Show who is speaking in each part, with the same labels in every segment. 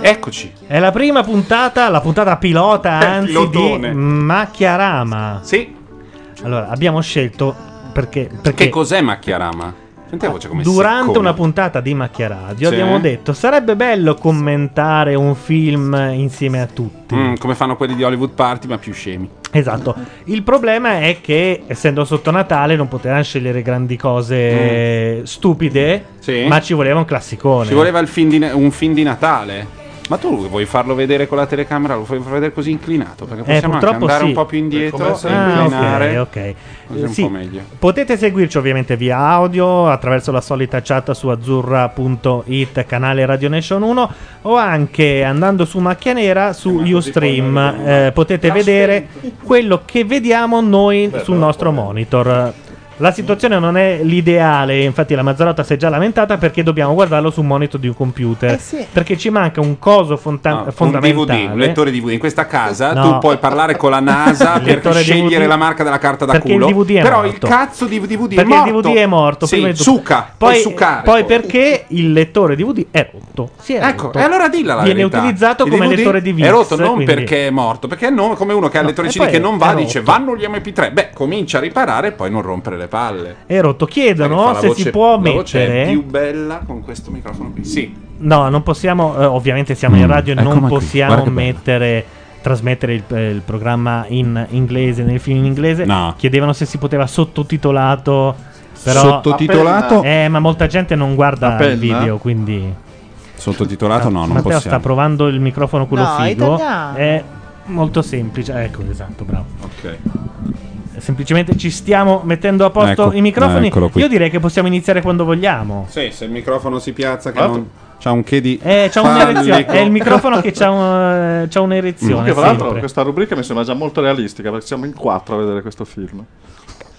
Speaker 1: Eccoci. Eh,
Speaker 2: È la prima puntata, la puntata pilota, anzi,
Speaker 1: pilotone.
Speaker 2: di Macchiarama.
Speaker 1: Sì.
Speaker 2: Allora, abbiamo scelto perché, perché
Speaker 1: Che cos'è Macchiarama? Senti la voce come
Speaker 2: durante
Speaker 1: seccona.
Speaker 2: una puntata di Macchia Radio
Speaker 1: Sì.
Speaker 2: abbiamo detto sarebbe bello commentare un film insieme a tutti.
Speaker 1: Mm, come fanno quelli di Hollywood Party, ma più scemi.
Speaker 2: Esatto, il problema è che essendo sotto Natale non potevamo scegliere grandi cose stupide,
Speaker 1: Mm. Sì.
Speaker 2: ma ci voleva un classicone.
Speaker 1: Ci voleva il film di, un film di Natale. Ma tu vuoi farlo vedere con la telecamera? Lo fai far vedere così inclinato? Perché
Speaker 2: Eh,
Speaker 1: possiamo anche
Speaker 2: purtroppo
Speaker 1: andare
Speaker 2: sì.
Speaker 1: un po' più indietro
Speaker 2: Come
Speaker 1: e
Speaker 2: sempre. Ah,
Speaker 1: inclinare.
Speaker 2: ok, ok.
Speaker 1: Così è un
Speaker 2: Sì.
Speaker 1: po' meglio.
Speaker 2: Potete seguirci ovviamente via audio attraverso la solita chat su azzurra.it, canale Radio Nation 1 o anche andando su Macchia Nera su Ustream. eh, potete vedere quello che vediamo noi sul nostro monitor. La situazione non è l'ideale, infatti la Mazzarotta si è già lamentata perché dobbiamo guardarlo su un monitor di un computer. Perché ci manca un coso fonta-
Speaker 1: Un DVD,
Speaker 2: fondamentale.
Speaker 1: un lettore DVD. In questa casa
Speaker 2: No.
Speaker 1: tu puoi parlare con la NASA
Speaker 2: Il
Speaker 1: per
Speaker 2: lettore
Speaker 1: scegliere
Speaker 2: DVD
Speaker 1: la marca della carta da
Speaker 2: perché il
Speaker 1: culo.
Speaker 2: DVD è
Speaker 1: Però
Speaker 2: morto.
Speaker 1: il cazzo di DVD è
Speaker 2: perché
Speaker 1: morto.
Speaker 2: il DVD è morto.
Speaker 1: Sì,
Speaker 2: prima di tutto.
Speaker 1: suca, puoi
Speaker 2: poi,
Speaker 1: sucare
Speaker 2: poi
Speaker 1: poi.
Speaker 2: perché il lettore DVD è rotto. Si è
Speaker 1: Ecco,
Speaker 2: rotto.
Speaker 1: e allora dilla la
Speaker 2: Viene
Speaker 1: verità.
Speaker 2: utilizzato
Speaker 1: Il
Speaker 2: come
Speaker 1: DVD
Speaker 2: lettore di VIX.
Speaker 1: È rotto non
Speaker 2: quindi-
Speaker 1: perché è morto, perché è non- come uno che ha il lettore
Speaker 2: e
Speaker 1: CD
Speaker 2: poi
Speaker 1: che non
Speaker 2: è
Speaker 1: va,
Speaker 2: rotto.
Speaker 1: dice vanno gli MP3. Beh, comincia a riparare e poi non rompere le palle.
Speaker 2: È rotto.
Speaker 1: Fa
Speaker 2: Chiedono
Speaker 1: la
Speaker 2: se
Speaker 1: voce-
Speaker 2: si può
Speaker 1: la voce è
Speaker 2: mettere.
Speaker 1: più bella con questo microfono qui. Sì.
Speaker 2: No, non possiamo. eh, ovviamente siamo in
Speaker 1: Mm,
Speaker 2: radio e
Speaker 1: ecco,
Speaker 2: non
Speaker 1: ma qui,
Speaker 2: possiamo
Speaker 1: guarda che bello.
Speaker 2: mettere. Trasmettere il, eh, il programma in inglese, nel film in inglese.
Speaker 3: No.
Speaker 2: Chiedevano se si poteva sottotitolato. Però
Speaker 3: Sottotitolato?
Speaker 2: Eh, ma molta gente non guarda il
Speaker 3: Appella?
Speaker 2: video, quindi.
Speaker 3: Sottotitolato Ah, no, non
Speaker 2: Matteo sta
Speaker 3: possiamo.
Speaker 2: provando il microfono quello
Speaker 4: No,
Speaker 2: figo.
Speaker 4: italiano.
Speaker 2: È molto semplice. Ecco, esatto, bravo. Eh,
Speaker 1: Ok.
Speaker 2: Semplicemente ci stiamo mettendo a posto
Speaker 3: Ecco,
Speaker 2: i microfoni.
Speaker 3: eccolo qui.
Speaker 2: Io direi che possiamo iniziare quando vogliamo.
Speaker 1: Sì, se il microfono si piazza che
Speaker 3: Ah.
Speaker 1: non
Speaker 3: C'ha un che di...
Speaker 2: Eh, c'ha un'erezione.
Speaker 3: Fallico.
Speaker 2: È il microfono che c'ha, un- eh, c'ha un'erezione.
Speaker 5: Che tra l'altro
Speaker 2: sempre.
Speaker 5: questa rubrica mi sembra già molto realistica perché siamo in quattro a vedere questo film.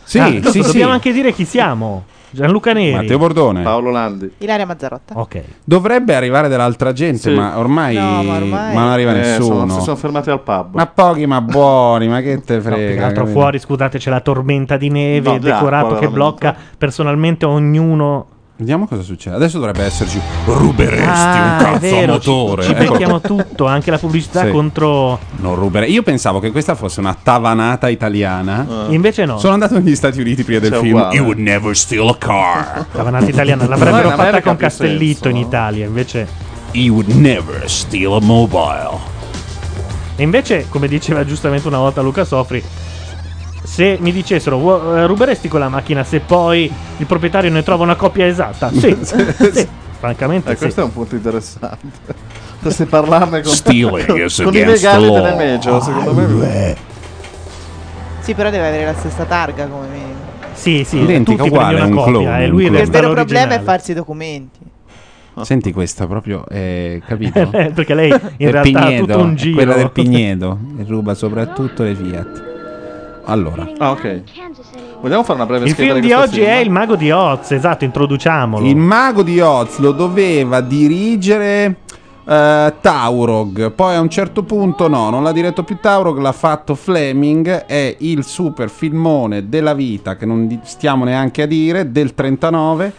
Speaker 3: Sì,
Speaker 2: Ah,
Speaker 3: sì,
Speaker 2: do-
Speaker 3: sì.
Speaker 2: dobbiamo anche dire chi siamo. Gianluca Neri.
Speaker 3: Matteo Bordone.
Speaker 5: Paolo Landi.
Speaker 4: Ilaria Mazzarotta.
Speaker 2: Ok.
Speaker 3: Dovrebbe arrivare dell'altra gente,
Speaker 5: Sì.
Speaker 3: ma ormai...
Speaker 4: No, ma ormai-
Speaker 3: non arriva
Speaker 5: Eh,
Speaker 3: nessuno.
Speaker 5: sono- si sono fermati al pub.
Speaker 3: Ma pochi, ma buoni, ma che te
Speaker 2: No, più che
Speaker 3: frega.
Speaker 2: altro
Speaker 3: capito?
Speaker 2: fuori, scusate, c'è la tormenta di neve,
Speaker 5: No, di
Speaker 2: decorato
Speaker 5: acqua,
Speaker 2: che
Speaker 5: veramente.
Speaker 2: blocca personalmente ognuno.
Speaker 3: Vediamo cosa succede. Adesso dovrebbe esserci... Ruberesti
Speaker 2: Ah,
Speaker 3: un
Speaker 2: è
Speaker 3: cazzo a
Speaker 2: vero, ci-
Speaker 3: motore.
Speaker 2: Ci
Speaker 3: Ecco.
Speaker 2: becchiamo tutto, anche la pubblicità
Speaker 3: Sì.
Speaker 2: contro.
Speaker 3: Non rubere. Io pensavo che questa fosse una tavanata italiana.
Speaker 2: Ah. Invece no.
Speaker 3: Sono andato negli Stati Uniti prima del
Speaker 5: Cioè,
Speaker 3: film.
Speaker 5: uguale.
Speaker 3: You would never steal a car.
Speaker 2: Tavanata italiana
Speaker 5: Ma in
Speaker 2: l'avrebbero fatta
Speaker 5: America
Speaker 2: con
Speaker 5: ha più
Speaker 2: Castellitto
Speaker 5: senso,
Speaker 2: in
Speaker 5: no?
Speaker 2: Italia. Invece,
Speaker 3: You would never steal a mobile.
Speaker 2: e invece, come diceva giustamente una volta Luca Sofri, se mi dicessero "Vuo- eh, ruberesti quella macchina se poi il proprietario ne trova una copia esatta? Sì, sì, francamente
Speaker 5: Eh,
Speaker 2: sì.
Speaker 5: questo è un punto interessante. Se parlarne con,
Speaker 3: Stealing is
Speaker 5: con i
Speaker 3: against
Speaker 5: legali
Speaker 3: the law.
Speaker 5: delle major, secondo me.
Speaker 4: Sì, però deve avere la stessa targa come minimo.
Speaker 2: Sì, sì,
Speaker 3: Identica,
Speaker 2: tutti
Speaker 3: uguale,
Speaker 2: prendono
Speaker 3: un
Speaker 2: una copia
Speaker 3: clone,
Speaker 2: e
Speaker 3: un
Speaker 2: lui
Speaker 3: clone.
Speaker 4: Il
Speaker 2: resta
Speaker 4: vero
Speaker 2: l'originale.
Speaker 4: problema è farsi i documenti.
Speaker 3: Senti questa proprio, eh, capito?
Speaker 2: Eh, Perché lei in
Speaker 3: È
Speaker 2: realtà ha tutto
Speaker 3: Pignedo,
Speaker 2: un
Speaker 3: è
Speaker 2: giro.
Speaker 3: quella del Pignedo, e ruba soprattutto le Fiat. Allora,
Speaker 5: Ah, ok. Vogliamo fare una breve
Speaker 2: Il
Speaker 5: scheda
Speaker 2: film di
Speaker 5: questo
Speaker 2: oggi
Speaker 5: film?
Speaker 2: è Il Mago di Oz, esatto, introduciamolo.
Speaker 3: il mago di Oz lo doveva dirigere eh, Taurog, poi a un certo punto no, non l'ha diretto più Taurog, l'ha fatto Fleming, è il super filmone della vita, che non di- stiamo neanche a dire, del 39.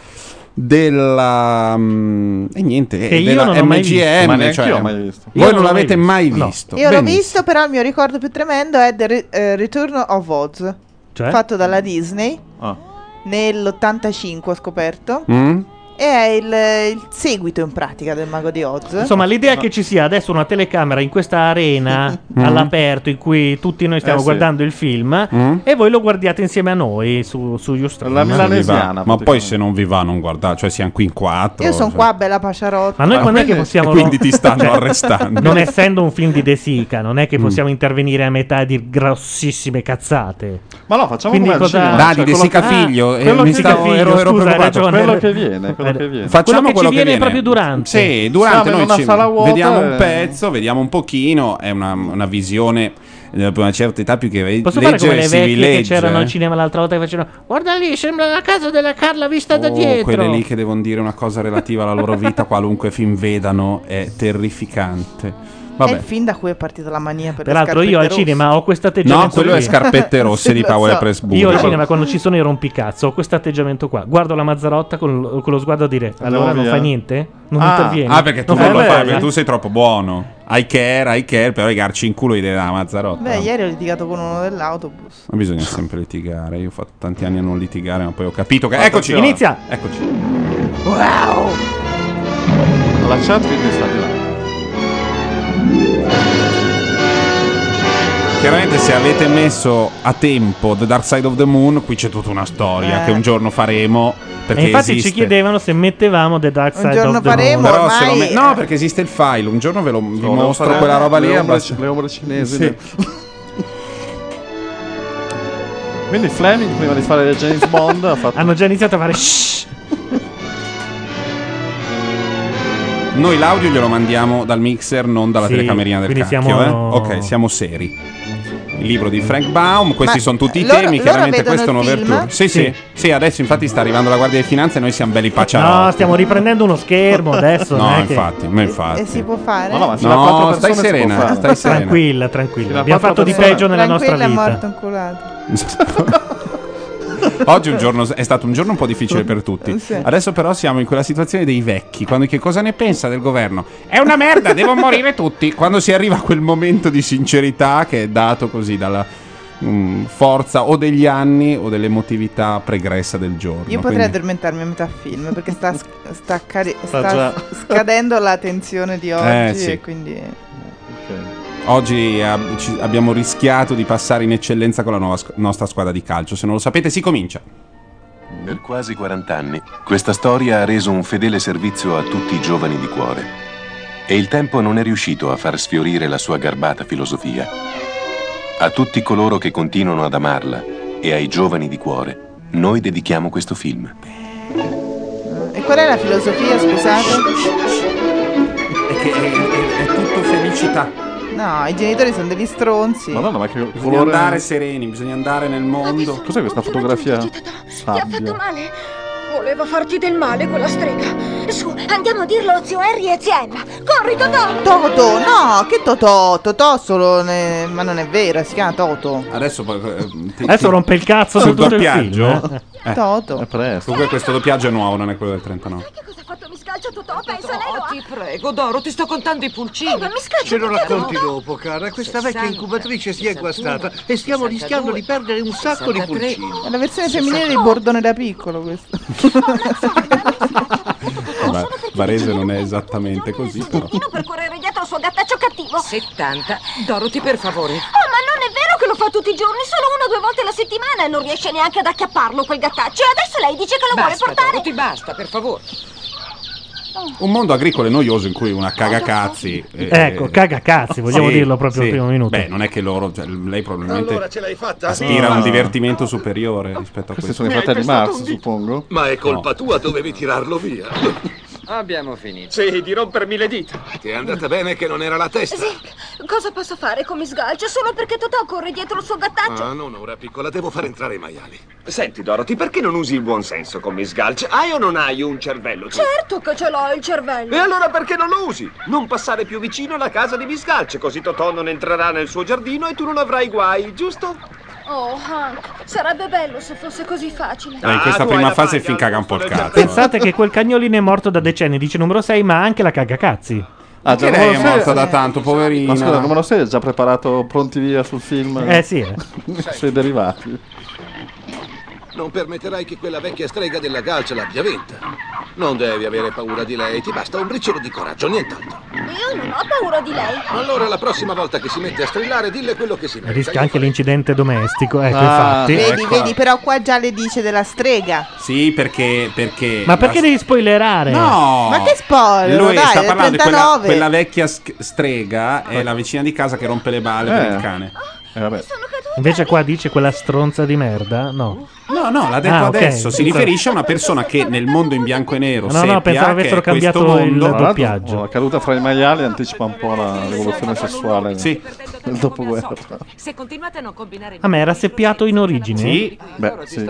Speaker 3: Della mm, e niente,
Speaker 2: Che
Speaker 3: eh,
Speaker 2: io
Speaker 3: della
Speaker 2: non ho mai visto,
Speaker 3: MGM.
Speaker 5: ma neanche
Speaker 3: cioè,
Speaker 5: io ho mai visto.
Speaker 3: Voi
Speaker 2: Io non
Speaker 3: non
Speaker 2: l'ho mai
Speaker 3: l'avete
Speaker 2: visto.
Speaker 3: mai
Speaker 2: No.
Speaker 3: visto.
Speaker 4: Io l'ho
Speaker 3: Benissimo.
Speaker 4: visto, però il mio ricordo più tremendo è The Re- eh, Return of Oz,
Speaker 2: Cioè?
Speaker 4: fatto dalla Disney
Speaker 5: Ah.
Speaker 4: nell'85 ho scoperto.
Speaker 3: Mm?
Speaker 4: E è il, il seguito in pratica del Mago di Oz.
Speaker 2: Insomma, l'idea che ci sia adesso una telecamera in questa arena all'aperto in cui tutti noi stiamo
Speaker 5: Eh, sì.
Speaker 2: guardando il film
Speaker 3: Mm.
Speaker 2: e voi lo guardiate insieme a noi su, su Ustream.
Speaker 5: La
Speaker 3: Ma, se vi va-
Speaker 5: milanesiana.
Speaker 3: ma poi se non vi va non guardate, cioè siamo qui in quattro.
Speaker 4: Io sono
Speaker 3: cioè-
Speaker 4: qua, bella paciarotta.
Speaker 2: Ma noi
Speaker 5: Ma
Speaker 2: quando è che
Speaker 1: Eh,
Speaker 5: quindi-
Speaker 3: E
Speaker 2: possiamo...
Speaker 3: quindi ti
Speaker 2: Cioè,
Speaker 3: stanno arrestando.
Speaker 2: Non essendo un film di De Sica, non
Speaker 1: Mm.
Speaker 2: è che possiamo intervenire a metà di grossissime cazzate.
Speaker 5: Ma no, facciamo
Speaker 2: Quindi
Speaker 5: come al
Speaker 2: cosa-
Speaker 5: cinema,
Speaker 2: Dadi,
Speaker 3: Dadi,
Speaker 5: cioè,
Speaker 3: De
Speaker 5: quello-
Speaker 3: Sica figlio, eh,
Speaker 2: quello
Speaker 3: mi
Speaker 2: che
Speaker 3: stavo-
Speaker 2: figlio,
Speaker 3: ero, ero
Speaker 2: scusa, hai
Speaker 3: preoccupato.
Speaker 2: ragione.
Speaker 5: quello che viene, quello che viene.
Speaker 3: Facciamo
Speaker 2: Quello che
Speaker 3: quello
Speaker 2: ci
Speaker 3: che
Speaker 2: viene proprio durante.
Speaker 3: Sì, durante
Speaker 5: Siamo in
Speaker 3: noi
Speaker 5: una
Speaker 3: ci-
Speaker 5: sala vuota
Speaker 3: vediamo un
Speaker 5: e-
Speaker 3: pezzo, vediamo un pochino, è una, una visione eh, per una certa età più che ve-
Speaker 2: Posso fare come
Speaker 3: leggere
Speaker 2: le
Speaker 3: si
Speaker 2: vecchie
Speaker 3: rilegge. eh.
Speaker 2: che c'erano al cinema l'altra volta che facevano Guarda lì, sembra la casa della Carla vista da
Speaker 3: Oh,
Speaker 2: dietro.
Speaker 3: quelle lì che devono dire una cosa relativa alla loro vita, qualunque film vedano, è terrificante.
Speaker 4: È
Speaker 2: Eh,
Speaker 4: il film da cui è partita la mania per
Speaker 2: Peraltro
Speaker 4: le
Speaker 2: io al
Speaker 4: scarpette rosse.
Speaker 2: cinema ho questo atteggiamento
Speaker 1: quello è
Speaker 2: qui.
Speaker 1: Scarpette Rosse di
Speaker 4: Sì, lo
Speaker 1: Paola
Speaker 4: so.
Speaker 1: Presbuter.
Speaker 2: Io al cinema quando ci sono i rompicazzo ho questo atteggiamento qua. Guardo la Mazzarotta con, lo- con lo sguardo a dire allora non
Speaker 1: via."
Speaker 2: fa niente? Non
Speaker 1: ah,
Speaker 2: interviene?
Speaker 1: ah, perché tu
Speaker 2: Non
Speaker 1: non lo
Speaker 2: fa
Speaker 1: fai,
Speaker 2: niente?"
Speaker 1: perché tu sei troppo buono. I care, I care, però i garci in culo idea della Mazzarotta.
Speaker 4: Beh, ieri ho litigato con uno dell'autobus.
Speaker 1: Ma bisogna sempre litigare. Io ho fatto tanti anni a non litigare, ma poi ho capito che. Eccoci!
Speaker 4: Attenzione.
Speaker 1: Inizia! Eccoci.
Speaker 4: Wow!
Speaker 5: La chat quindi sta di là.
Speaker 1: Chiaramente, se avete messo a tempo The Dark Side of the Moon, qui c'è tutta una storia
Speaker 2: Eh.
Speaker 1: che un giorno faremo. Perché
Speaker 2: E infatti
Speaker 1: esiste.
Speaker 2: ci chiedevano se mettevamo The Dark Side of the Moon.
Speaker 1: Però se lo me- No, perché esiste il file. Un giorno ve lo vi
Speaker 5: devo
Speaker 1: mostro
Speaker 5: fare
Speaker 1: quella roba
Speaker 5: le
Speaker 1: lì.
Speaker 5: ombre-
Speaker 1: abbastanza-
Speaker 5: le ombre cinesi,
Speaker 1: Sì.
Speaker 5: le- Quindi Fleming prima di fare James Bond ha fatto
Speaker 2: Hanno già iniziato a fare shh.
Speaker 1: Noi l'audio glielo mandiamo dal mixer, non dalla
Speaker 2: Sì,
Speaker 1: telecamerina del
Speaker 2: quindi
Speaker 1: cacchio.
Speaker 2: siamo-
Speaker 1: eh? Ok, siamo seri. Il libro di Frank Baum, questi
Speaker 4: Ma
Speaker 1: sono tutti i
Speaker 4: loro-
Speaker 1: temi.
Speaker 4: loro
Speaker 1: Chiaramente
Speaker 4: vedono
Speaker 1: questo è
Speaker 4: il
Speaker 1: un'overture.
Speaker 4: film?
Speaker 1: Sì, sì, sì, adesso infatti sta arrivando la Guardia di Finanza e noi siamo belli pacciarotti.
Speaker 2: No, stiamo riprendendo uno schermo adesso.
Speaker 1: No,
Speaker 2: non è che-
Speaker 1: infatti, ma infatti.
Speaker 4: E si può fare?
Speaker 5: No, no, ma fino
Speaker 1: No,
Speaker 5: a quattro
Speaker 1: stai
Speaker 5: persone si
Speaker 1: serena,
Speaker 5: può fare.
Speaker 1: stai serena.
Speaker 2: Tranquilla, tranquilla.
Speaker 5: Fino a
Speaker 2: Abbiamo
Speaker 5: quattro
Speaker 2: fatto di
Speaker 5: persone.
Speaker 2: peggio nella nostra
Speaker 4: Tranquilla,
Speaker 2: vita.
Speaker 4: è morto un culato.
Speaker 1: Oggi è un giorno- è stato un giorno un po' difficile per tutti.
Speaker 4: Sì.
Speaker 1: Adesso però siamo in quella situazione dei vecchi, quando che cosa ne pensa del governo? È una merda, devo morire tutti. Quando si arriva a quel momento di sincerità che è dato così dalla mm, forza o degli anni o dell'emotività pregressa del giorno.
Speaker 4: Io potrei
Speaker 1: Quindi-
Speaker 4: addormentarmi a metà film perché sta, sc- sta cari-
Speaker 5: Sta
Speaker 4: sta
Speaker 5: già-
Speaker 4: s- scadendo la tensione di oggi
Speaker 1: Eh, sì.
Speaker 4: e quindi...
Speaker 1: Oggi ab- ci- abbiamo rischiato di passare in eccellenza con la nuova squ- nostra squadra di calcio. Se non lo sapete, si comincia.
Speaker 6: Per quasi 40 anni, questa storia ha reso un fedele servizio a tutti i giovani di cuore. E il tempo non è riuscito a far sfiorire la sua garbata filosofia. A tutti coloro che continuano ad amarla e ai giovani di cuore, noi dedichiamo questo film.
Speaker 4: E qual è la filosofia, scusate?
Speaker 1: È, tutto felicità.
Speaker 4: No, i genitori sono degli stronzi.
Speaker 5: Madonna, ma che
Speaker 1: Bisogna
Speaker 5: colore
Speaker 1: andare sereni, bisogna andare nel mondo.
Speaker 5: Cos'è questa fotografia?
Speaker 7: Ti ha
Speaker 5: Sabbia.
Speaker 7: fatto male? Voleva farti del male quella strega. Su, andiamo a dirlo a zio Harry e zia Emma. Corri, Totò!
Speaker 4: Toto, no, che Totò? Totò solo... ne- Ma non è vero, si chiama Toto.
Speaker 1: Adesso, poi, eh, ti-
Speaker 2: Adesso
Speaker 1: ti-
Speaker 2: rompe il cazzo su
Speaker 1: sul
Speaker 2: tutto il
Speaker 1: doppiaggio.
Speaker 2: film,
Speaker 1: Eh.
Speaker 4: Toto.
Speaker 1: Comunque questo doppiaggio è nuovo, non è quello del 39.
Speaker 7: Cosa ha fatto? Mi scalcia Totò, pensa a lei lo
Speaker 8: Oh,
Speaker 7: ha.
Speaker 8: ti prego, Doro, ti sto contando i pulcini.
Speaker 7: Oh, ma mi scalcia
Speaker 9: Ce lo
Speaker 7: Totò.
Speaker 9: racconti dopo, cara. Questa vecchia
Speaker 8: 60,
Speaker 9: incubatrice si è
Speaker 8: 61,
Speaker 9: guastata e
Speaker 8: 62,
Speaker 9: stiamo rischiando di perdere un sacco di
Speaker 8: 63.
Speaker 9: pulcini.
Speaker 4: È la versione femminile di Bordone da piccolo questo.
Speaker 1: Va- Varese non è esattamente così, però.
Speaker 7: Io per correre dietro al suo gattaccio cattivo.
Speaker 8: 70. Dorothy, per favore.
Speaker 7: Oh, ma non è vero che lo fa tutti i giorni, solo una o due volte alla settimana e non riesce neanche ad acchiapparlo quel gattaccio. E adesso lei dice che lo vuole
Speaker 8: Basta,
Speaker 7: portare.
Speaker 8: Dorothy, basta, per favore.
Speaker 1: Un mondo agricolo e noioso in cui una cagacazzi. eh,
Speaker 2: Ecco, cagacazzi, vogliamo
Speaker 1: sì,
Speaker 2: dirlo proprio al
Speaker 1: sì.
Speaker 2: primo minuto.
Speaker 1: Beh, non è che loro, cioè, lei probabilmente
Speaker 9: Allora ce l'hai fatta?
Speaker 1: aspira a
Speaker 2: Ah.
Speaker 1: un
Speaker 5: No.
Speaker 1: divertimento superiore rispetto a
Speaker 5: Questi
Speaker 1: questo.
Speaker 5: sono i
Speaker 9: Mi hai
Speaker 5: fratelli
Speaker 9: pestato
Speaker 5: Marx,
Speaker 9: un dito.
Speaker 5: suppongo.
Speaker 9: Ma è colpa tua, dovevi tirarlo via.
Speaker 8: Abbiamo finito.
Speaker 9: Sì, di rompermi le dita. Ti è andata bene che non era la testa.
Speaker 7: Sì, cosa posso fare con mi sgalcio solo perché Totò corre dietro il suo gattaccio?
Speaker 9: Ah, non ora, piccola, devo far entrare i maiali.
Speaker 10: Senti, Dorothy, perché non usi il buon senso con Miss Gulch? Hai o non hai un cervello? tu?
Speaker 7: Certo che ce l'ho il
Speaker 10: E
Speaker 7: cervello.
Speaker 10: allora perché non lo usi? Non passare più vicino alla casa di Miss Gulch, così Totò non entrerà nel suo giardino e tu non avrai guai, giusto?
Speaker 7: Oh, Hank, sarebbe bello se fosse così facile.
Speaker 1: Dai, Eh, in
Speaker 10: Ah,
Speaker 1: questa
Speaker 10: tu
Speaker 1: prima
Speaker 10: hai la
Speaker 1: fase
Speaker 10: paga,
Speaker 1: fin caga un po' il
Speaker 10: giusto,
Speaker 1: cazzo.
Speaker 2: Cioè, Pensate che quel cagnolino è morto da decenni, dice numero 6, ma anche la cagacazzi.
Speaker 5: Ah,
Speaker 1: Che
Speaker 5: già
Speaker 1: lei è
Speaker 5: numero sei-
Speaker 1: morta da tanto, poverina.
Speaker 5: Ma scusa, come lo sei già preparato pronti via sul film?
Speaker 2: Eh sì, eh.
Speaker 5: Sui derivati.
Speaker 9: Non permetterai che quella vecchia strega della calcia l'abbia vinta. Non devi avere paura di lei, ti basta un briciolo di coraggio, nient'altro.
Speaker 7: Io non ho paura di lei.
Speaker 9: Allora la prossima volta che si mette a strillare, dille quello che si mette.
Speaker 2: rischia anche l'incidente domestico. Ecco,
Speaker 5: Ah,
Speaker 2: infatti.
Speaker 4: Vedi,
Speaker 1: Ecco.
Speaker 4: vedi, però qua già le dice della strega.
Speaker 1: Sì, perché. perché
Speaker 2: Ma perché devi spoilerare?
Speaker 1: No!
Speaker 4: Ma che spoiler,
Speaker 1: Lui
Speaker 4: dai,
Speaker 1: sta
Speaker 4: del
Speaker 1: parlando di quella,
Speaker 4: 39.
Speaker 1: quella vecchia sc- strega, è la vicina di casa che rompe le balle per
Speaker 5: Eh.
Speaker 1: il cane.
Speaker 5: Eh, vabbè.
Speaker 7: Sono caduta.
Speaker 2: Invece qua dice quella stronza di merda? No.
Speaker 11: No, no, l'ha detto
Speaker 2: Ah, ok.
Speaker 11: adesso. Si
Speaker 2: Pensavo-
Speaker 11: riferisce a una persona che nel mondo in bianco e nero.
Speaker 2: No, no,
Speaker 11: seppia,
Speaker 2: pensavo
Speaker 11: che
Speaker 2: avessero
Speaker 11: è questo
Speaker 2: cambiato il
Speaker 11: mondo-
Speaker 2: doppiaggio.
Speaker 5: La Oh, caduta fra i maiali anticipa un po' la rivoluzione sessuale
Speaker 11: Sì.
Speaker 5: del dopoguerra.
Speaker 12: Se continuate a non combinare
Speaker 2: A me Ah, era seppiato in origine?
Speaker 5: Sì. Beh, sì.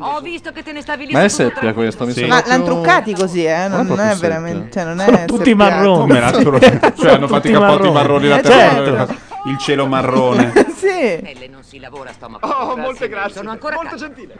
Speaker 12: Ho visto che te ne stavi lì
Speaker 5: Ma è
Speaker 12: su tutta
Speaker 5: seppia questo, mi
Speaker 11: Sì.
Speaker 5: sembra.
Speaker 4: Ma l'hanno
Speaker 5: più-
Speaker 4: truccati così, eh? Non,
Speaker 5: proprio
Speaker 4: è
Speaker 5: secchi.
Speaker 4: veramente. cioè, non
Speaker 2: Sono
Speaker 4: è
Speaker 2: tutti
Speaker 4: seppiato.
Speaker 2: marroni.
Speaker 11: Come l'ha tru- cioè, hanno fatto i cappotti
Speaker 2: Tutti marroni.
Speaker 11: marroni, la
Speaker 2: Eh,
Speaker 11: terra,
Speaker 2: certo.
Speaker 11: il cielo marrone.
Speaker 4: sì.
Speaker 12: Non si lavora a stomaco.
Speaker 13: Oh,
Speaker 12: Grazie
Speaker 13: molte
Speaker 12: mille.
Speaker 13: grazie.
Speaker 12: Sono ancora
Speaker 13: molto
Speaker 12: caldo.
Speaker 13: gentile.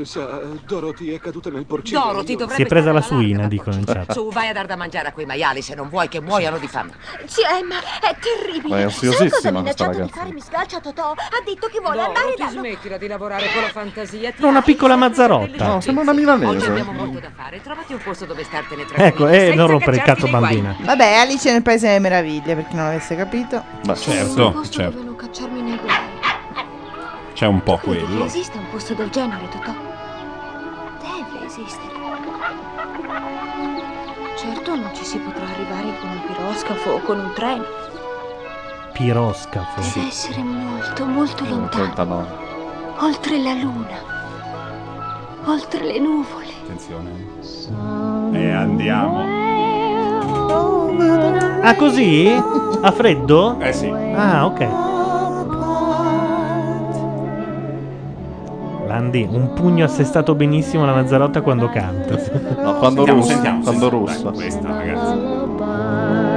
Speaker 14: Eh, Sa, Dorothy è caduta nel porcino.
Speaker 12: Doro, ti
Speaker 14: Io-
Speaker 12: dovrebbe
Speaker 2: Si è presa
Speaker 12: dare
Speaker 2: la
Speaker 12: l'allarme,
Speaker 2: suina,
Speaker 12: ma
Speaker 2: dicono in
Speaker 5: Eh.
Speaker 12: porcino.
Speaker 2: chat.
Speaker 12: Su, vai a dar da mangiare a quei maiali se non vuoi che muoiano di fame.
Speaker 7: Sì, eh, ma è terribile.
Speaker 5: Ma è
Speaker 7: Sai cosa ha
Speaker 5: ansiosissima questa
Speaker 7: minacciato di
Speaker 5: ragazza.
Speaker 7: fare Miss Galcia Totò? Ha detto che vuole andare
Speaker 1: Dorothy,
Speaker 7: da...
Speaker 1: smettila di lavorare con la fantasia. Ti
Speaker 2: Era una
Speaker 1: amo.
Speaker 2: piccola mazzarotta.
Speaker 5: No, sembra una
Speaker 12: Oggi abbiamo
Speaker 5: milanese.
Speaker 12: molto da fare. Trovati un posto dove startene tranquilla.
Speaker 2: Ecco, e
Speaker 12: senza
Speaker 2: non rompere il
Speaker 12: cacciarti
Speaker 2: cazzo
Speaker 12: nei guai.
Speaker 2: bambina.
Speaker 4: Vabbè, Alice nel paese delle meraviglie, per chi non l'avesse capito.
Speaker 5: Ma
Speaker 7: Un
Speaker 11: Certo,
Speaker 7: posto
Speaker 11: certo.
Speaker 7: dove non cacciarmi nei guai.
Speaker 11: C'è un po'
Speaker 7: Credi che
Speaker 11: quello.
Speaker 7: esista un posto del genere, Totò? Deve esistere. Certo non ci si potrà arrivare con un piroscafo o con un treno.
Speaker 1: Eh,
Speaker 2: Piroscafo.
Speaker 7: Deve essere molto, molto lontano.
Speaker 5: 39.
Speaker 7: Oltre la luna. Oltre le nuvole.
Speaker 11: Attenzione. E andiamo.
Speaker 2: Ah, così? A freddo?
Speaker 11: Eh sì.
Speaker 2: Ah, ok. Landi, un pugno assestato benissimo alla Mazzarotta quando canta.
Speaker 5: No, quando
Speaker 11: Sentiamo,
Speaker 5: russa.
Speaker 11: sentiamo,
Speaker 5: quando
Speaker 11: sentiamo.
Speaker 5: russa.
Speaker 11: Dai, questa, ragazzi.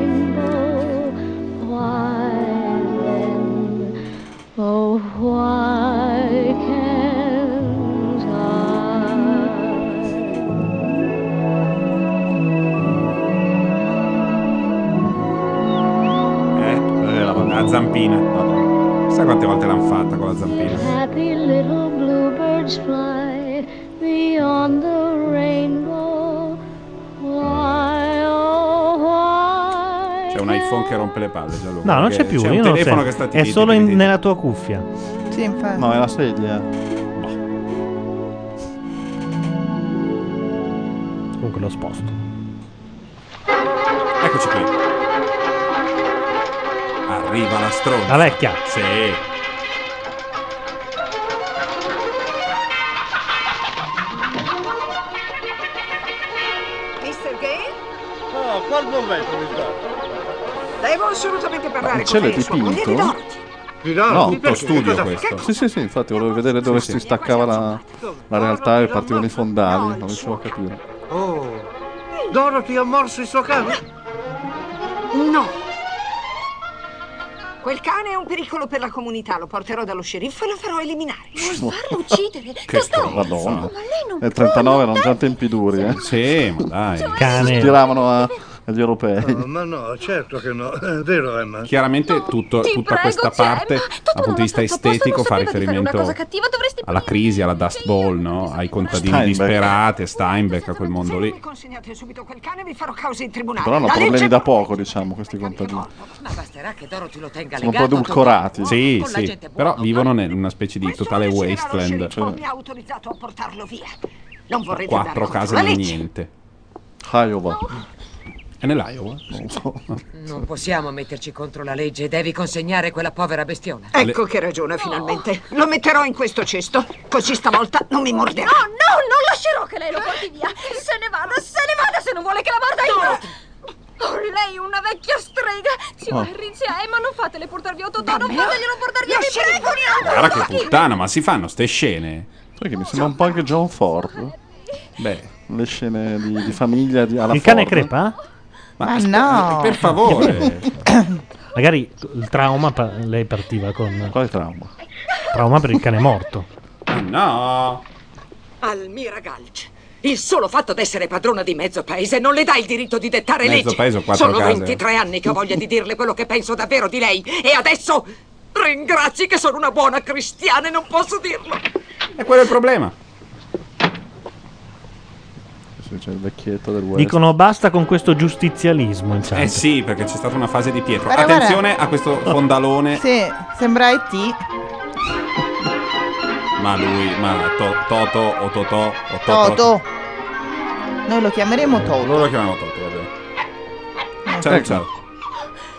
Speaker 11: Oh, Eh, quella è la, la zampina. Vabbè. Sai quante volte l'hanno fatta con la zampina?
Speaker 13: Oh,
Speaker 11: C'è un iPhone che rompe le palle. Gianluca,
Speaker 2: No, non
Speaker 11: Ecco, perché
Speaker 2: c'è più.
Speaker 11: C'è
Speaker 2: io
Speaker 11: un
Speaker 2: non
Speaker 11: telefono
Speaker 2: sento.
Speaker 11: che sta
Speaker 2: È
Speaker 11: tititi,
Speaker 2: solo in-
Speaker 11: tititi.
Speaker 2: nella tua cuffia.
Speaker 4: Sì, infatti.
Speaker 5: No, è la sedia.
Speaker 11: Boh.
Speaker 2: Comunque lo sposto.
Speaker 11: Eccoci qui. Arriva la stronza.
Speaker 2: La vecchia.
Speaker 11: Sì.
Speaker 12: Mr. Gale?
Speaker 13: Oh, qual momento mi sta?
Speaker 12: Devo assolutamente parlare
Speaker 5: il cielo
Speaker 12: con
Speaker 5: è
Speaker 12: lei, sua moglie
Speaker 5: dipinto?
Speaker 12: di Dorothy.
Speaker 11: No, tutto studio questo.
Speaker 5: Sì, sì, sì, infatti volevo vedere dove si staccava la, la realtà e partivano i fondali. Non riuscivo a capire.
Speaker 13: Oh, Dorothy ha morso il suo cane?
Speaker 12: No. Quel cane è un pericolo per la comunità. Lo porterò dallo sceriffo e lo farò eliminare.
Speaker 7: Vuoi farlo uccidere?
Speaker 11: Che
Speaker 7: Totò!
Speaker 5: Madonna.
Speaker 7: Ma lei non
Speaker 5: Nel
Speaker 7: può
Speaker 5: 39 erano già
Speaker 7: andare-
Speaker 5: tempi duri, eh.
Speaker 11: Sì, ma dai.
Speaker 2: Cane.
Speaker 5: Tiravano a- agli europei.
Speaker 1: Eh,
Speaker 13: ma no, certo che no. È vero, Emma?
Speaker 11: Chiaramente tutto-
Speaker 7: Ti
Speaker 11: tutta
Speaker 7: prego,
Speaker 11: questa
Speaker 12: cioè,
Speaker 7: Gemma,
Speaker 11: parte
Speaker 7: tutto
Speaker 11: dal punto di vista
Speaker 7: non è fatto apposta,
Speaker 11: estetico
Speaker 7: non sapeva
Speaker 11: fa
Speaker 7: di fare una
Speaker 11: riferimento
Speaker 7: cosa cattiva, dovresti
Speaker 11: alla
Speaker 7: punirmi.
Speaker 11: crisi, alla Dust Bowl, no? ai contadini
Speaker 5: Steinbeck.
Speaker 11: disperati, Steinbeck, a quel mondo
Speaker 12: Se non
Speaker 11: lì.
Speaker 12: mi consegnate subito quel cane, vi farò causa in tribunale.
Speaker 5: Però hanno
Speaker 12: La
Speaker 5: problemi
Speaker 12: legge-
Speaker 5: da poco, diciamo, questi contadini.
Speaker 12: Ma basterà che Dorothy lo tenga
Speaker 5: Sono un
Speaker 12: legato.
Speaker 5: po' edulcorati.
Speaker 11: Sì,
Speaker 12: Con la
Speaker 11: sì,
Speaker 12: gente buona,
Speaker 11: però vivono
Speaker 12: no?
Speaker 11: in una specie di
Speaker 12: Questo
Speaker 11: totale
Speaker 12: deciderà lo
Speaker 11: wasteland.
Speaker 5: cioè,
Speaker 12: sceriffo, Mi ha autorizzato a portarlo via. Non vorrei
Speaker 11: Quattro case
Speaker 12: da
Speaker 11: nel niente.
Speaker 5: Iowa.
Speaker 11: È nell'Iowa?
Speaker 1: Non possiamo metterci contro la legge. Devi consegnare quella povera bestiona.
Speaker 12: Ecco che ragiona finalmente. Lo metterò in questo cesto, così stavolta non mi morderà.
Speaker 7: No, no, non lascerò che lei lo porti via. Se ne vada, se ne vada se non vuole che la morda io. Oh, lei una vecchia strega.
Speaker 1: Oh.
Speaker 7: Signor Rinzi, Emma, non fatele portar via Totò, non fateglielo portar via, vi prego,
Speaker 1: Guarda che puttana, ma si fanno ste scene.
Speaker 5: Sai che mi sembra un po' anche John Ford.
Speaker 1: Beh.
Speaker 5: Le scene di, di famiglia di, alla
Speaker 2: Il cane
Speaker 5: Ford.
Speaker 2: crepa?
Speaker 1: Ma no. per favore.
Speaker 2: Magari il trauma, pa- lei partiva con...
Speaker 5: Quale trauma?
Speaker 2: Trauma per il cane morto.
Speaker 1: No.
Speaker 12: Almira Galc. Il solo fatto d'essere padrona di mezzo paese non le dà il diritto di dettare
Speaker 1: Mezzo
Speaker 12: leggi.
Speaker 1: paese o quattro
Speaker 12: Sono
Speaker 1: case.
Speaker 12: 23 anni che ho voglia di dirle quello che penso davvero di lei. E adesso ringrazi che sono una buona cristiana e non posso dirlo.
Speaker 1: E quello è il problema.
Speaker 5: Sì, C'è il vecchietto del West.
Speaker 2: Dicono basta con questo giustizialismo, intanto.
Speaker 1: Eh sì, perché c'è stata una fase di Pietro.
Speaker 4: Guarda, guarda.
Speaker 1: Attenzione a questo fondalone.
Speaker 4: Sì, sembra IT.
Speaker 1: Ma lui, ma to- Toto o Totò o Toto.
Speaker 4: Toto. Noi lo chiameremo Toto.
Speaker 1: Loro lo chiamano Toto, va bene. Ciao,
Speaker 4: Ecco.
Speaker 1: ciao.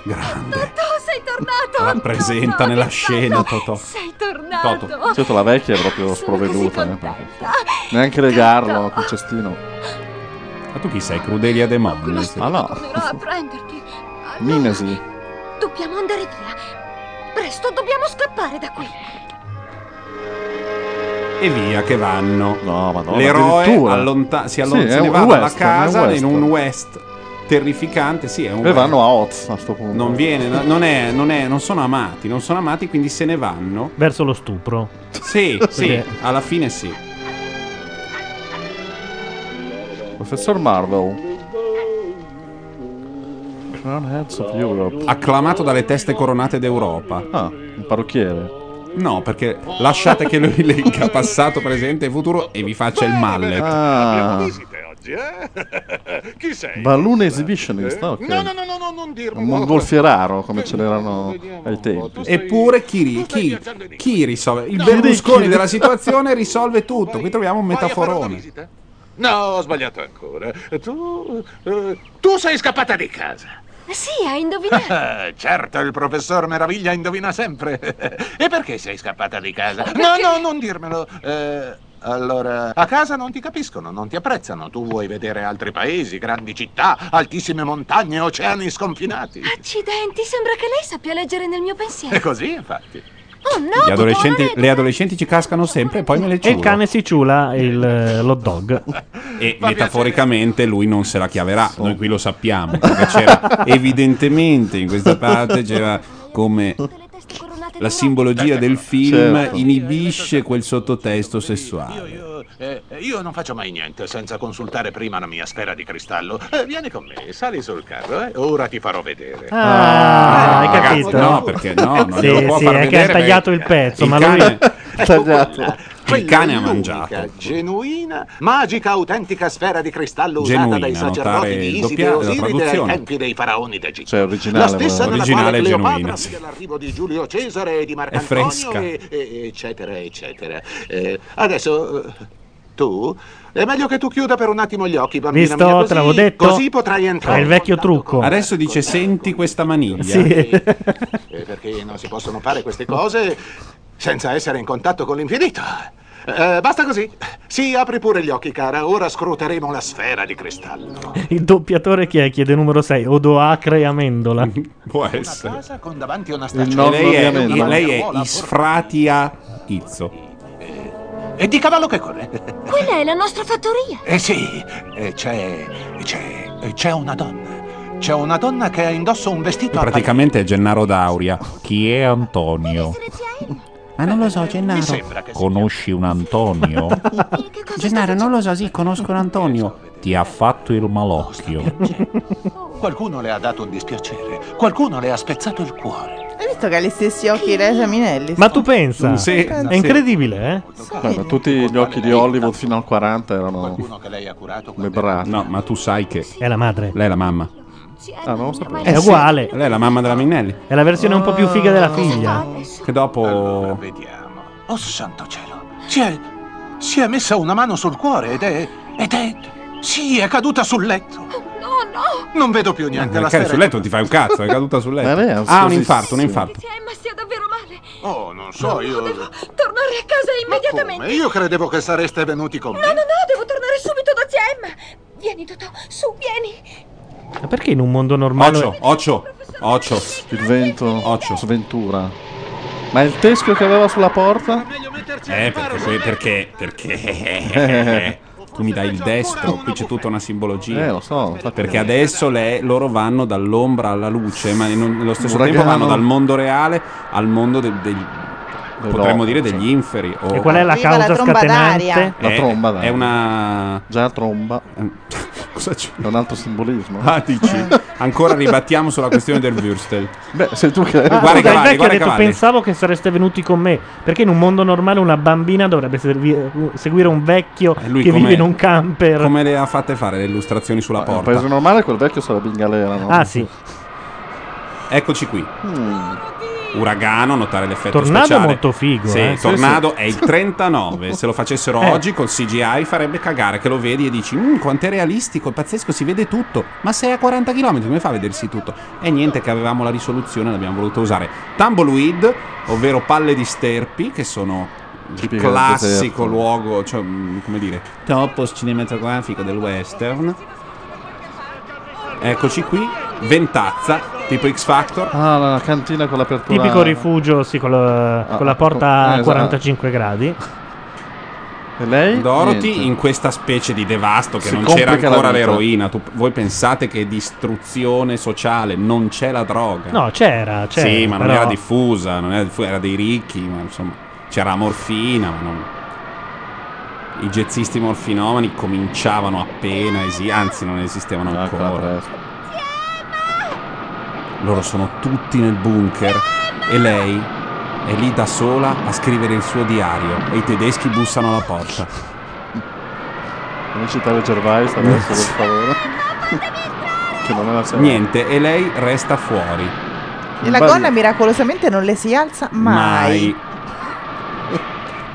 Speaker 1: Grande.
Speaker 7: Totò, sei tornato.
Speaker 1: Rappresenta nella scena Totò.
Speaker 7: Sei tornato.
Speaker 5: Certo, la vecchia è proprio sprovveduta. eh, Neanche legarlo col cestino.
Speaker 1: Ma tu chi sei? Crudelia De Mobilis?
Speaker 5: Ah no,
Speaker 7: Tornerò a prenderti.
Speaker 5: Minesi.
Speaker 7: Dobbiamo andare via. Presto, dobbiamo scappare da qui.
Speaker 1: E via che vanno.
Speaker 5: No, madonna.
Speaker 1: L'eroe
Speaker 5: addirittura.
Speaker 1: allonta- si
Speaker 5: Sì,
Speaker 1: allontana,
Speaker 5: è
Speaker 1: se ne
Speaker 5: un
Speaker 1: va dalla
Speaker 5: western, è un
Speaker 1: casa in
Speaker 5: western.
Speaker 1: un West terrificante. Sì, è un
Speaker 5: E vanno
Speaker 1: western.
Speaker 5: a Oz a sto punto.
Speaker 1: Non viene, no- non, è, non, è- non sono amati, non sono amati, quindi se ne vanno.
Speaker 2: Verso lo stupro.
Speaker 1: Sì, sì,
Speaker 2: Perché-
Speaker 1: alla fine sì.
Speaker 5: Professor Marvel. Crownheads of Europe.
Speaker 1: Acclamato dalle teste coronate d'Europa.
Speaker 5: Ah, un parrucchiere.
Speaker 1: No, perché lasciate che lui legga passato, presente e futuro e vi faccia il mallet.
Speaker 5: Ah.
Speaker 14: Oggi, eh? Chi sei? Eh?
Speaker 5: Balloon Exhibitionist, ok.
Speaker 14: No, no, no, no, no, non dirmi.
Speaker 5: Un mongolfieraro come ce n'erano ai tempi.
Speaker 1: Eppure Kiri, chi, chi risolve? Il Berlusconi
Speaker 5: Kiri.
Speaker 1: della situazione risolve tutto. Qui troviamo un metaforone.
Speaker 14: No, ho sbagliato ancora. Tu, eh, tu sei scappata di casa.
Speaker 7: Sì, hai indovinato.
Speaker 14: certo, il professor Meraviglia indovina sempre. e perché sei scappata di casa? No,
Speaker 7: Perché-
Speaker 14: no, non dirmelo. Eh, allora, a casa non ti capiscono, non ti apprezzano. Tu vuoi vedere altri paesi, grandi città, altissime montagne, oceani sconfinati.
Speaker 1: Ah.
Speaker 7: Accidenti, sembra che lei sappia leggere nel mio pensiero.
Speaker 14: E così, infatti.
Speaker 7: Oh no,
Speaker 1: Gli adolescenti,
Speaker 7: Totò, non
Speaker 1: le adolescenti ci cascano sempre e poi me le
Speaker 2: E il
Speaker 1: ciulo.
Speaker 2: cane si ciula il, eh, l'hot dog.
Speaker 1: E metaforicamente lui non se la chiaverà. Noi qui lo sappiamo. Perché c'era evidentemente in questa parte c'era come la simbologia del film
Speaker 14: Certo.
Speaker 1: inibisce quel sottotesto sessuale.
Speaker 14: Eh, io non faccio mai niente senza consultare prima la mia sfera di cristallo. Eh, vieni con me, sali sul carro, eh. Ora ti farò vedere.
Speaker 2: Ah,
Speaker 1: Ah,
Speaker 2: hai
Speaker 1: ragazzi,
Speaker 2: capito?
Speaker 1: no, perché no, non
Speaker 2: sì,
Speaker 1: glielo può
Speaker 2: sì,
Speaker 1: far
Speaker 2: è che
Speaker 1: vedere,
Speaker 2: ha tagliato il pezzo,
Speaker 1: il
Speaker 2: ma
Speaker 1: cane-
Speaker 2: lui...
Speaker 1: Il cane ha mangiato.
Speaker 14: L'unica, genuina, magica, autentica sfera di cristallo
Speaker 1: Genuina,
Speaker 14: usata dai
Speaker 1: notare
Speaker 14: sacerdoti
Speaker 1: il
Speaker 14: di Iside e
Speaker 1: doppiaggio, la
Speaker 14: Osiride ai
Speaker 1: traduzione.
Speaker 14: tempi dei faraoni d'Egitto.
Speaker 5: Cioè, originale,
Speaker 14: la stessa
Speaker 5: però.
Speaker 14: nella
Speaker 1: Originale
Speaker 14: quale
Speaker 1: e
Speaker 14: Cleopatra
Speaker 1: genuina,
Speaker 14: vide l'arrivo di Giulio Cesare e di
Speaker 1: È fresca.
Speaker 14: Marcantonio e, e- eccetera eccetera. Eh, adesso eh, tu è meglio che tu chiuda per un attimo gli occhi, bambina
Speaker 2: Visto,
Speaker 14: mia, così,
Speaker 2: te Tota, l'avevo detto,
Speaker 14: così potrai entrare.
Speaker 2: È il vecchio trucco.
Speaker 1: Adesso dice: Senti questa maniglia.
Speaker 2: Sì.
Speaker 14: Eh, perché non si possono fare queste cose senza essere in contatto con l'infinito. Eh, basta così. Sì, apri pure gli occhi, cara. Ora scruteremo la sfera di cristallo.
Speaker 2: Il doppiatore chi è? Chiede numero 6, Odoacre Amendola.
Speaker 1: Può essere.
Speaker 14: Casa con davanti una
Speaker 1: E
Speaker 14: stazione.
Speaker 1: lei, è,
Speaker 14: e una
Speaker 1: lei è
Speaker 14: bancaruola
Speaker 1: Isfratia Izzo.
Speaker 14: Eh, E di cavallo che corre?
Speaker 7: è- Quella è la nostra fattoria.
Speaker 14: Eh sì, eh, c'è, c'è, c'è una donna. C'è una donna che ha indosso un vestito a
Speaker 1: Praticamente è Gennaro Dauria. Chi è Antonio? Ma non lo so, Gennaro. Conosci un Antonio? Gennaro, non lo so, sì, conosco un Antonio. Ti ha fatto il malocchio.
Speaker 14: Qualcuno le ha dato un dispiacere. Qualcuno le ha spezzato il cuore.
Speaker 4: Hai visto che ha gli stessi occhi di Elsa Minelli?
Speaker 2: Ma tu pensa?
Speaker 1: Sì,
Speaker 2: è
Speaker 1: sì.
Speaker 2: incredibile, eh?
Speaker 5: Guarda, tutti gli occhi di Hollywood fino al 40 erano
Speaker 14: Che lei ha curato.
Speaker 5: le braccia.
Speaker 1: No, ma tu sai che.
Speaker 2: È la madre.
Speaker 1: Lei è la mamma.
Speaker 5: Ah, non lo sapevo.
Speaker 1: Eh,
Speaker 2: È uguale.
Speaker 1: Lei è la mamma della Minnelli.
Speaker 2: È la versione un po' più figa
Speaker 1: Ah. Oh.
Speaker 2: della figlia.
Speaker 1: Che dopo.
Speaker 14: Vediamo. Oh santo cielo. Si è, si è messa una mano sul cuore ed è. ed è. Sì, è caduta sul letto.
Speaker 7: No, no.
Speaker 14: Non vedo più niente.
Speaker 1: Eh,
Speaker 14: la
Speaker 1: cade
Speaker 14: sera
Speaker 1: sul letto, non ti fai un cazzo, è caduta sul
Speaker 5: Ma lei è
Speaker 1: letto. Ah, un
Speaker 5: ansiosissima.
Speaker 1: infarto, un infarto.
Speaker 7: Se Emma sia davvero male,
Speaker 14: Oh, non so, io.
Speaker 7: devo tornare a casa immediatamente.
Speaker 14: Come? Io credevo che sareste venuti con
Speaker 7: No, no,
Speaker 14: me.
Speaker 7: no, devo tornare subito da zia Emma. Vieni, Totò, su, vieni.
Speaker 2: Ma perché in un mondo normale.
Speaker 1: Ocio, ocio, ocio.
Speaker 5: Il vento. Ocio. Sventura. Ma il teschio che aveva sulla porta?
Speaker 1: Eh, perché, poi- perché, perché tu mi dai il destro, qui c'è tutta una simbologia.
Speaker 5: Eh, lo so, infatti.
Speaker 1: Perché adesso le- loro vanno dall'ombra alla luce, ma in un- nello stesso tempo
Speaker 5: Uragano.
Speaker 1: vanno dal mondo reale al mondo del- del- potremmo dire degli inferi. o-
Speaker 2: E qual è la Arriva la causa tromba scatenante? d'aria.
Speaker 1: È-
Speaker 5: La tromba, dai.
Speaker 1: È una... Eh,
Speaker 5: Già la tromba.
Speaker 1: Cosa c'è?
Speaker 5: È un altro simbolismo.
Speaker 1: Ah, dici? Ancora ribattiamo sulla questione del Würstel.
Speaker 5: Beh, sei tu che...
Speaker 2: Ah,
Speaker 1: guarda i
Speaker 2: scusa, il
Speaker 1: cavalli,
Speaker 2: vecchio
Speaker 1: guarda i
Speaker 2: ha detto,
Speaker 1: cavalli.
Speaker 2: pensavo che sareste venuti con me. Perché in un mondo normale una bambina dovrebbe servi- eh, seguire un vecchio
Speaker 1: Eh, Lui
Speaker 2: che
Speaker 1: come-
Speaker 2: vive in un camper.
Speaker 1: Come le ha fatte fare le illustrazioni sulla
Speaker 5: In un
Speaker 1: porta?
Speaker 5: paese normale quel vecchio sarebbe in galera, no?
Speaker 2: Ah, sì.
Speaker 1: Eccoci qui.
Speaker 5: Mm.
Speaker 1: Uragano, notare l'effetto
Speaker 2: Tornado
Speaker 1: speciale.
Speaker 2: molto figo,
Speaker 1: Sì,
Speaker 2: eh. Sì,
Speaker 1: Tornado
Speaker 2: sì.
Speaker 1: è il 39. Se lo facessero
Speaker 2: Eh.
Speaker 1: oggi col CGI farebbe cagare che lo vedi e dici "Mm, quanto è realistico, è pazzesco, si vede tutto". Ma sei a 40 km, come fa a vedersi tutto? E niente che avevamo la risoluzione, l'abbiamo voluto usare. Tumbleweed, ovvero palle di sterpi che sono il
Speaker 5: Tipiche del deserto.
Speaker 1: classico luogo, cioè, mm, come dire, topos cinematografico del western. Eccoci qui, ventazza, tipo X Factor.
Speaker 5: Ah, la cantina con l'apertura.
Speaker 2: Tipico rifugio, sì, con, la- con la porta
Speaker 5: eh,
Speaker 2: a
Speaker 5: esatto.
Speaker 2: 45 gradi.
Speaker 5: E lei?
Speaker 1: Dorothy
Speaker 5: Niente.
Speaker 1: in questa specie di devasto che
Speaker 5: Si
Speaker 1: non c'era
Speaker 5: complica la
Speaker 1: ancora
Speaker 5: vita.
Speaker 1: l'eroina. Tu- voi pensate che distruzione sociale non c'è la droga?
Speaker 2: No, c'era, c'era.
Speaker 1: Sì, ma
Speaker 2: cioè,
Speaker 1: non
Speaker 2: però-
Speaker 1: era diffusa, non era, diffu- era dei ricchi, ma insomma c'era la morfina, ma non- I jazzisti morfinomani cominciavano appena, esi- anzi non esistevano ancora. Loro sono tutti nel bunker e lei è lì da sola a scrivere il suo diario e i tedeschi bussano alla porta.
Speaker 5: Non citare Gervais adesso, per favore. che non è la sera.
Speaker 1: Niente, e lei resta fuori.
Speaker 4: E la gonna miracolosamente non le si alza mai.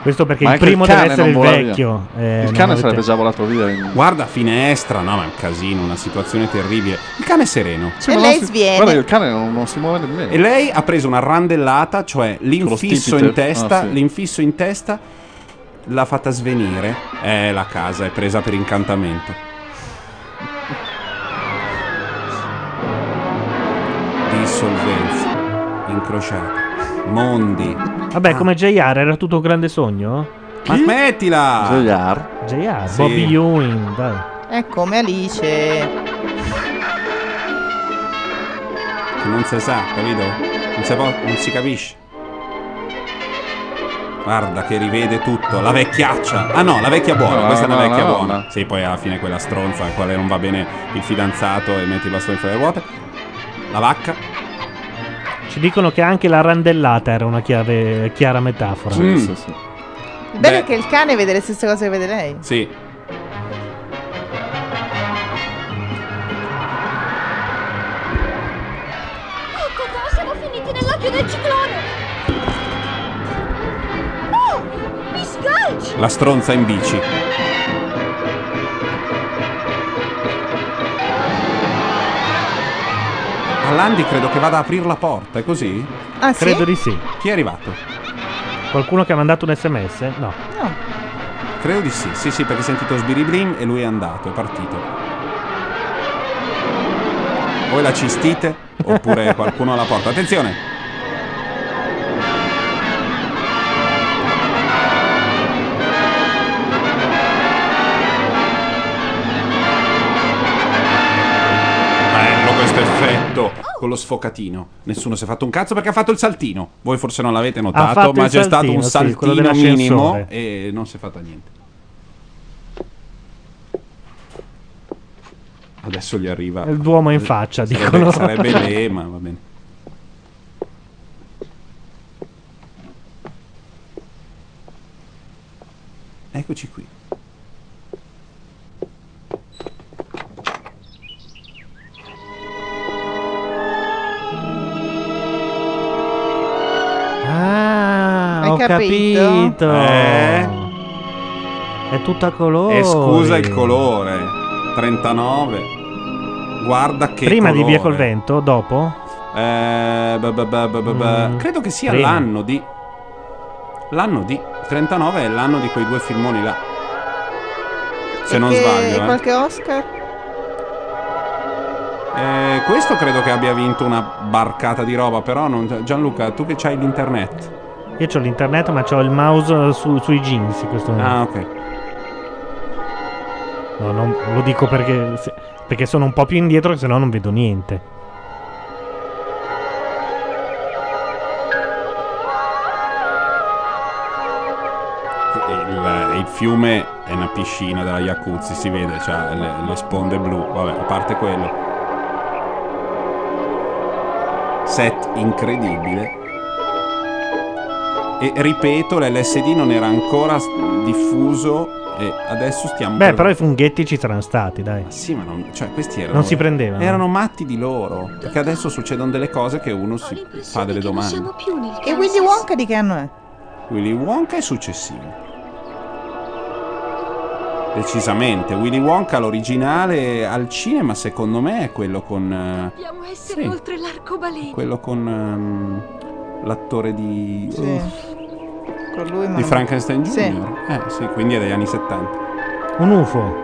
Speaker 2: Questo perché
Speaker 1: Ma
Speaker 2: il
Speaker 1: anche
Speaker 2: primo
Speaker 1: il
Speaker 2: deve
Speaker 1: cane
Speaker 2: essere il
Speaker 1: non vola via.
Speaker 2: vecchio. eh,
Speaker 5: Il
Speaker 2: non
Speaker 5: cane
Speaker 2: avete-
Speaker 5: sarebbe già volato via. in-
Speaker 1: Guarda finestra, no, ma è un casino, una situazione terribile. Il cane è sereno.
Speaker 5: Sì, ma non si- Guarda, il cane non, non si muove nemmeno.
Speaker 1: E lei ha preso una randellata, cioè l'infisso in
Speaker 5: stipite.
Speaker 1: testa,
Speaker 5: Ah, sì.
Speaker 1: l'infisso in testa l'ha fatta svenire. Eh, la casa è presa per incantamento. Dissolvenza, incrociata, mondi.
Speaker 2: Vabbè, come JR era tutto un grande sogno?
Speaker 1: Ah. Ma smettila!
Speaker 5: JR?
Speaker 2: JR,
Speaker 1: Sì.
Speaker 2: Bobby Ewing, dai.
Speaker 4: È come Alice.
Speaker 1: Che non si sa, capito? Non si, può- non si capisce. Guarda che rivede tutto, la vecchiaccia. Ah no, la vecchia buona,
Speaker 5: No,
Speaker 1: questa è
Speaker 5: no,
Speaker 1: una vecchia
Speaker 5: no, no,
Speaker 1: buona.
Speaker 5: no.
Speaker 1: Sì, poi alla fine quella stronza al quale non va bene il fidanzato e metti i bastoni fuori le ruote. La vacca.
Speaker 2: Ci dicono che anche la randellata era una chiave, chiara metafora.
Speaker 1: Mm.
Speaker 4: Il bello è che il cane vede le stesse cose che vede lei.
Speaker 1: Sì.
Speaker 7: Ecco qua, siamo finiti nell'occhio del ciclone! Oh! Miss Gulch!
Speaker 1: La stronza in bici. All'Andy credo che vada ad aprire la porta, è così?
Speaker 4: Ah,
Speaker 2: sì? Credo di sì.
Speaker 1: Chi è arrivato?
Speaker 2: Qualcuno che ha mandato un sms? No.
Speaker 1: Credo di sì, sì sì perché ho sentito sbiriblim e lui è andato, è partito. Voi la cistite oppure qualcuno alla porta. Attenzione! Bello questo effetto con lo sfocatino. Nessuno si è fatto un cazzo perché ha fatto il saltino. Voi forse non l'avete
Speaker 2: fatto
Speaker 1: notato,
Speaker 2: il
Speaker 1: ma c'è stato
Speaker 2: saltino,
Speaker 1: un
Speaker 2: sì, quello
Speaker 1: saltino minimo
Speaker 2: dell'ascensore.
Speaker 1: e non si è fatto niente. Adesso gli arriva
Speaker 2: Il Duomo in faccia,
Speaker 1: Sarebbe-
Speaker 2: dicono.
Speaker 1: Sarebbe lei, ma va bene. Eccoci qui.
Speaker 2: Ah,
Speaker 4: Hai
Speaker 2: ho
Speaker 4: capito?
Speaker 2: capito.
Speaker 1: Eh?
Speaker 2: È tutta colore.
Speaker 1: E scusa il colore. 39. Guarda che
Speaker 2: Prima di
Speaker 1: colore.
Speaker 2: Via col Vento, dopo?
Speaker 1: Eh, ba, ba, ba, ba, ba, ba.
Speaker 2: Mm,
Speaker 1: Credo che sia
Speaker 2: prima.
Speaker 1: l'anno di. L'anno di. 39 è l'anno di quei due filmoni là. Se non
Speaker 4: Che
Speaker 1: sbaglio. eh.
Speaker 4: qualche Oscar?
Speaker 1: Eh, questo credo che abbia vinto una barcata di roba, però non... Gianluca, tu che c'hai l'internet?
Speaker 2: Io ho l'internet, ma ho il mouse eh, su- sui jeans in questo momento.
Speaker 1: Ah, ok.
Speaker 2: No, non- lo dico perché, se- perché sono un po' più indietro, che sennò non vedo niente.
Speaker 1: Eh, Il, il fiume è una piscina della Yakuzzi, si vede, c'ha le, le sponde blu. Vabbè, a parte quello. Set incredibile. E ripeto, l'LSD non era ancora s- diffuso e adesso stiamo...
Speaker 2: Beh,
Speaker 1: per-
Speaker 2: però i funghetti ci saranno stati, dai.
Speaker 1: Sì, ma non, cioè, questi erano...
Speaker 2: Non si prendevano.
Speaker 1: Erano matti di loro. Perché adesso succedono delle cose che uno si fa delle domande.
Speaker 4: più nel E Willy Wonka di che anno è?
Speaker 1: Willy Wonka è successivo. Decisamente, Willy Wonka l'originale al cinema secondo me è quello con eh,
Speaker 7: Dobbiamo essere
Speaker 1: Sì.
Speaker 7: oltre l'arcobaleno.
Speaker 1: quello con ehm, l'attore di Uff,
Speaker 4: Con lui, ma
Speaker 1: di
Speaker 4: non-
Speaker 1: Frankenstein Jr.
Speaker 4: Sì.
Speaker 1: Eh, sì, quindi è degli anni 70.
Speaker 2: Un UFO.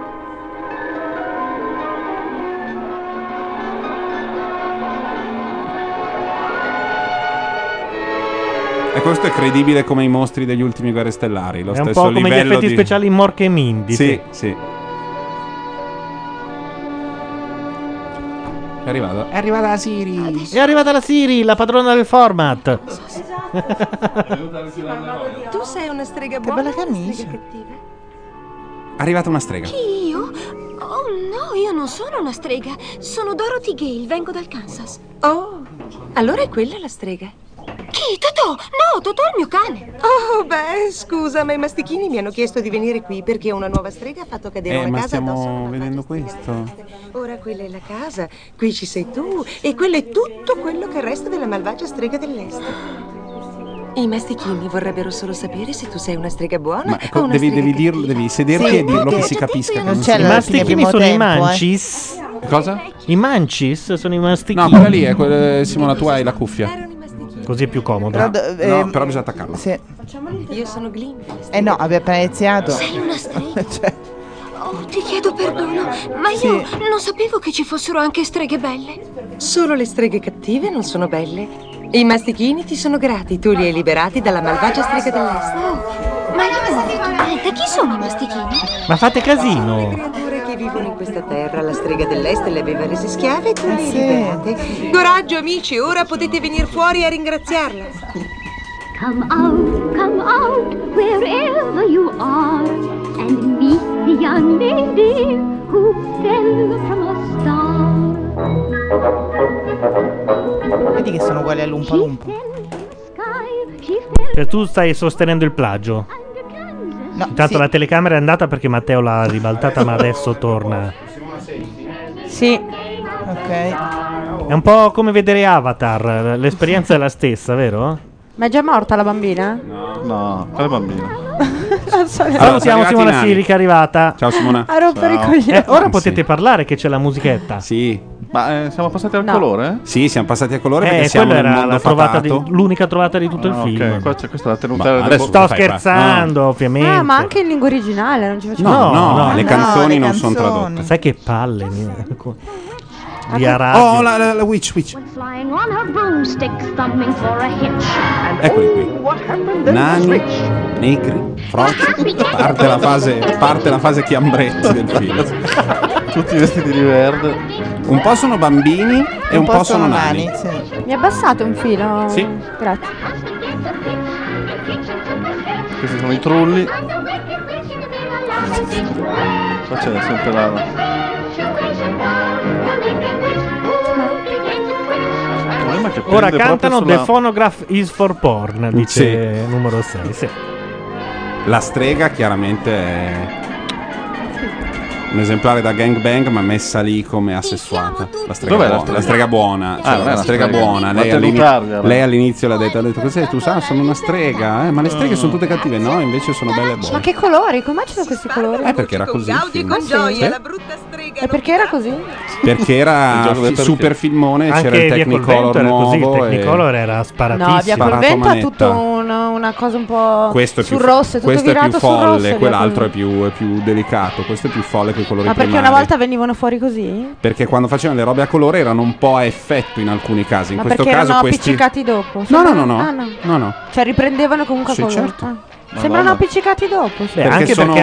Speaker 1: E questo è credibile come i mostri degli ultimi guerre stellari, lo
Speaker 2: È un
Speaker 1: stesso
Speaker 2: po' come gli
Speaker 1: livello
Speaker 2: effetti
Speaker 1: di
Speaker 2: speciali in Mork e Mindy.
Speaker 1: Sì, sì. È arrivato.
Speaker 2: È arrivata la Siri. È arrivata la Siri, la padrona del format.
Speaker 15: Tu sei una strega buona. Che bella camicia.
Speaker 1: È arrivata una strega.
Speaker 7: Io? Oh no, io non sono una strega. Sono Dorothy Gale, vengo dal Kansas.
Speaker 15: Oh, allora è quella la strega.
Speaker 7: Chi? Totò? No, Totò è il mio cane.
Speaker 15: Oh, beh, scusa, ma i mastichini mi hanno chiesto di venire qui perché una nuova strega ha fatto cadere
Speaker 1: Eh,
Speaker 15: una
Speaker 1: ma
Speaker 15: casa addosso.
Speaker 1: stiamo vedendo
Speaker 4: eh.
Speaker 1: questo.
Speaker 15: Ora quella è la casa, qui ci sei tu e quello è tutto quello che resta della malvagia strega dell'est. I mastichini vorrebbero solo sapere se tu sei una strega buona
Speaker 1: Ma
Speaker 15: o
Speaker 1: ecco,
Speaker 15: una
Speaker 1: devi,
Speaker 15: strega
Speaker 1: devi, dirlo- devi sederti
Speaker 15: Sì,
Speaker 1: e dirlo
Speaker 15: guarda,
Speaker 1: che si
Speaker 15: c'è
Speaker 1: capisca.
Speaker 15: tempo, io non
Speaker 1: che
Speaker 15: c'è
Speaker 2: I
Speaker 1: si-
Speaker 2: mastichini sono i
Speaker 1: eh.
Speaker 2: mancis.
Speaker 4: eh.
Speaker 1: Cosa?
Speaker 2: I mancis sono i mastichini.
Speaker 1: No, quella lì è quella, eh, Simona, tu hai la cuffia.
Speaker 2: Così è più comodo.
Speaker 1: No,
Speaker 4: Però, eh,
Speaker 1: no, però bisogna attaccarla.
Speaker 4: Sì.
Speaker 15: Io sono Glim.
Speaker 4: Eh no, abbiamo appena iniziato.
Speaker 7: Sei una strega.
Speaker 4: Cioè,
Speaker 7: Oh, ti chiedo perdono, ma io
Speaker 15: Sì.
Speaker 7: non sapevo che ci fossero anche streghe belle.
Speaker 15: Solo le streghe cattive non sono belle. I mastichini ti sono grati, tu li hai liberati dalla malvagia strega dell'est.
Speaker 7: Ma io non ho detto niente. Chi sono i mastichini?
Speaker 2: Ma fate casino.
Speaker 15: creature che vivono in questa terra, la strega dell'est le aveva rese schiave e tu le hai
Speaker 4: sì.
Speaker 15: liberate. Coraggio amici, ora potete venire fuori a ringraziarla.
Speaker 16: Come out, come out, wherever you are, and meet the young lady who fell from a star.
Speaker 4: vedi che sono uguali all'Umpa Lumpa.
Speaker 2: Cioè, tu stai sostenendo il plagio.
Speaker 4: No,
Speaker 2: Intanto
Speaker 4: sì.
Speaker 2: la telecamera è andata perché Matteo l'ha ribaltata, ma adesso torna.
Speaker 4: Sì. Ok.
Speaker 2: È un po' come vedere Avatar, l'esperienza è la stessa, vero?
Speaker 17: Ma è già morta la bambina?
Speaker 5: No, quale bambino?
Speaker 2: Salutiamo Simona Siri che è arrivata.
Speaker 1: Ciao Simona.
Speaker 17: A rompere i coglioni.
Speaker 2: Eh, ora potete parlare che c'è la musichetta.
Speaker 1: Sì.
Speaker 5: Ma eh, siamo passati al
Speaker 17: No.
Speaker 5: colore?
Speaker 1: Sì, siamo passati al colore
Speaker 2: Eh,
Speaker 1: perché siamo
Speaker 2: quella
Speaker 1: nel
Speaker 2: era
Speaker 1: mondo
Speaker 2: la trovata
Speaker 1: fatato.
Speaker 2: di- l'unica trovata di tutto
Speaker 5: Ah,
Speaker 2: il film.
Speaker 5: ok, qua c'è- questa è la tenuta
Speaker 1: Ma
Speaker 5: del
Speaker 1: adesso
Speaker 2: Sto
Speaker 1: tu fai parte.
Speaker 2: scherzando, ovviamente.
Speaker 17: Ah, ma anche in lingua originale, non ci facciamo Ah,
Speaker 2: No, no,
Speaker 1: le canzoni non sono tradotte.
Speaker 2: Sai che palle. mia. Di
Speaker 1: Oh,
Speaker 2: Arabia.
Speaker 1: la, la, la witch, witch.
Speaker 16: Flying on her broomstick, thumbing for a hitch. And
Speaker 1: Eccoli qui.
Speaker 16: Oh, what happened
Speaker 1: Nani, negri, froci. Parte la fase, parte la fase chiambretti del film. Tutti vestiti di verde. Un po' sono bambini e un, po' sono nani.
Speaker 17: Mi abbassate un filo?
Speaker 1: Sì.
Speaker 17: Grazie.
Speaker 5: Questi sono i trulli. Qua c'è sempre la.
Speaker 2: Ora
Speaker 5: prende
Speaker 2: cantano
Speaker 5: proprio sulla-
Speaker 2: The Phonograph is for porn, dice
Speaker 1: Sì.
Speaker 2: numero 6. Sì.
Speaker 1: La strega chiaramente è un esemplare da gangbang ma messa lì come assessuata. La strega
Speaker 5: Dov'è la
Speaker 1: buona.
Speaker 5: strega?
Speaker 1: La strega buona.
Speaker 5: Ah,
Speaker 1: cioè,
Speaker 5: non è
Speaker 1: la
Speaker 5: la
Speaker 1: strega
Speaker 5: strega.
Speaker 1: buona.
Speaker 5: Ma
Speaker 1: Lei,
Speaker 5: te
Speaker 1: all'ini-
Speaker 5: l'utarga, allora.
Speaker 1: lei all'inizio l'ha detto, ha detto cos'è? Tu sai, sono una strega, eh, ma le streghe sono tutte cattive. No, invece sono belle e
Speaker 17: Ma
Speaker 1: buone.
Speaker 17: che colori? Com'è ci sono questi colori?
Speaker 1: Eh, perché era così il film.
Speaker 17: Ah, sì?
Speaker 1: Sì.
Speaker 17: E perché era così?
Speaker 1: Perché
Speaker 5: Il
Speaker 1: era
Speaker 5: gioco del
Speaker 1: fi-
Speaker 5: perché.
Speaker 1: Ah, super filmone,
Speaker 2: Anche
Speaker 1: c'era il
Speaker 2: Via col
Speaker 1: Technicolor
Speaker 2: Vento era così, il
Speaker 1: nuovo. e-
Speaker 2: Technicolor era sparatissimo.
Speaker 17: No, via col
Speaker 1: Sparato
Speaker 17: vento ha
Speaker 1: manetta.
Speaker 17: tutto un una, una cosa un po'
Speaker 1: Questo è più,
Speaker 17: sul rosso, è tutto
Speaker 1: questo è
Speaker 17: virato
Speaker 1: più
Speaker 17: sul
Speaker 1: folle,
Speaker 17: rosso,
Speaker 1: quell'altro è
Speaker 17: via
Speaker 1: più, è più delicato. Questo è più folle che i
Speaker 17: così.
Speaker 1: colori
Speaker 17: Ma perché
Speaker 1: primari.
Speaker 17: una volta venivano fuori così?
Speaker 1: Perché quando facevano le robe a colore erano un po' a effetto in alcuni casi. In
Speaker 17: Ma
Speaker 1: questo
Speaker 17: perché
Speaker 1: caso
Speaker 17: erano
Speaker 1: questi.
Speaker 17: appiccicati dopo?
Speaker 1: No, no,
Speaker 17: Sembra-
Speaker 1: no, no.
Speaker 17: Ah, no.
Speaker 1: No, no.
Speaker 17: Cioè riprendevano comunque
Speaker 1: Sì,
Speaker 17: colore.
Speaker 1: certo.
Speaker 17: Ah.
Speaker 1: Madonna.
Speaker 17: Sembrano appiccicati dopo. sì.
Speaker 1: Perché sono-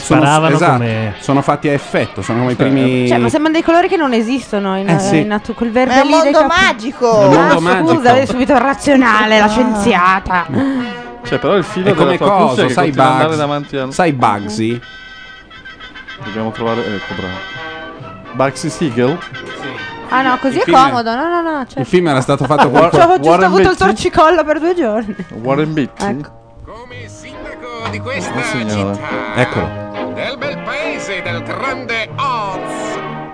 Speaker 1: sono- esatto, Sono fatti a effetto, sono come i primi.
Speaker 17: Cioè, ma sembrano dei colori che non esistono in,
Speaker 1: Eh, sì.
Speaker 17: in natu- col verde
Speaker 4: Ma è un
Speaker 17: lì dei
Speaker 4: mondo
Speaker 17: capo-
Speaker 4: magico!
Speaker 1: È un mondo
Speaker 17: Ah,
Speaker 1: magico. Ah.
Speaker 17: Scusa, è subito razionale, la scienziata.
Speaker 5: Cioè, però il filo
Speaker 1: È
Speaker 5: della
Speaker 1: come
Speaker 5: tua cuffia
Speaker 1: cosa,
Speaker 5: che
Speaker 1: sai
Speaker 5: continua ad andare
Speaker 1: Bugs.
Speaker 5: davanti a...
Speaker 1: Sai Bugsy?
Speaker 5: Dobbiamo trovare... Ecco, bravo. Bugsy Siegel?
Speaker 17: Ah no, così
Speaker 5: Il
Speaker 17: è
Speaker 5: film è-
Speaker 17: comodo. No, no, no. Cioè...
Speaker 1: Il film era stato fatto
Speaker 17: Ho
Speaker 1: con
Speaker 17: giusto avuto
Speaker 1: Warren
Speaker 17: il
Speaker 1: Beatty?
Speaker 17: torcicollo per due giorni.
Speaker 5: Warren Beatty?
Speaker 17: Ecco.
Speaker 18: di questa
Speaker 1: Eh,
Speaker 5: Oh, signore.
Speaker 18: città,
Speaker 1: Eccolo.
Speaker 18: del bel paese del grande Oz.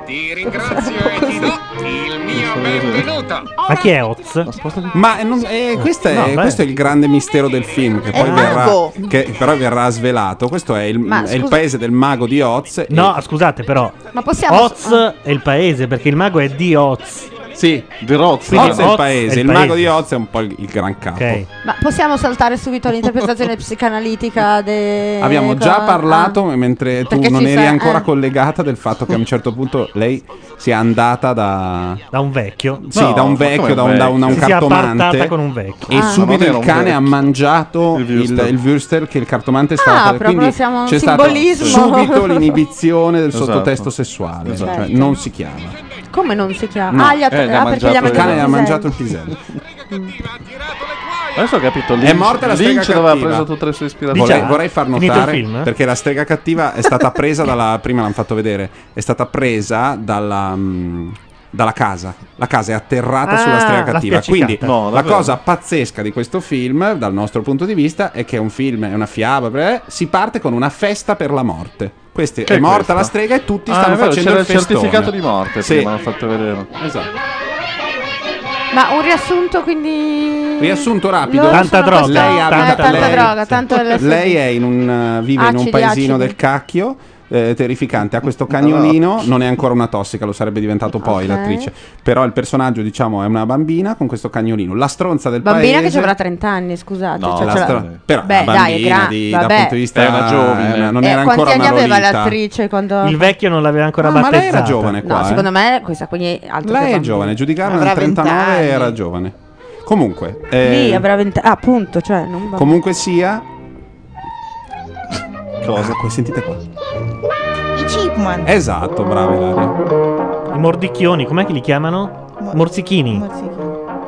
Speaker 18: Ti ringrazio e ti do il mio benvenuto.
Speaker 1: Ma chi è Oz? Ma non- eh, questo, è,
Speaker 3: No, beh.
Speaker 1: questo è il grande mistero del film, che
Speaker 3: È
Speaker 1: poi
Speaker 3: il
Speaker 1: verrà,
Speaker 3: mago.
Speaker 1: che però verrà svelato. Questo è il,
Speaker 17: Ma
Speaker 1: è il
Speaker 17: scusa-
Speaker 1: paese del mago di Oz.
Speaker 2: No, scusate, però.
Speaker 17: Ma possiamo.
Speaker 2: Oz è il paese, perché il mago è di Oz.
Speaker 1: Sì,
Speaker 5: di Oz.
Speaker 1: Oz è il paese, il mago di Oz è un po' il, il gran capo. Eh,
Speaker 17: Ma possiamo saltare subito all'interpretazione psicanalitica de...
Speaker 1: Abbiamo già
Speaker 17: co-
Speaker 1: parlato mentre tu
Speaker 17: Eh, Perché
Speaker 1: non
Speaker 17: ci
Speaker 1: eri
Speaker 17: sa-
Speaker 1: ancora
Speaker 17: eh.
Speaker 1: collegata del fatto che a un certo punto lei sia andata da...
Speaker 2: Da un vecchio.
Speaker 1: Sì,
Speaker 2: No,
Speaker 1: da un
Speaker 2: ma come
Speaker 1: vecchio,
Speaker 2: un
Speaker 1: da un, da un- da un
Speaker 2: vecchio? Si sia
Speaker 1: cartomante.
Speaker 2: partata con un vecchio.
Speaker 1: E
Speaker 2: Ah. Ma non
Speaker 1: subito
Speaker 2: era
Speaker 1: il
Speaker 2: un
Speaker 1: cane
Speaker 2: vecchio.
Speaker 1: ha mangiato il,
Speaker 2: Würstel.
Speaker 1: il Würstel che il cartomante stava
Speaker 17: Ah,
Speaker 1: facendo.
Speaker 17: proprio
Speaker 1: Quindi
Speaker 17: siamo un
Speaker 1: c'è stato
Speaker 17: simbolismo.
Speaker 1: subito l'inibizione del
Speaker 5: Esatto.
Speaker 1: sottotesto sessuale.
Speaker 5: Esatto.
Speaker 1: Cioè, non si chiama.
Speaker 17: Ah, Come non si chiama?
Speaker 1: No.
Speaker 17: Ah, gli ha,
Speaker 1: Eh, gli ha
Speaker 17: ah, perché gli ha
Speaker 1: mangiato il-
Speaker 17: mangiato
Speaker 1: Il cane
Speaker 17: il
Speaker 1: ha mangiato il
Speaker 17: pisello.
Speaker 1: pisello.
Speaker 5: Adesso ho capito.
Speaker 1: È morta la strega
Speaker 5: Lynch aveva
Speaker 1: cattiva.
Speaker 5: preso tutte le sue ispirazioni.
Speaker 1: Vorrei, vorrei far
Speaker 5: Cioè, Diciamo, Finito il
Speaker 1: notare
Speaker 5: film, eh?
Speaker 1: perché la strega cattiva è stata presa dalla. Prima l'hanno fatto vedere. È stata presa dalla. mm, dalla casa, la casa è atterrata
Speaker 3: Ah,
Speaker 1: sulla strega
Speaker 3: la
Speaker 1: cattiva. Quindi
Speaker 3: spiaccicata. No,
Speaker 1: la
Speaker 3: davvero?
Speaker 1: cosa pazzesca di questo film, dal nostro punto di vista, è che è un film, è una fiaba. beh, Si parte con una festa per la morte. Questi,
Speaker 5: Che
Speaker 1: è
Speaker 5: questa?
Speaker 1: morta la strega e tutti
Speaker 5: Ah,
Speaker 1: stanno
Speaker 5: è vero,
Speaker 1: facendo
Speaker 5: c'era
Speaker 1: il festone.
Speaker 5: certificato di morte
Speaker 1: Sì.
Speaker 5: prima, l'hanno fatto vedere.
Speaker 1: Esatto.
Speaker 17: Ma un riassunto quindi...
Speaker 1: Riassunto rapido.
Speaker 17: Loro sono queste-
Speaker 1: Lei
Speaker 17: eh,
Speaker 1: abita-
Speaker 17: tanta
Speaker 1: lei-
Speaker 17: droga, tanto LSD.
Speaker 1: Lei è in un, uh, vive in un
Speaker 17: Acidi,
Speaker 1: paesino
Speaker 17: acidi.
Speaker 1: del cacchio. eh, terrificante, ha questo cagnolino, non è ancora una tossica, lo sarebbe diventato poi
Speaker 17: Ok.
Speaker 1: l'attrice. Però il personaggio, diciamo, è una bambina con questo cagnolino. La stronza del
Speaker 17: Bambina
Speaker 1: paese.
Speaker 17: che ci avrà 30 anni, scusate. cioè,
Speaker 1: la
Speaker 17: ce l'ha-
Speaker 1: stro- però
Speaker 17: Beh,
Speaker 1: la bambina
Speaker 17: dai, è gra- eh.
Speaker 1: di- dal
Speaker 17: vabbè.
Speaker 1: punto di vista
Speaker 5: È una giovane.
Speaker 1: eh, una- non
Speaker 17: Eh,
Speaker 1: era
Speaker 17: quanti
Speaker 1: ancora
Speaker 17: anni
Speaker 1: una
Speaker 17: aveva
Speaker 1: lolita.
Speaker 17: l'attrice quando...
Speaker 2: Il vecchio non l'aveva ancora
Speaker 1: No, ma
Speaker 2: battezzata.
Speaker 1: lei era giovane
Speaker 17: No,
Speaker 1: qua, eh.
Speaker 17: secondo me questa qui è altro
Speaker 1: Lei
Speaker 17: che
Speaker 1: è
Speaker 17: bambina.
Speaker 1: giovane, giudicarla
Speaker 17: Avrà
Speaker 1: nel 39
Speaker 17: vent'anni.
Speaker 1: era giovane. Comunque,
Speaker 17: Lì
Speaker 1: eh,
Speaker 17: avrà 20 Ah, appunto, cioè... Non bambina.
Speaker 1: comunque sia... Cosa? sentite qua.
Speaker 4: I Chipman.
Speaker 1: Esatto, bravo
Speaker 2: I mordicchioni, com'è che li chiamano? Morsichini.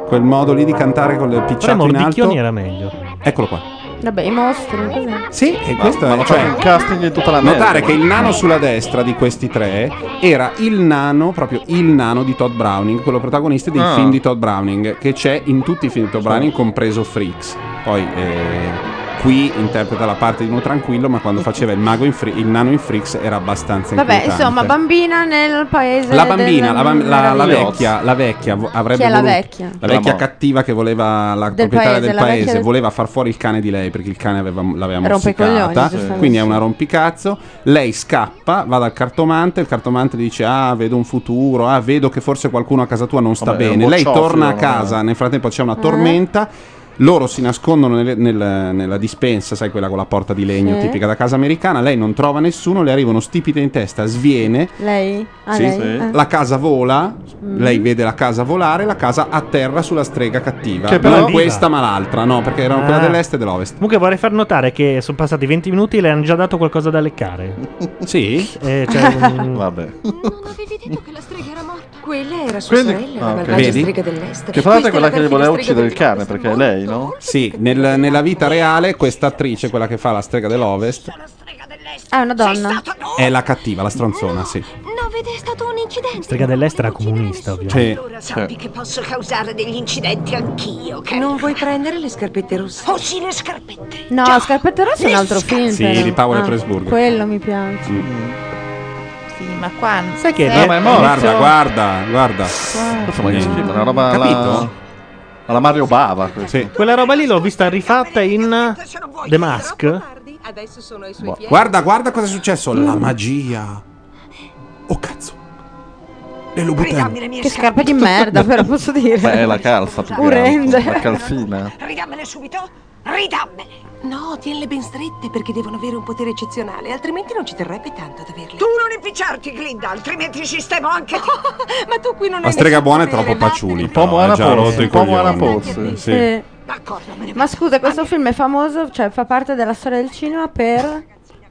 Speaker 1: Quel modo lì di cantare con le
Speaker 2: Però
Speaker 1: picciate in alto.
Speaker 2: mordicchioni era meglio.
Speaker 1: Eccolo qua.
Speaker 17: Vabbè, i mostri, cos'è?
Speaker 1: Sì, E questo è
Speaker 5: cioè, un casting di tutta la
Speaker 1: Notare
Speaker 5: merda.
Speaker 1: che il nano sulla destra di questi tre era il nano, proprio il nano di Todd Browning, quello protagonista del
Speaker 5: Ah.
Speaker 1: film di Todd Browning, che c'è in tutti i film di Todd Browning, compreso Freaks. Poi eh, qui interpreta la parte di uno tranquillo, ma quando faceva il mago in Fre- il nano in Freaks era abbastanza
Speaker 17: Vabbè,
Speaker 1: inquietante.
Speaker 17: insomma, bambina nel paese
Speaker 1: La bambina,
Speaker 17: del-
Speaker 1: la, bam- la- la
Speaker 17: meraviglioso.
Speaker 1: vecchia, la vecchia vo- avrebbe
Speaker 17: Chi è la
Speaker 1: voluto-
Speaker 17: vecchia?
Speaker 1: la vecchia
Speaker 5: La mo-
Speaker 1: cattiva che voleva la
Speaker 17: Del
Speaker 1: proprietaria
Speaker 17: paese,
Speaker 1: del
Speaker 17: la vecchia
Speaker 1: paese,
Speaker 17: del-
Speaker 1: voleva far fuori il cane di lei perché il cane aveva, l'aveva
Speaker 17: Rompe i coglioni,
Speaker 1: morsicata,
Speaker 17: giustamente.
Speaker 1: quindi è una rompicazzo. Lei scappa, va dal cartomante, il cartomante le dice "Ah, vedo un futuro, ah, vedo che forse qualcuno a casa tua non sta
Speaker 5: Vabbè, è un
Speaker 1: bene". Lei
Speaker 5: bocciofilo,
Speaker 1: torna a
Speaker 5: non è-
Speaker 1: casa, nel frattempo c'è una tormenta. Loro si nascondono nel- nel- nella dispensa, sai, quella con la porta di legno
Speaker 17: Sì.
Speaker 1: tipica da casa americana. Lei non trova nessuno, le arriva uno stipite in testa, sviene,
Speaker 17: Lei? Ah,
Speaker 1: sì,
Speaker 17: lei?
Speaker 1: sì.
Speaker 5: Eh.
Speaker 17: Ah.
Speaker 1: La casa vola,
Speaker 17: Mm.
Speaker 1: lei vede la casa volare, la casa atterra sulla strega cattiva.
Speaker 2: Che però-
Speaker 1: non questa ma l'altra, no, perché erano quella
Speaker 2: Ah.
Speaker 1: dell'est e dell'ovest.
Speaker 2: Comunque vorrei far notare che sono passati 20 minuti e le hanno già dato qualcosa da leccare.
Speaker 1: Sì?
Speaker 2: Eh, cioè, mm,
Speaker 5: Vabbè.
Speaker 15: Quella era sua
Speaker 5: Quindi-
Speaker 15: sorella,
Speaker 5: ah,
Speaker 15: la
Speaker 5: ok.
Speaker 15: malvagia
Speaker 1: Vedi?
Speaker 15: strega dell'est.
Speaker 5: Che fra l'altro
Speaker 15: Questa
Speaker 5: è quella
Speaker 15: la
Speaker 5: che
Speaker 15: perfida
Speaker 5: voleva
Speaker 15: strega
Speaker 5: uccidere il
Speaker 15: del-
Speaker 5: cane, perché è lei, no?
Speaker 1: Sì, nel- nella vita reale questa attrice, quella che fa la strega dell'ovest,
Speaker 17: Ah, è una donna.
Speaker 1: è la cattiva, la stronzona, sì.
Speaker 7: No, vede, è stato un incidente.
Speaker 2: Strega dell'est era comunista,
Speaker 1: Sì.
Speaker 2: ovviamente.
Speaker 5: Cioè,
Speaker 7: Allora sappi che posso causare degli incidenti anch'io, che
Speaker 15: Non vuoi prendere le scarpette rosse?
Speaker 7: Oh sì, le scarpette.
Speaker 17: No, Scarpette Rosse è un altro film.
Speaker 1: Sì,
Speaker 17: però. Ah,
Speaker 1: di Paolo Presburger.
Speaker 17: Quello mi piace.
Speaker 4: Sì, ma qua Eh, non
Speaker 2: Sai
Speaker 4: che
Speaker 5: No, ma è morto.
Speaker 1: Guarda, guarda, guarda.
Speaker 5: Insomma, gli
Speaker 1: Eh.
Speaker 5: scrive una roba alla,
Speaker 1: Capito?
Speaker 5: alla Mario Bava. questo.
Speaker 2: Quella roba lì l'ho vista rifatta in The Mask. Mm.
Speaker 15: Adesso sono ai suoi
Speaker 1: Boh, Guarda, guarda cosa è successo. La magia. Oh cazzo. Le Louboutin.
Speaker 12: le mie
Speaker 17: Che scarpe di merda, però posso dire.
Speaker 5: Beh, è la calza più che altro,
Speaker 17: Urende.
Speaker 5: La calzina.
Speaker 12: Ridammele subito! Ridammele!
Speaker 15: No, tienle ben strette perché devono avere un potere eccezionale, altrimenti non ci terrebbe tanto ad averle.
Speaker 12: Tu non impicciarti, Glinda, altrimenti sistemo anche te.
Speaker 15: Ma tu qui non
Speaker 1: La strega buona è troppo paciuli.
Speaker 5: po'
Speaker 1: però, ha
Speaker 5: buona
Speaker 1: già
Speaker 5: forse,
Speaker 1: rotto i
Speaker 5: un po' buona
Speaker 1: coglioni.
Speaker 5: forse.
Speaker 1: Sì.
Speaker 17: Eh, Ma scusa, questo film è famoso, cioè fa parte della storia del cinema per...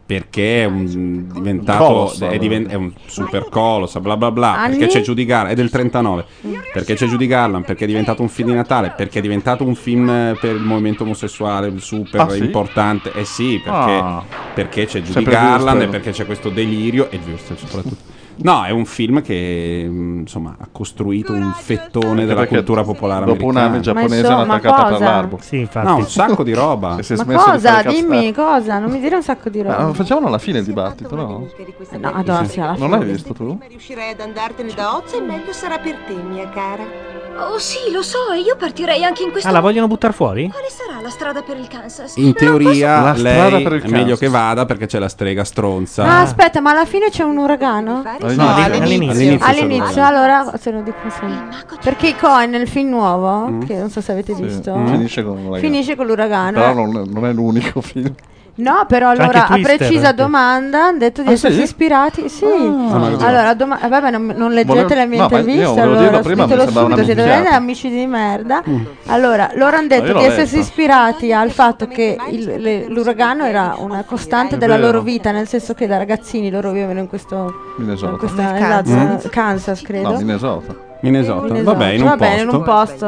Speaker 1: Perché è un- diventato
Speaker 5: Colossal.
Speaker 1: è, diven- è un super colossa, bla bla bla.
Speaker 17: Anni?
Speaker 1: Perché c'è Judy Garland, è del 39. Perché c'è Judy Garland, perché è diventato un film di Natale, perché è diventato un film eh, per il movimento omosessuale il super
Speaker 5: Ah, sì?
Speaker 1: importante. Eh sì, perché,
Speaker 5: Ah.
Speaker 1: perché c'è Judy
Speaker 5: Sempre
Speaker 1: Garland
Speaker 5: Würstel.
Speaker 1: e perché c'è questo delirio e Würstel soprattutto. No, è un film che mh, insomma ha costruito un fettone della
Speaker 5: perché
Speaker 1: cultura popolare
Speaker 5: dopo un
Speaker 1: americana.
Speaker 5: anno i giapponesi Ma hanno insomma, attaccato cosa? Parlarbo.
Speaker 2: Sì, infatti.
Speaker 1: No, un sacco di roba.
Speaker 17: Ma cosa? Dimmi cosa, non mi dire un sacco di
Speaker 5: Ma
Speaker 17: roba.
Speaker 5: non facevano Eh, alla fine il dibattito, no?
Speaker 17: Eh, no, Madonna, sì, alla
Speaker 5: non
Speaker 17: fine.
Speaker 5: l'hai visto tu?
Speaker 15: riuscirai ad andartene da Oz e meglio sarà per te, mia cara.
Speaker 7: Oh sì, lo so, e io partirei anche in questo...
Speaker 2: Ah, la vogliono buttare fuori?
Speaker 7: Quale sarà la strada per il Kansas?
Speaker 1: In
Speaker 7: No,
Speaker 1: teoria
Speaker 5: La strada
Speaker 1: lei
Speaker 5: per il
Speaker 1: è meglio
Speaker 5: Kansas.
Speaker 1: che vada perché c'è la strega stronza.
Speaker 17: Ah, aspetta, ma alla fine c'è un uragano?
Speaker 1: All'inizio. No, all'inizio. All'inizio. All'inizio c'è
Speaker 17: All'inizio,
Speaker 1: un
Speaker 17: allora se lo dico sempre. Perché i Coen nel film nuovo,
Speaker 5: Mm.
Speaker 17: che non so se avete
Speaker 5: Sì, Mm.
Speaker 17: visto,
Speaker 5: Finisce con un
Speaker 17: finisce con l'uragano.
Speaker 5: Però non, non è l'unico film.
Speaker 17: No, però
Speaker 5: C'è
Speaker 17: allora
Speaker 5: anche
Speaker 17: a
Speaker 5: Twister,
Speaker 17: precisa
Speaker 5: anche.
Speaker 17: domanda hanno detto di
Speaker 5: Ah,
Speaker 17: essersi
Speaker 5: sì?
Speaker 17: ispirati. Sì.
Speaker 5: ma così.
Speaker 17: allora, doma- eh, vabbè, non, non leggete
Speaker 5: Volevo-
Speaker 17: le mie
Speaker 5: no, ma io
Speaker 17: interviste.
Speaker 5: volevo
Speaker 17: Allora,
Speaker 5: dirlo prima, mi
Speaker 17: ditelo
Speaker 5: sembrava una
Speaker 17: subito, siete
Speaker 5: minchiata.
Speaker 17: veramente amici di merda. Allora, loro hanno
Speaker 5: Ma
Speaker 17: detto
Speaker 5: io l'ho
Speaker 17: di essersi
Speaker 5: letto.
Speaker 17: ispirati al fatto che il- le- l'uragano era una costante della
Speaker 5: vero.
Speaker 17: loro vita, nel senso che da ragazzini loro vivono in questo. In
Speaker 5: Minnesota.
Speaker 17: questa,
Speaker 5: Kansas.
Speaker 17: esatto, Kansas, credo.
Speaker 5: No, Minnesota.
Speaker 1: Mm? Minnesota.
Speaker 17: Esatto,
Speaker 1: Vabbè, in un
Speaker 17: va bene, in
Speaker 1: posto.
Speaker 17: un posto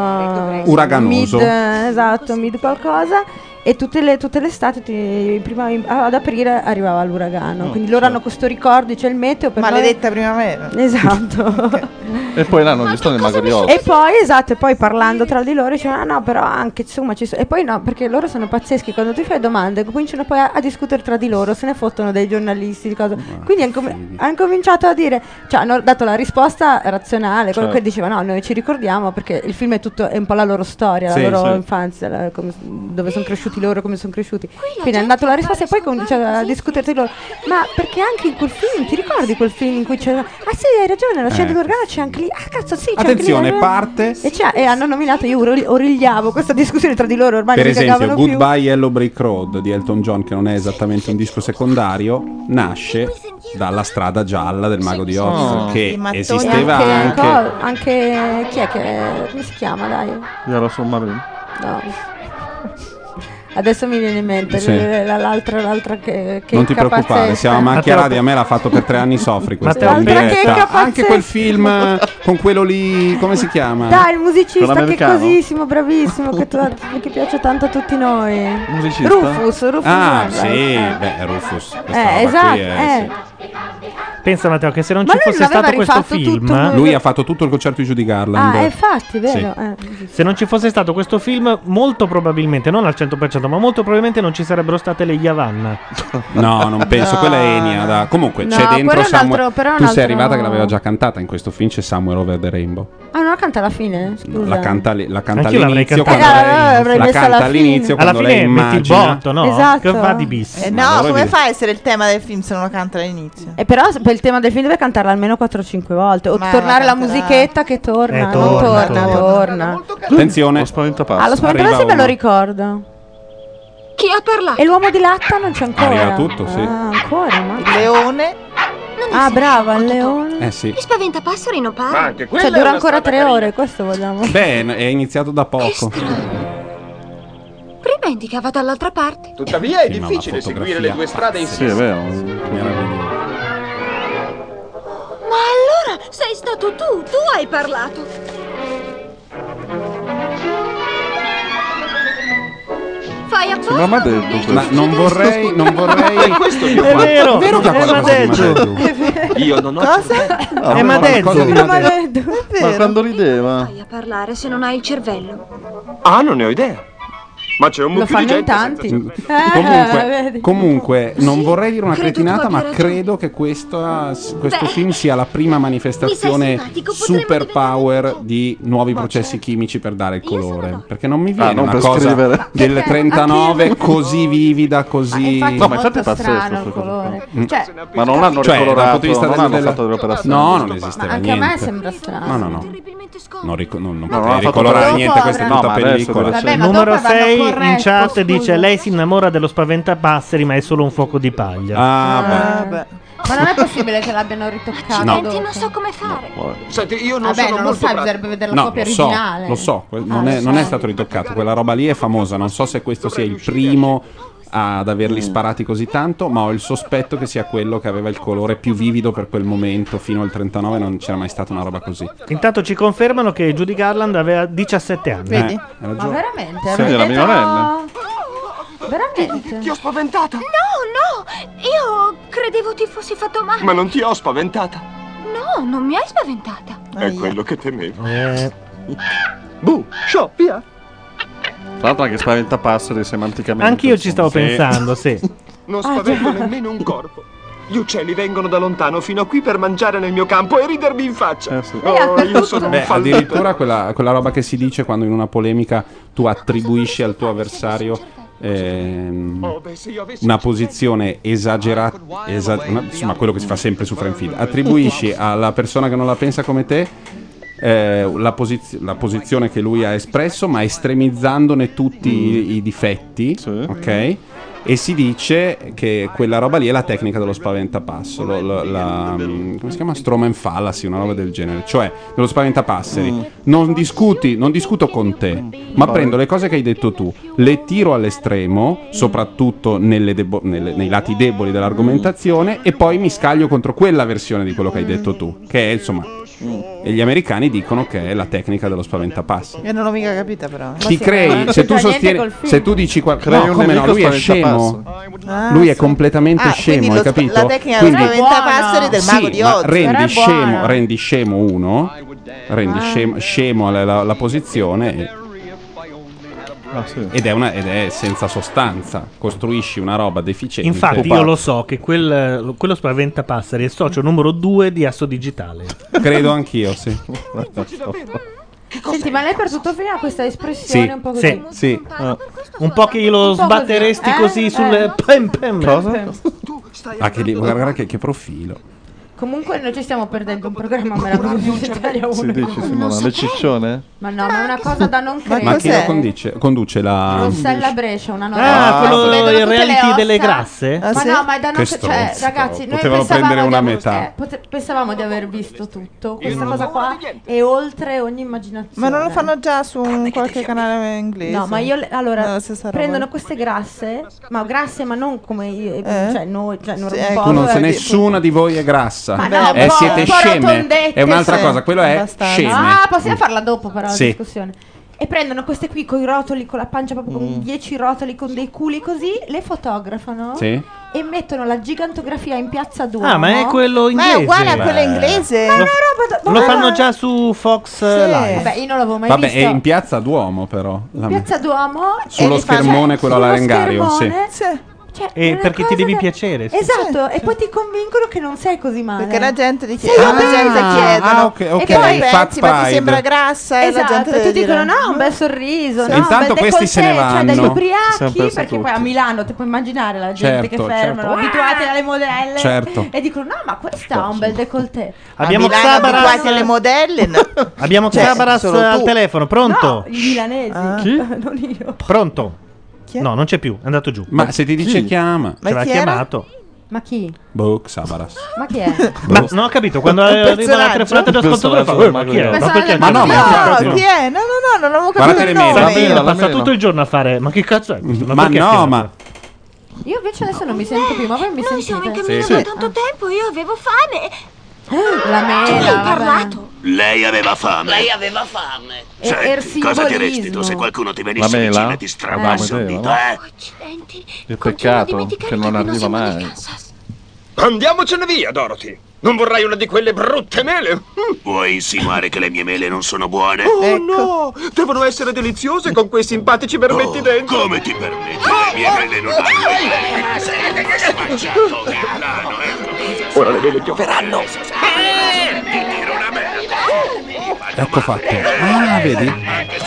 Speaker 17: eh,
Speaker 1: Uraganoso.
Speaker 17: mid, esatto, mid qualcosa. E tutte le, tutte le estate, ti- prima in- ad aprile, arrivava l'uragano.
Speaker 5: No,
Speaker 17: Quindi
Speaker 1: certo.
Speaker 17: loro hanno questo ricordo, c'è il meteo. Per
Speaker 4: Maledetta
Speaker 17: primavera. Esatto.
Speaker 5: E poi là non gli sto nel mago di Oz.
Speaker 17: e poi, esatto, e poi parlando tra di loro dicevano, ah no, però anche, insomma, ci so-" E poi no, perché loro sono pazzeschi, quando ti fai domande cominciano poi a, a discutere tra di loro, se ne fottono dei giornalisti, di cose. Quindi hanno cominciato a dire, cioè hanno dato la risposta razionale, quello
Speaker 5: Certo.
Speaker 17: che diceva, no, noi ci ricordiamo perché il film è tutto, è un po' la loro storia,
Speaker 5: Sì,
Speaker 17: la loro
Speaker 5: sì.
Speaker 17: infanzia, la- come- dove sono cresciuti loro, come sono cresciuti. Quindi hanno dato la risposta e poi cominciano a discutere tra di loro, ma perché anche in quel film, ti ricordi quel film in cui c'era, ah sì, hai ragione, la scena
Speaker 1: Eh.
Speaker 17: dell'organo c'è anche lì, ah cazzo sì, c'è anche lì,
Speaker 1: Attenzione,
Speaker 17: allora-
Speaker 1: parte
Speaker 17: e, c'è- e hanno nominato io ori- origliavo questa discussione tra di loro ormai
Speaker 1: per
Speaker 17: non mi
Speaker 1: esempio
Speaker 17: cagavano più.
Speaker 1: Goodbye Yellow Brick Road di Elton John che non è esattamente un disco secondario, nasce dalla strada gialla del mago di Oz
Speaker 5: Oh.
Speaker 1: che
Speaker 17: I mattoni
Speaker 1: esisteva
Speaker 17: anche,
Speaker 1: anche
Speaker 17: co- anche- chi è che come si chiama dai
Speaker 5: Glielo sommarino.
Speaker 17: no adesso mi viene in mente
Speaker 1: Sì.
Speaker 17: l- la- l'altra l'altra che, che
Speaker 1: non ti
Speaker 17: capazzesca.
Speaker 1: preoccupare, siamo a Macchia
Speaker 2: Matteo-
Speaker 1: Radio, a me l'ha fatto per tre anni Sofri questa
Speaker 2: Matteo
Speaker 1: in
Speaker 2: Perez.
Speaker 17: Anche
Speaker 1: diretta.
Speaker 17: capazzesca.
Speaker 1: Anche quel film eh, con quello lì, come si chiama?
Speaker 17: dai il musicista che è
Speaker 1: Quell'americano?
Speaker 17: cosissimo bravissimo che, tu- che piace tanto a tutti noi
Speaker 1: Musicista?
Speaker 17: Rufus Rufus
Speaker 1: Ah,
Speaker 17: Wainwright.
Speaker 1: sì,
Speaker 17: Eh.
Speaker 1: beh, Rufus. questa roba
Speaker 17: eh,
Speaker 1: qui
Speaker 17: esatto
Speaker 1: è-
Speaker 17: eh.
Speaker 2: Pensa Matteo che se non
Speaker 17: Ma
Speaker 2: ci
Speaker 17: lui
Speaker 2: fosse
Speaker 17: non aveva
Speaker 2: stato questo
Speaker 17: rifatto
Speaker 2: film,
Speaker 17: tutto quello-
Speaker 1: Lui ha fatto tutto il concerto di Judy Garland.
Speaker 17: ah eh, infatti vero eh.
Speaker 2: se non ci fosse stato questo film, molto probabilmente, non al 100%, ma molto probabilmente non ci sarebbero state le Yavanna.
Speaker 1: No, non penso,
Speaker 2: No,
Speaker 1: quella è Enia. da- Comunque,
Speaker 17: No,
Speaker 1: c'è
Speaker 17: quello è
Speaker 1: dentro
Speaker 17: un altro-
Speaker 1: Samuel.
Speaker 17: però è un
Speaker 1: tu sei
Speaker 17: altro-
Speaker 1: arrivata che l'aveva già cantata in questo film. C'è Samuel Over the Rainbow.
Speaker 17: ah non la canta alla fine scusa
Speaker 1: La canta, lì- la canta
Speaker 2: Anch'io l'avrei
Speaker 1: all'inizio.
Speaker 2: cantata.
Speaker 1: Quando
Speaker 2: Eh,
Speaker 1: lei,
Speaker 17: l'avrei Esatto.
Speaker 1: la
Speaker 17: messa alla
Speaker 1: canta
Speaker 17: fine.
Speaker 1: all'inizio
Speaker 2: Alla
Speaker 1: quando
Speaker 2: fine metti
Speaker 1: lei
Speaker 2: il
Speaker 1: immagina.
Speaker 2: botto, no?
Speaker 17: Esatto.
Speaker 2: Che va di bis.
Speaker 4: Eh,
Speaker 1: Ma
Speaker 4: no,
Speaker 1: allora
Speaker 4: come
Speaker 1: vedi-
Speaker 4: fa a essere il tema del film se non lo canta all'inizio?
Speaker 17: E però s- per il tema del film deve cantarla almeno 4-5 volte. O
Speaker 4: Ma
Speaker 17: tornare
Speaker 4: la
Speaker 17: la
Speaker 4: canterà.
Speaker 17: musichetta che torna,
Speaker 1: Eh,
Speaker 17: non
Speaker 1: torna,
Speaker 17: torna,
Speaker 1: torna.
Speaker 17: torna.
Speaker 1: Attenzione. Lo spaventapasso.
Speaker 17: Ah, lo spaventapasso me lo ricordo.
Speaker 7: Chi ha parlato?
Speaker 17: E l'uomo di latta non c'è ancora.
Speaker 1: Arriva tutto, sì.
Speaker 17: Ah, ancora, ma...
Speaker 4: Il leone.
Speaker 17: Ah, brava, il leone.
Speaker 1: Eh sì.
Speaker 7: Gli spaventapasseri non
Speaker 1: Ma
Speaker 7: parla.
Speaker 1: anche
Speaker 17: Cioè, dura ancora 3 ore, questo vogliamo.
Speaker 1: Beh, n- è iniziato da poco.
Speaker 7: Prima indicava dall'altra parte.
Speaker 10: Tuttavia è
Speaker 1: Sì, ma
Speaker 10: difficile
Speaker 1: la
Speaker 10: seguire le due strade
Speaker 1: fotografia,
Speaker 10: insieme.
Speaker 1: sì, è vero.
Speaker 7: Ma allora sei stato tu, tu hai parlato. Fai apposta.
Speaker 1: Sembra Madeddu Ma non vorrei, non vorrei.
Speaker 10: È questo mio fatto.
Speaker 1: è vero che ha
Speaker 10: È
Speaker 1: qualcosa di
Speaker 10: Madeddu.
Speaker 1: Madeddu.
Speaker 10: Io non ho certo
Speaker 5: Ah,
Speaker 1: Eh,
Speaker 5: ma
Speaker 1: ma
Speaker 5: qualcosa
Speaker 1: detto.
Speaker 5: di
Speaker 1: Ma
Speaker 5: Madeddu.
Speaker 17: detto,
Speaker 5: Ma quando rideva.
Speaker 7: Puoi parlare se non hai il cervello.
Speaker 10: Ah, non ne ho idea. Ma c'è un
Speaker 17: Lo
Speaker 10: mucchio di
Speaker 17: fanno in
Speaker 10: gente senza
Speaker 17: tanti.
Speaker 10: cervello.
Speaker 17: Eh,
Speaker 1: Comunque,
Speaker 17: vedi.
Speaker 1: comunque, non vorrei dire una
Speaker 7: credo tu
Speaker 1: cretinata, ma
Speaker 7: abbia ragione.
Speaker 1: credo che questa- s- questo
Speaker 7: Beh.
Speaker 1: film sia la prima manifestazione
Speaker 7: simpatico, potremmo
Speaker 1: superpower di nuovi processi
Speaker 17: certo.
Speaker 1: chimici per dare il colore. Perché non mi
Speaker 5: Ah,
Speaker 1: viene
Speaker 5: non
Speaker 1: una
Speaker 5: per
Speaker 1: cosa
Speaker 5: scrivere. Perché
Speaker 1: del
Speaker 5: anche-
Speaker 1: 39 così vivida, così.
Speaker 17: Eh, Infatti è molto strano il colore.
Speaker 1: Mm.
Speaker 17: Cioè,
Speaker 5: Ma non l'hanno
Speaker 1: Cioè, dal
Speaker 5: ricolorato,
Speaker 1: punto di vista
Speaker 5: non
Speaker 1: del-
Speaker 5: hanno
Speaker 1: del-
Speaker 5: fatto delle operazioni.
Speaker 1: No, non
Speaker 17: ma
Speaker 1: esisteva
Speaker 17: anche a
Speaker 1: niente.
Speaker 17: me sembra strano.
Speaker 1: No, no, no. Non, ric- non, non
Speaker 5: No, non
Speaker 1: potevi
Speaker 5: ha fatto
Speaker 1: ricolorare
Speaker 5: per-
Speaker 1: niente,
Speaker 5: Dopo
Speaker 1: questa è
Speaker 5: avrà-
Speaker 1: tutta
Speaker 5: No, ma adesso
Speaker 1: pellicola.
Speaker 5: adesso-
Speaker 17: Vabbè, ma
Speaker 2: Numero
Speaker 17: dopo vanno
Speaker 2: 6 in
Speaker 17: corretto,
Speaker 2: chat
Speaker 17: scusa.
Speaker 2: dice: Lei si innamora dello spaventapasseri, ma è solo un fuoco di paglia.
Speaker 1: Ah,
Speaker 17: Ma non è possibile che l'abbiano ritoccato.
Speaker 1: No.
Speaker 17: dopo.
Speaker 7: non so come fare.
Speaker 10: Senti, io non
Speaker 17: Vabbè,
Speaker 10: sono
Speaker 17: non lo
Speaker 10: molto
Speaker 17: sai,
Speaker 10: bravo.
Speaker 17: bisognerebbe vedere la
Speaker 1: No,
Speaker 17: copia
Speaker 1: lo so,
Speaker 17: originale.
Speaker 1: lo so, que- non,
Speaker 17: Ah,
Speaker 1: è,
Speaker 17: lo
Speaker 1: non è
Speaker 17: so.
Speaker 1: stato ritoccato, quella roba lì è famosa, non so se questo sia il primo ad averli sparati così tanto, ma ho il sospetto che sia quello che aveva il colore più vivido per quel momento, fino al 39 non c'era mai stata una roba così.
Speaker 2: Intanto ci confermano che Judy Garland aveva 17 anni.
Speaker 1: Vedi? Eh, hai ragione.
Speaker 17: Ma veramente?
Speaker 2: Sì,
Speaker 17: Avete
Speaker 2: era
Speaker 17: detto-
Speaker 2: minorenne.
Speaker 17: Veramente?
Speaker 7: Ti ho spaventata? No, no, io credevo ti fossi fatto male.
Speaker 10: Ma non ti ho spaventata.
Speaker 7: No, non mi hai spaventata.
Speaker 10: È quello che temevo.
Speaker 5: Eh, Buh, sciò, via. Tra l'altro anche spaventapasseri semanticamente.
Speaker 2: Anch'io ci stavo
Speaker 5: insomma. Sì.
Speaker 2: pensando, sì.
Speaker 10: Non spavento nemmeno un corpo. Gli uccelli vengono da lontano fino a qui per mangiare nel mio campo e ridermi in faccia. Oh, io sono un
Speaker 1: Beh,
Speaker 10: fallito.
Speaker 1: addirittura quella, quella roba che si dice quando in una polemica tu attribuisci al tuo avversario ehm, una posizione esagerata, esa- una- insomma quello che si fa sempre su Friend Feed, attribuisci alla persona che non la pensa come te eh, la, posiz- la posizione che lui ha espresso ma estremizzandone tutti
Speaker 5: Mm.
Speaker 1: i, i difetti, ok? E si dice che quella roba lì è la tecnica dello spaventapasso, lo- lo- la, mm, come si chiama? Stroman fallacy, una roba del genere. Cioè, dello spaventapasseri.
Speaker 5: Mm.
Speaker 1: Non discuti, non discuto con te, ma
Speaker 5: Vabbè.
Speaker 1: prendo le cose che hai detto tu, le tiro all'estremo, soprattutto nelle debo- nelle- nei lati deboli dell'argomentazione, e poi mi scaglio contro quella versione di quello che hai detto tu, che è insomma... E gli americani dicono che è la tecnica dello spaventapasseri.
Speaker 4: E non l'ho mica capita però.
Speaker 1: Ti crei, se tu, sostieni, se tu dici qualcosa,
Speaker 5: Crei
Speaker 1: no,
Speaker 5: un
Speaker 1: come no,
Speaker 5: nemico
Speaker 1: lui è scemo.
Speaker 5: spaventapasso.
Speaker 1: Lui è completamente
Speaker 4: Ah, quindi
Speaker 1: scemo,
Speaker 4: lo
Speaker 1: hai
Speaker 4: sp-
Speaker 1: capito?
Speaker 4: la tecnica
Speaker 1: Quindi-
Speaker 4: dello spaventapasseri del mago
Speaker 1: Sì,
Speaker 4: di
Speaker 1: ma
Speaker 4: Oz.
Speaker 1: rendi scemo, rendi scemo uno,
Speaker 17: Ah.
Speaker 1: rendi scemo, scemo la, la- la posizione e- ed, è una- ed è senza sostanza. Costruisci una roba deficiente.
Speaker 2: Infatti,
Speaker 1: Pupa-
Speaker 2: io lo so che quel, quello spaventapasseri è il socio numero 2 di Asso Digitale.
Speaker 1: Credo anch'io, sì.
Speaker 17: Senti, ma lei per tutto fino ha questa espressione un po' così.
Speaker 2: sì, Un po' che lo
Speaker 17: Un po'
Speaker 2: sbatteresti
Speaker 17: così,
Speaker 2: così,
Speaker 17: eh,
Speaker 2: sul
Speaker 17: eh.
Speaker 2: pem pem.
Speaker 17: Cosa?
Speaker 1: Ah, che, li- guarda che, che profilo.
Speaker 17: Comunque noi ci stiamo perdendo un programma meraviglioso di Italia 1.
Speaker 5: Si dice Simona, le ciccione?
Speaker 17: Ma no, ma è una cosa da non credere.
Speaker 1: Ma chi lo conduce? Conduce la.
Speaker 17: Rossella Brescia, una novella.
Speaker 1: Ah,
Speaker 2: Ah, quello
Speaker 1: si vedono
Speaker 2: il
Speaker 1: tutte le
Speaker 2: reality
Speaker 1: ossa.
Speaker 2: delle grasse?
Speaker 1: Ah,
Speaker 17: ma Ah, no, ma è da non cre-
Speaker 1: Che
Speaker 17: cioè,
Speaker 1: stronzi,
Speaker 17: ragazzi, noi
Speaker 1: Potevano
Speaker 17: pensavamo
Speaker 1: prendere
Speaker 17: di
Speaker 1: una
Speaker 17: aver-
Speaker 1: metà.
Speaker 17: eh, pote- pensavamo di aver visto tutto. Questa
Speaker 4: non
Speaker 17: cosa
Speaker 4: so
Speaker 17: qua è oltre ogni immaginazione.
Speaker 4: Ma non lo fanno già su un qualche canale inglese?
Speaker 17: No, ma io le- allora
Speaker 4: No, la stessa roba.
Speaker 17: prendono queste grasse, ma grasse, ma non come io, cioè noi, cioè non
Speaker 4: Eh? Sì,
Speaker 17: un
Speaker 4: ecco.
Speaker 17: po',
Speaker 1: Tu non
Speaker 17: allora
Speaker 1: sei
Speaker 17: di-
Speaker 1: nessuna di voi è grassa.
Speaker 17: Ma no,
Speaker 1: Eh,
Speaker 17: un po'-
Speaker 1: siete
Speaker 17: un po'
Speaker 1: sceme.
Speaker 17: rotondette,
Speaker 1: È un'altra
Speaker 17: sì.
Speaker 1: cosa, quello è
Speaker 17: Abbastanza.
Speaker 1: sceme. Mm.
Speaker 17: Ah, possiamo farla dopo però la
Speaker 1: Sì.
Speaker 17: discussione. E prendono queste qui con i rotoli, con la pancia proprio
Speaker 1: Mm.
Speaker 17: con 10 rotoli, con dei culi così, le fotografano
Speaker 1: Sì.
Speaker 17: e mettono la gigantografia in piazza Duomo.
Speaker 2: Ah, ma è quello
Speaker 17: Beh.
Speaker 2: inglese.
Speaker 4: inglese.
Speaker 17: Ma è una
Speaker 2: Lo-
Speaker 17: roba da-
Speaker 2: Lo
Speaker 17: ma-
Speaker 2: fanno già su Fox eh, Live.
Speaker 17: Vabbè, io non l'avevo mai
Speaker 1: Vabbè,
Speaker 17: visto.
Speaker 1: è in piazza Duomo, però. La-
Speaker 17: Piazza Duomo e
Speaker 1: Sullo
Speaker 17: li fanno-
Speaker 1: schermone quello
Speaker 17: sullo
Speaker 1: larengario, sì.
Speaker 17: schermone, Cioè,
Speaker 2: Eh,
Speaker 17: è una
Speaker 2: perché ti
Speaker 17: cosa
Speaker 2: devi
Speaker 17: da-
Speaker 2: piacere, sì.
Speaker 17: Esatto, e poi ti convincono che non sei così male.
Speaker 4: Perché la gente ti
Speaker 17: Sei
Speaker 4: chiede, la
Speaker 17: obesa.
Speaker 4: gente chiedono.
Speaker 1: ah, ok, ok,
Speaker 4: E poi
Speaker 1: il fat
Speaker 4: pensi, ma ti
Speaker 1: pride.
Speaker 4: sembra grassa e
Speaker 17: Esatto,
Speaker 4: la gente
Speaker 17: ti
Speaker 4: deve dire-
Speaker 17: dicono no, un bel sorriso,
Speaker 1: Sì.
Speaker 17: no,
Speaker 1: Intanto
Speaker 17: un bel
Speaker 1: questi se ne
Speaker 17: décolleté",
Speaker 1: vanno.
Speaker 17: Cioè, dagli
Speaker 1: Siamo
Speaker 17: ubriachi,
Speaker 1: persi
Speaker 17: perché
Speaker 1: tutti.
Speaker 17: poi a Milano ti puoi immaginare la gente
Speaker 1: Certo,
Speaker 17: che fermano,
Speaker 1: certo.
Speaker 17: abituate alle modelle
Speaker 1: Certo.
Speaker 17: e dicono "No, ma questa ha un bel décolleté".
Speaker 2: Abbiamo
Speaker 4: a Milano
Speaker 2: Xabaras-
Speaker 4: abituati alle modelle, no.
Speaker 2: Abbiamo
Speaker 4: Cioè,
Speaker 2: Xabaras
Speaker 4: solo
Speaker 2: al
Speaker 4: tu.
Speaker 2: telefono, pronto?
Speaker 17: No, i milanesi.
Speaker 4: Ah.
Speaker 17: non io.
Speaker 2: Pronto? No, non c'è più, è andato giù.
Speaker 1: Ma se ti dice
Speaker 2: Chi?
Speaker 1: chiama.
Speaker 2: Ci aveva
Speaker 1: chi era?
Speaker 2: chiamato.
Speaker 17: Ma chi?
Speaker 1: Boh, Xabaras.
Speaker 17: Ma chi è?
Speaker 2: Ma non ho capito, quando
Speaker 1: Un
Speaker 2: arriva la
Speaker 1: personaggio?
Speaker 2: telefonata
Speaker 1: Un
Speaker 2: d'ascoltatore fa
Speaker 1: personaggio,
Speaker 2: "Eh, ma chi è?
Speaker 1: ma
Speaker 2: Ma perché
Speaker 1: ma no,
Speaker 2: c'è
Speaker 1: ma
Speaker 2: il
Speaker 1: chiaro
Speaker 4: No,
Speaker 1: che no.
Speaker 4: chi è? No, no, no, non avevo capito
Speaker 1: Guardate
Speaker 4: il
Speaker 1: le mele.
Speaker 4: nome.
Speaker 1: Sì,
Speaker 2: Sabina
Speaker 1: la
Speaker 2: passa
Speaker 1: mela.
Speaker 2: tutto il giorno a fare ma che cazzo è?
Speaker 1: Ma
Speaker 2: perché
Speaker 1: no,
Speaker 2: scherzo?"
Speaker 1: ma
Speaker 17: Io invece adesso non mi
Speaker 7: Eh,
Speaker 17: sento più, ma voi mi sentite?
Speaker 7: Siamo in cammino da tanto tempo, io avevo fame.
Speaker 17: Ah, La mela,
Speaker 7: Tu mi hai
Speaker 17: vabbè.
Speaker 7: parlato.
Speaker 18: Lei aveva fame.
Speaker 7: Lei aveva fame.
Speaker 10: er
Speaker 18: Senti, cosa diresti tu se qualcuno ti venisse
Speaker 5: La mela?
Speaker 18: vicino e ti strappasse
Speaker 5: Eh.
Speaker 18: un dito,
Speaker 5: Come
Speaker 18: eh?
Speaker 10: Accidenti.
Speaker 5: Il peccato che non arriva mai.
Speaker 10: Andiamocene via, Dorothy.
Speaker 18: Non vorrai una di quelle brutte mele?
Speaker 19: Vuoi insinuare che le mie mele non sono buone?
Speaker 10: Mm. Oh no! Devono essere deliziose con quei simpatici vermetti dentro.
Speaker 19: Oh, Come ti permetti? Le mie mele non hanno i vermi. Ma senti che sei mangiato, galano, eh?
Speaker 10: Ora le vele pioveranno.
Speaker 1: Ecco fatto. Ah, vedi?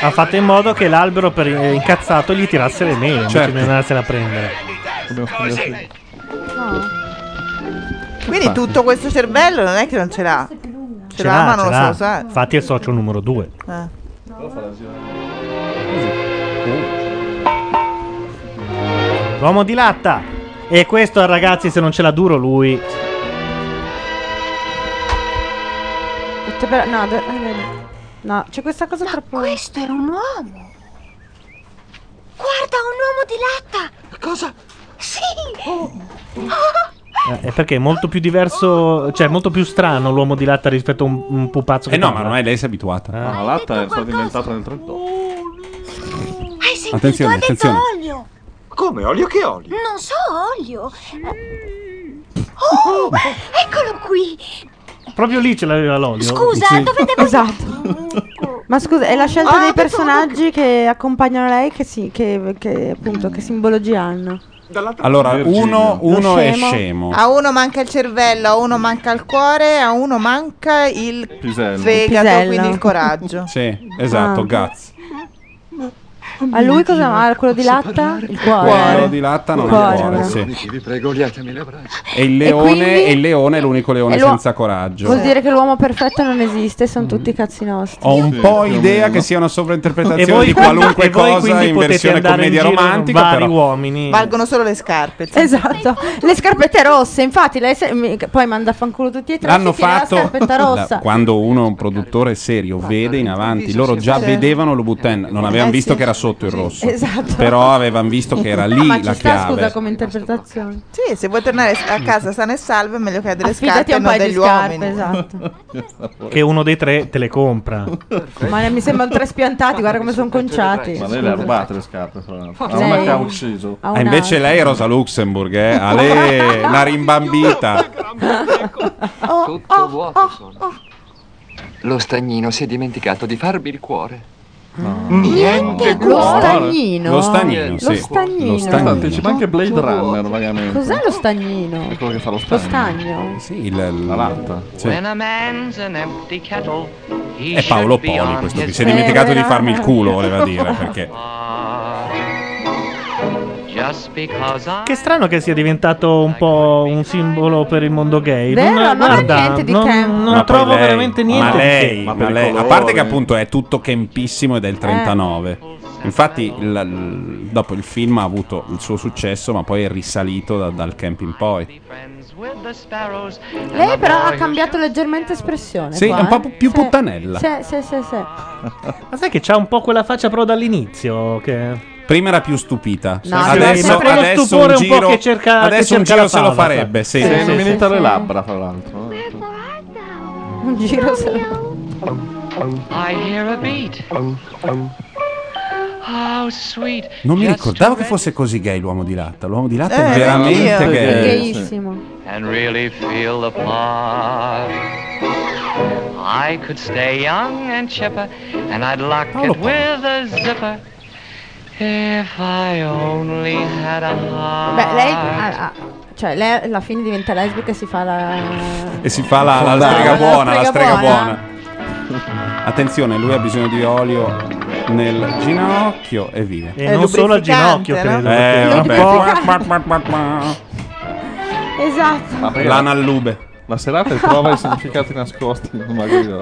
Speaker 2: Ha fatto in modo che l'albero per eh, incazzato gli tirasse le mele invece
Speaker 1: Certo.
Speaker 2: di andarsene a prendere.
Speaker 4: Quindi
Speaker 2: Infatti.
Speaker 4: tutto questo cervello non è che non ce l'ha. Ce l'ha, ma non lo so usare.
Speaker 2: Infatti è il socio numero 2.
Speaker 4: Eh.
Speaker 2: L'uomo di latta. E questo, ragazzi, se non ce l'ha duro lui. eh,
Speaker 17: Te
Speaker 4: Cioè,
Speaker 17: per- No, de- eh, no, c'è questa cosa troppo.
Speaker 7: Questo era un uomo. Guarda, un uomo di latta. Cosa? Sì. Oh,
Speaker 2: Eh, È perché è molto più diverso, cioè è molto più strano l'uomo di latta rispetto a un, un pupazzo.
Speaker 1: Eh no, ma ormai lei si è abituata.
Speaker 2: Ah.
Speaker 5: La latta è stata inventata nel 38.
Speaker 7: Hai sentito?
Speaker 1: Attenzione,
Speaker 7: ha detto
Speaker 1: attenzione.
Speaker 7: olio.
Speaker 10: Come? Olio che olio?
Speaker 7: Non so, olio.
Speaker 17: Mm.
Speaker 7: Oh, eccolo qui.
Speaker 2: Proprio lì ce l'aveva l'olio.
Speaker 7: Scusa, dove devo
Speaker 17: Esatto. Ma scusa, è la scelta
Speaker 7: Ah,
Speaker 17: dei personaggi che accompagnano lei che, si, che, che, appunto che simbologi hanno.
Speaker 1: Allora,
Speaker 3: Virgilio.
Speaker 1: uno,
Speaker 3: Lo
Speaker 1: uno è
Speaker 3: scemo.
Speaker 1: scemo.
Speaker 4: A uno manca il cervello, a uno manca il cuore, a uno manca il
Speaker 1: Pisello.
Speaker 4: fegato,
Speaker 17: Pisello.
Speaker 4: quindi il coraggio.
Speaker 1: Sì, esatto,
Speaker 17: Ah.
Speaker 1: Gaz.
Speaker 17: A lui cosa ha? Quello di latta? Il cuore.
Speaker 1: Quello di latta non ha il cuore,
Speaker 17: Cuore.
Speaker 1: sì.
Speaker 9: Vi prego, liatemi le braccia.
Speaker 1: E il
Speaker 17: E
Speaker 1: leone,
Speaker 17: quindi-
Speaker 1: e il leone è l'unico leone
Speaker 17: E l'uo-
Speaker 1: senza coraggio. Mm.
Speaker 17: Vuol dire che l'uomo perfetto non esiste, sono tutti cazzi nostri.
Speaker 1: Ho un po' idea che sia una
Speaker 2: E
Speaker 1: sovrainterpretazione
Speaker 2: voi
Speaker 1: di
Speaker 2: quindi-
Speaker 1: qualunque
Speaker 2: e voi
Speaker 1: cosa
Speaker 2: quindi
Speaker 1: in
Speaker 2: potete
Speaker 1: versione
Speaker 2: andare in
Speaker 1: commedia
Speaker 2: giro con
Speaker 1: romantica.
Speaker 2: vari
Speaker 1: però.
Speaker 2: uomini.
Speaker 4: Valgono solo le scarpe. insomma.
Speaker 17: Esatto, le scarpette rosse, infatti lei se- mi- poi manda a fanculo tutti e tre.
Speaker 1: L'hanno
Speaker 17: sì, sì, la
Speaker 1: fatto
Speaker 17: scarpetta rossa.
Speaker 1: da- quando uno, un produttore serio, vede in avanti. Loro già
Speaker 17: Sì.
Speaker 1: vedevano lo button, non avevano
Speaker 17: Eh,
Speaker 1: visto
Speaker 17: sì.
Speaker 1: che era sotto il rosso.
Speaker 17: Esatto.
Speaker 1: Però avevano visto che era
Speaker 17: No,
Speaker 1: lì
Speaker 17: ma ci
Speaker 1: la
Speaker 17: sta, scusa
Speaker 1: chiave.
Speaker 17: come interpretazione.
Speaker 4: Sì, se vuoi tornare a casa sano e salvo è meglio che hai delle scarpe
Speaker 17: Affidati a
Speaker 4: e
Speaker 17: un
Speaker 4: non
Speaker 17: paio di
Speaker 4: degli
Speaker 17: scarpe,
Speaker 4: uomini.
Speaker 17: esatto.
Speaker 2: Che uno dei tre te le compra.
Speaker 17: Ma ne- mi sembrano tre spiantati, guarda come sono conciati.
Speaker 5: Ma lei le ha rubate le scarpe, fra l'altro. A una
Speaker 17: Eh. Lei-
Speaker 5: che ha ucciso.
Speaker 17: a
Speaker 1: Ah, invece lei è Rosa Luxemburg, eh? A lei la rimbambita.
Speaker 17: Oh,
Speaker 11: Tutto vuoto sono. Lo stagnino si è dimenticato di farvi il cuore.
Speaker 17: Niente
Speaker 5: Lo cuore. stagnino?
Speaker 1: Lo stagnino,
Speaker 5: Lo
Speaker 10: Eh,
Speaker 1: sì.
Speaker 17: stagnino.
Speaker 1: Lo stagnino.
Speaker 5: Anticipa anche Blade Runner, vagamente.
Speaker 17: Cos'è lo stagnino?
Speaker 5: È quello che fa lo
Speaker 17: Lo
Speaker 5: stagno.
Speaker 17: stagno?
Speaker 1: Sì, il-
Speaker 5: La latta.
Speaker 1: Sì.
Speaker 11: a man's an empty kettle, he
Speaker 1: È Paolo
Speaker 11: should be
Speaker 1: Poli
Speaker 11: on
Speaker 1: questo qui.
Speaker 11: his
Speaker 1: Si è
Speaker 11: way.
Speaker 1: dimenticato di farmi il culo, voleva dire. Perché.
Speaker 11: Ah, Just because I
Speaker 2: Che strano che sia diventato un po' un simbolo per il mondo gay.
Speaker 17: Vero, non ha
Speaker 2: guarda,
Speaker 17: niente di
Speaker 2: non-
Speaker 17: camp.
Speaker 2: non
Speaker 1: Ma poi
Speaker 2: trovo
Speaker 1: lei-
Speaker 2: veramente niente.
Speaker 1: Ma
Speaker 2: di Eh.
Speaker 1: lei,
Speaker 2: camp.
Speaker 1: ma lei- a parte che appunto è tutto campissimo ed è il 39. Infatti,
Speaker 2: Eh.
Speaker 1: il- il- dopo il film ha avuto il suo successo, ma poi è risalito da- dal camp in poi.
Speaker 11: with the sparrows.
Speaker 17: Lei però ha cambiato leggermente espressione.
Speaker 1: Sì,
Speaker 17: qua,
Speaker 1: è un po'
Speaker 17: eh.
Speaker 1: più
Speaker 17: Sì.
Speaker 1: puttanella.
Speaker 17: Sì, sì, sì, sì.
Speaker 2: Ma sai che c'ha un po' quella faccia proprio dall'inizio? Che...
Speaker 1: Prima era più stupita.
Speaker 2: No, sì,
Speaker 1: adesso
Speaker 2: ma quello
Speaker 1: adesso
Speaker 2: stupore
Speaker 1: un
Speaker 2: un po'
Speaker 1: giro,
Speaker 2: che cerca-
Speaker 1: adesso
Speaker 2: che cerca
Speaker 1: un giro
Speaker 2: la
Speaker 1: se lo
Speaker 2: fava,
Speaker 1: farebbe.
Speaker 2: sì.
Speaker 1: Sì.
Speaker 5: Si è
Speaker 2: sì,
Speaker 5: inumilita
Speaker 2: sì,
Speaker 5: le
Speaker 2: sì.
Speaker 5: labbra, fra l'altro. eh.
Speaker 17: Un giro solo.
Speaker 11: I hear a beat. How sweet.
Speaker 1: Non mi
Speaker 11: Just
Speaker 1: ricordavo che fosse così gay l'uomo di latta. L'uomo di latta è
Speaker 11: Eh,
Speaker 1: veramente
Speaker 11: anch'io.
Speaker 1: gay.
Speaker 17: Gayissimo.
Speaker 11: and really feel the part. I could stay young and chipper, and I'd lock
Speaker 5: Oh,
Speaker 1: Paolo
Speaker 11: it with a zipper. If I only had a heart.
Speaker 17: Beh, lei. ha- ha- cioè, lei alla fine diventa lesbica e si fa la.
Speaker 1: E si fa la, la
Speaker 17: Brava.
Speaker 1: strega buona, la
Speaker 17: La strega
Speaker 1: strega buona. Attenzione, lui ha bisogno di olio nel ginocchio e via.
Speaker 2: E È non solo al ginocchio, lubrificante, no? credo,
Speaker 1: Eh,
Speaker 2: perché-
Speaker 1: vabbè.
Speaker 17: Esatto.
Speaker 5: Ma prima-
Speaker 1: L'anallube.
Speaker 5: La serata è prova i significati nascosti. Magari no.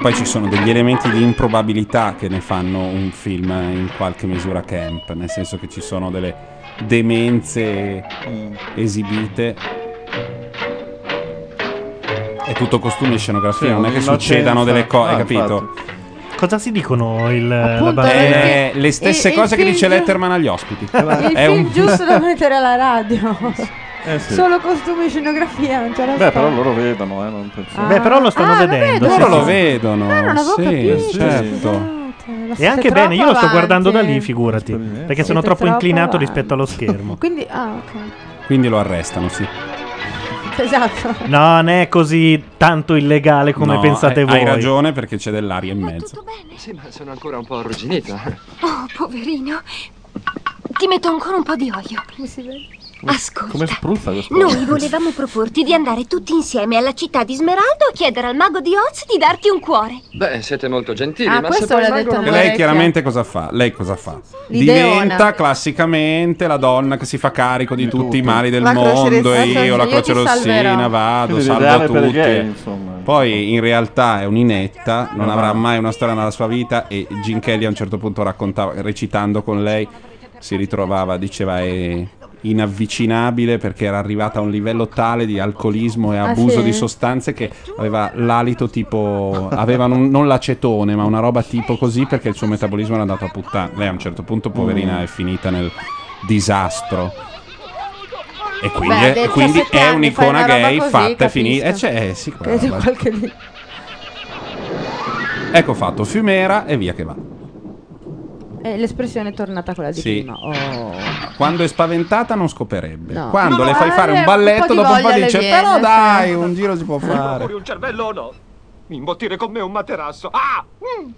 Speaker 1: Poi ci sono degli elementi di improbabilità che ne fanno un film in qualche misura camp, nel senso che ci sono delle demenze esibite. È tutto costume e scenografia,
Speaker 2: Sì,
Speaker 1: non è che
Speaker 2: un'innocenza.
Speaker 1: succedano delle cose,
Speaker 2: Ah,
Speaker 1: hai capito?
Speaker 2: Cosa si dicono il, la bambina?
Speaker 1: Eh, le stesse
Speaker 17: il- il
Speaker 1: cose che
Speaker 17: film
Speaker 1: dice
Speaker 17: giu-
Speaker 1: Letterman agli ospiti.
Speaker 17: Il film giusto da mettere alla radio.
Speaker 5: Eh, sì.
Speaker 17: Solo costumi e scenografia, non c'è la
Speaker 5: Beh,
Speaker 17: storia.
Speaker 5: però loro vedono, eh, non penso.
Speaker 17: Ah. Beh, però lo stanno Ah, lo vedendo, vedono. sì,
Speaker 1: Loro lo
Speaker 17: sì.
Speaker 1: vedono.
Speaker 17: Ah, non avevo
Speaker 1: sì,
Speaker 17: capito,
Speaker 1: certo.
Speaker 2: E anche bene, io lo sto guardando da lì, figurati. Perché sono
Speaker 17: Siete
Speaker 2: troppo
Speaker 17: troppo
Speaker 2: inclinato
Speaker 17: avanti.
Speaker 2: rispetto allo schermo.
Speaker 17: Quindi, ah, ok.
Speaker 1: Quindi lo arrestano, sì.
Speaker 17: Esatto.
Speaker 2: Non è così tanto illegale come
Speaker 1: No,
Speaker 2: pensate
Speaker 1: hai-
Speaker 2: voi.
Speaker 1: Hai ragione perché c'è dell'aria in mezzo.
Speaker 18: Sì, ma sono ancora un po' arrugginito.
Speaker 7: Oh, poverino. Ti metto ancora un po' di olio. Ascolta.
Speaker 5: Come spruzza questo?
Speaker 7: Noi volevamo proporti di andare tutti insieme alla città di Smeraldo a chiedere al mago di Oz di darti un cuore.
Speaker 18: Beh, siete molto gentili,
Speaker 7: Ah,
Speaker 18: ma se
Speaker 7: questo
Speaker 18: poi
Speaker 7: l'ha
Speaker 18: il mago
Speaker 7: detto
Speaker 18: non-
Speaker 1: E lei chiaramente cosa fa? Lei cosa fa?
Speaker 18: L'ideona.
Speaker 1: Diventa classicamente la donna che si fa carico di tutti i mali del
Speaker 3: La croce
Speaker 1: mondo e
Speaker 3: rossina,
Speaker 1: io la
Speaker 3: io
Speaker 1: croce
Speaker 3: ti
Speaker 1: rossina
Speaker 3: salverò.
Speaker 1: vado,
Speaker 5: Quindi
Speaker 1: salvo
Speaker 5: l'ideale per i
Speaker 1: tutti.
Speaker 5: gay, insomma.
Speaker 1: Poi in realtà è un'inetta, non avrà mai una storia nella sua vita e Gin Kelly a un certo punto raccontava, recitando con lei, si ritrovava, diceva è inavvicinabile perché era arrivata a un livello tale di alcolismo e
Speaker 3: Ah,
Speaker 1: abuso
Speaker 3: sì?
Speaker 1: di sostanze che aveva l'alito tipo avevano un- non l'acetone ma una roba tipo così perché il suo metabolismo era andato a puttana lei a un certo punto poverina
Speaker 3: Mm.
Speaker 1: è finita nel disastro e quindi,
Speaker 3: Beh, a
Speaker 1: e
Speaker 3: 17
Speaker 1: quindi è
Speaker 3: anni
Speaker 1: un'icona
Speaker 3: fai una roba
Speaker 1: gay
Speaker 3: così,
Speaker 1: fatta e
Speaker 3: capisco.
Speaker 1: finita e c'è eh, sì, quella
Speaker 17: Credo
Speaker 1: roba.
Speaker 17: qualche lì.
Speaker 1: ecco fatto Fiumera e via che va
Speaker 17: Eh, l'espressione è tornata quella di
Speaker 1: Sì.
Speaker 17: prima. Oh.
Speaker 1: quando è spaventata non scoperebbe
Speaker 17: No.
Speaker 1: quando
Speaker 17: No,
Speaker 1: le fai
Speaker 17: eh,
Speaker 1: fare un
Speaker 17: un po' di
Speaker 1: balletto dopo un po'
Speaker 17: voglia le
Speaker 1: dice
Speaker 17: viene,
Speaker 1: però
Speaker 17: sì.
Speaker 1: dai
Speaker 10: certo."
Speaker 1: un giro si può fare
Speaker 10: Fuori un cervello o no? Mi imbottire con me un materasso. Ah! Mm.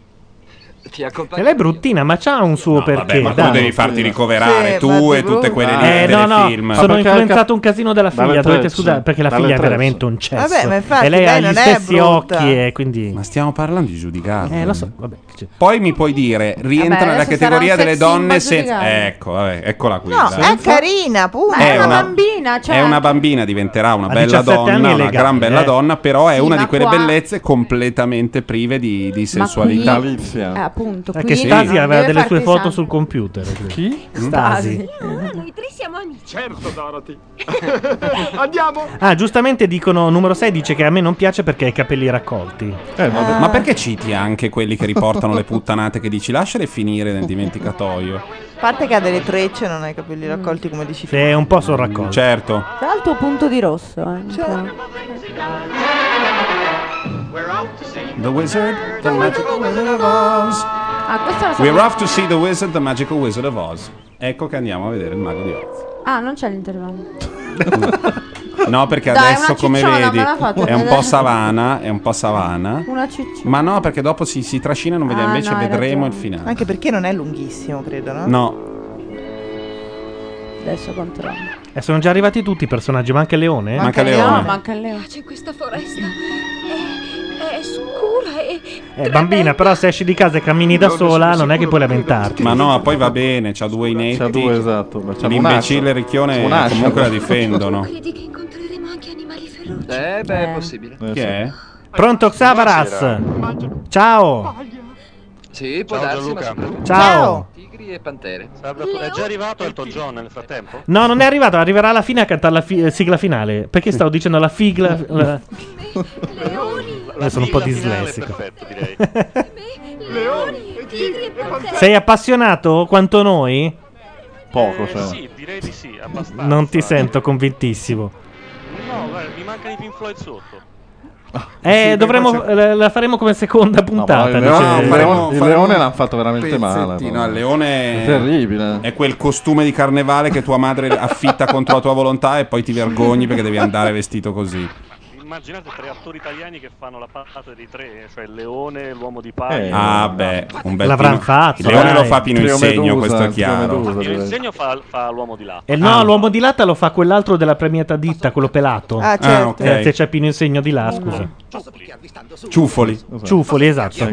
Speaker 18: Ti accompagno.
Speaker 2: E lei è bruttina, ma c'ha un suo perché.
Speaker 1: Vabbè, ma tu
Speaker 2: dai.
Speaker 1: devi farti ricoverare tu e tutte quelle lì
Speaker 2: Eh,
Speaker 1: del
Speaker 2: no, no,
Speaker 1: telefilm.
Speaker 2: sono influenzato un casino dalla
Speaker 1: Dalle
Speaker 2: figlia. Dovete
Speaker 1: trecce.
Speaker 2: scusare, perché la
Speaker 1: Dalle
Speaker 2: figlia è
Speaker 1: trecce.
Speaker 2: veramente un cesso.
Speaker 1: Vabbè, ma infatti,
Speaker 2: e lei ha
Speaker 1: lei
Speaker 2: gli
Speaker 1: non è
Speaker 2: stessi
Speaker 1: brutta.
Speaker 2: occhi, e quindi.
Speaker 1: Ma stiamo parlando di giudicare.
Speaker 2: Eh, lo so, vabbè.
Speaker 1: Poi mi puoi dire, rientra
Speaker 4: Vabbè,
Speaker 1: nella
Speaker 4: adesso
Speaker 1: categoria
Speaker 4: sarà un
Speaker 1: delle
Speaker 4: sex symbol
Speaker 1: donne senza...
Speaker 4: giudicare.
Speaker 1: Ecco, vabbè, eccola qui.
Speaker 4: No,
Speaker 1: dai.
Speaker 4: è carina, cioè punto.
Speaker 1: Ma è una-
Speaker 4: bambina,
Speaker 17: cioè.
Speaker 1: È una bambina, diventerà una
Speaker 3: A
Speaker 1: bella
Speaker 3: 17
Speaker 1: donna,
Speaker 3: anni è
Speaker 1: una
Speaker 3: legale,
Speaker 1: gran bella
Speaker 3: eh.
Speaker 1: donna, però è
Speaker 3: Sì,
Speaker 1: una
Speaker 3: ma
Speaker 1: di quelle
Speaker 3: qua-
Speaker 1: bellezze completamente prive di, di sensualità.
Speaker 2: qui-
Speaker 17: Eh, appunto,
Speaker 2: È
Speaker 17: qui
Speaker 2: che Stasi
Speaker 17: non
Speaker 2: aveva
Speaker 17: deve
Speaker 2: delle sue
Speaker 17: farti
Speaker 2: foto
Speaker 17: santo.
Speaker 2: sul computer. Chi?
Speaker 17: Stasi.
Speaker 2: Stasi.
Speaker 7: Ah, Noi tre siamo amici.
Speaker 10: Certo, Dorothy. Andiamo.
Speaker 2: Ah, giustamente dicono, numero 6 dice che a me non piace perché ha i capelli raccolti.
Speaker 1: Eh,
Speaker 17: Ah.
Speaker 1: Vabbè,
Speaker 2: Ah.
Speaker 1: Ma perché citi anche quelli che riportano le puttanate che dici lasciale finire nel dimenticatoio?
Speaker 4: A parte che ha delle trecce, non ha i capelli raccolti come dici tu.
Speaker 2: un po' sono raccolto.
Speaker 1: Certo.
Speaker 17: Tra l'altro punto di rosso. eh, un
Speaker 4: Cioè.
Speaker 17: po'.
Speaker 1: The Wizard, the Magical Wizard of Oz.
Speaker 17: Ah, questa la so-
Speaker 1: We're off to see the Wizard, the Magical Wizard of Oz. Ecco che andiamo a vedere il mago di Oz.
Speaker 17: Ah, non c'è l'intervallo.
Speaker 1: No, perché
Speaker 17: Dai,
Speaker 1: adesso
Speaker 17: una
Speaker 1: come
Speaker 17: cicciola,
Speaker 1: vedi
Speaker 17: me la fate
Speaker 1: è un po'
Speaker 17: vedere.
Speaker 1: savana, è un po' savana.
Speaker 17: Una ciccia.
Speaker 1: Ma no, perché dopo si, si trascina e non vediamo,
Speaker 4: Ah,
Speaker 1: invece
Speaker 4: no, hai
Speaker 1: vedremo
Speaker 4: ragione.
Speaker 1: il finale.
Speaker 4: Anche perché non è lunghissimo, credo, no?
Speaker 1: No,
Speaker 17: Adesso controllo.
Speaker 2: E Eh, sono già arrivati tutti i personaggi, ma anche Eh? Leone?
Speaker 1: Manca
Speaker 17: No, manca il leone.
Speaker 7: Ah, C'è questa foresta. È, è scura e.
Speaker 2: Eh, bambina, però se esci di casa e cammini da sola, non è che puoi lamentarti.
Speaker 1: ma no, poi va bene, c'ha due inetti. C'ha due, esatto.
Speaker 5: c'ha un
Speaker 1: L'imbecille
Speaker 5: ascio.
Speaker 1: Ricchione
Speaker 5: Un ascio.
Speaker 1: comunque la difendono.
Speaker 7: Credi che incontreremo anche animali feroci?
Speaker 18: Eh, beh, è possibile.
Speaker 1: Chi è?
Speaker 2: Pronto, Xavaras? Ciao.
Speaker 18: Sì, può darsi, ma soprattutto
Speaker 2: Ciao.
Speaker 18: tigri e pantere.
Speaker 20: È già arrivato Elton John nel frattempo?
Speaker 2: No, non è arrivato, arriverà alla fine a cantare la fi- eh, sigla finale. Perché stavo dicendo la figla. la- Eh, sono un po' dislessico.
Speaker 10: Leoni, e tigri e pantere.
Speaker 2: Sei appassionato quanto noi?
Speaker 5: Poco,
Speaker 20: Eh, Sì, direi di sì, abbastanza.
Speaker 2: Non ti sento convintissimo.
Speaker 20: No, guarda, mi mancano i Pink Floyd sotto.
Speaker 2: Eh, dovremmo. La, la faremo come seconda puntata.
Speaker 5: il leone-
Speaker 2: dice-
Speaker 5: il leone- il leone l'hanno fatto veramente male.
Speaker 1: pezzettino
Speaker 5: però.
Speaker 1: al leone
Speaker 5: È terribile.
Speaker 1: È quel costume di carnevale che tua madre affitta contro la tua volontà e poi ti vergogni perché devi andare vestito così.
Speaker 20: Immaginate tre attori italiani che fanno la parte dei tre, cioè il leone, l'uomo di paglia.
Speaker 1: Eh, ah, beh, un bel
Speaker 2: L'avranno
Speaker 1: Pino-
Speaker 2: fatto,
Speaker 1: Il leone
Speaker 2: dai.
Speaker 1: lo fa Pino
Speaker 2: Trio
Speaker 1: Insegno,
Speaker 2: Medusa,
Speaker 1: questo è
Speaker 2: Trio
Speaker 1: chiaro. Ah.
Speaker 2: Medusa,
Speaker 20: Il segno fa, fa l'uomo di là.
Speaker 2: Eh, no, l'uomo di latta lo fa quell'altro della premiata ditta, quello pelato.
Speaker 20: Ah, certo. Ah, ok.
Speaker 2: Eh, se c'è Pino in segno di là, scusa.
Speaker 1: Ciuffoli.
Speaker 2: Ciuffoli, esatto.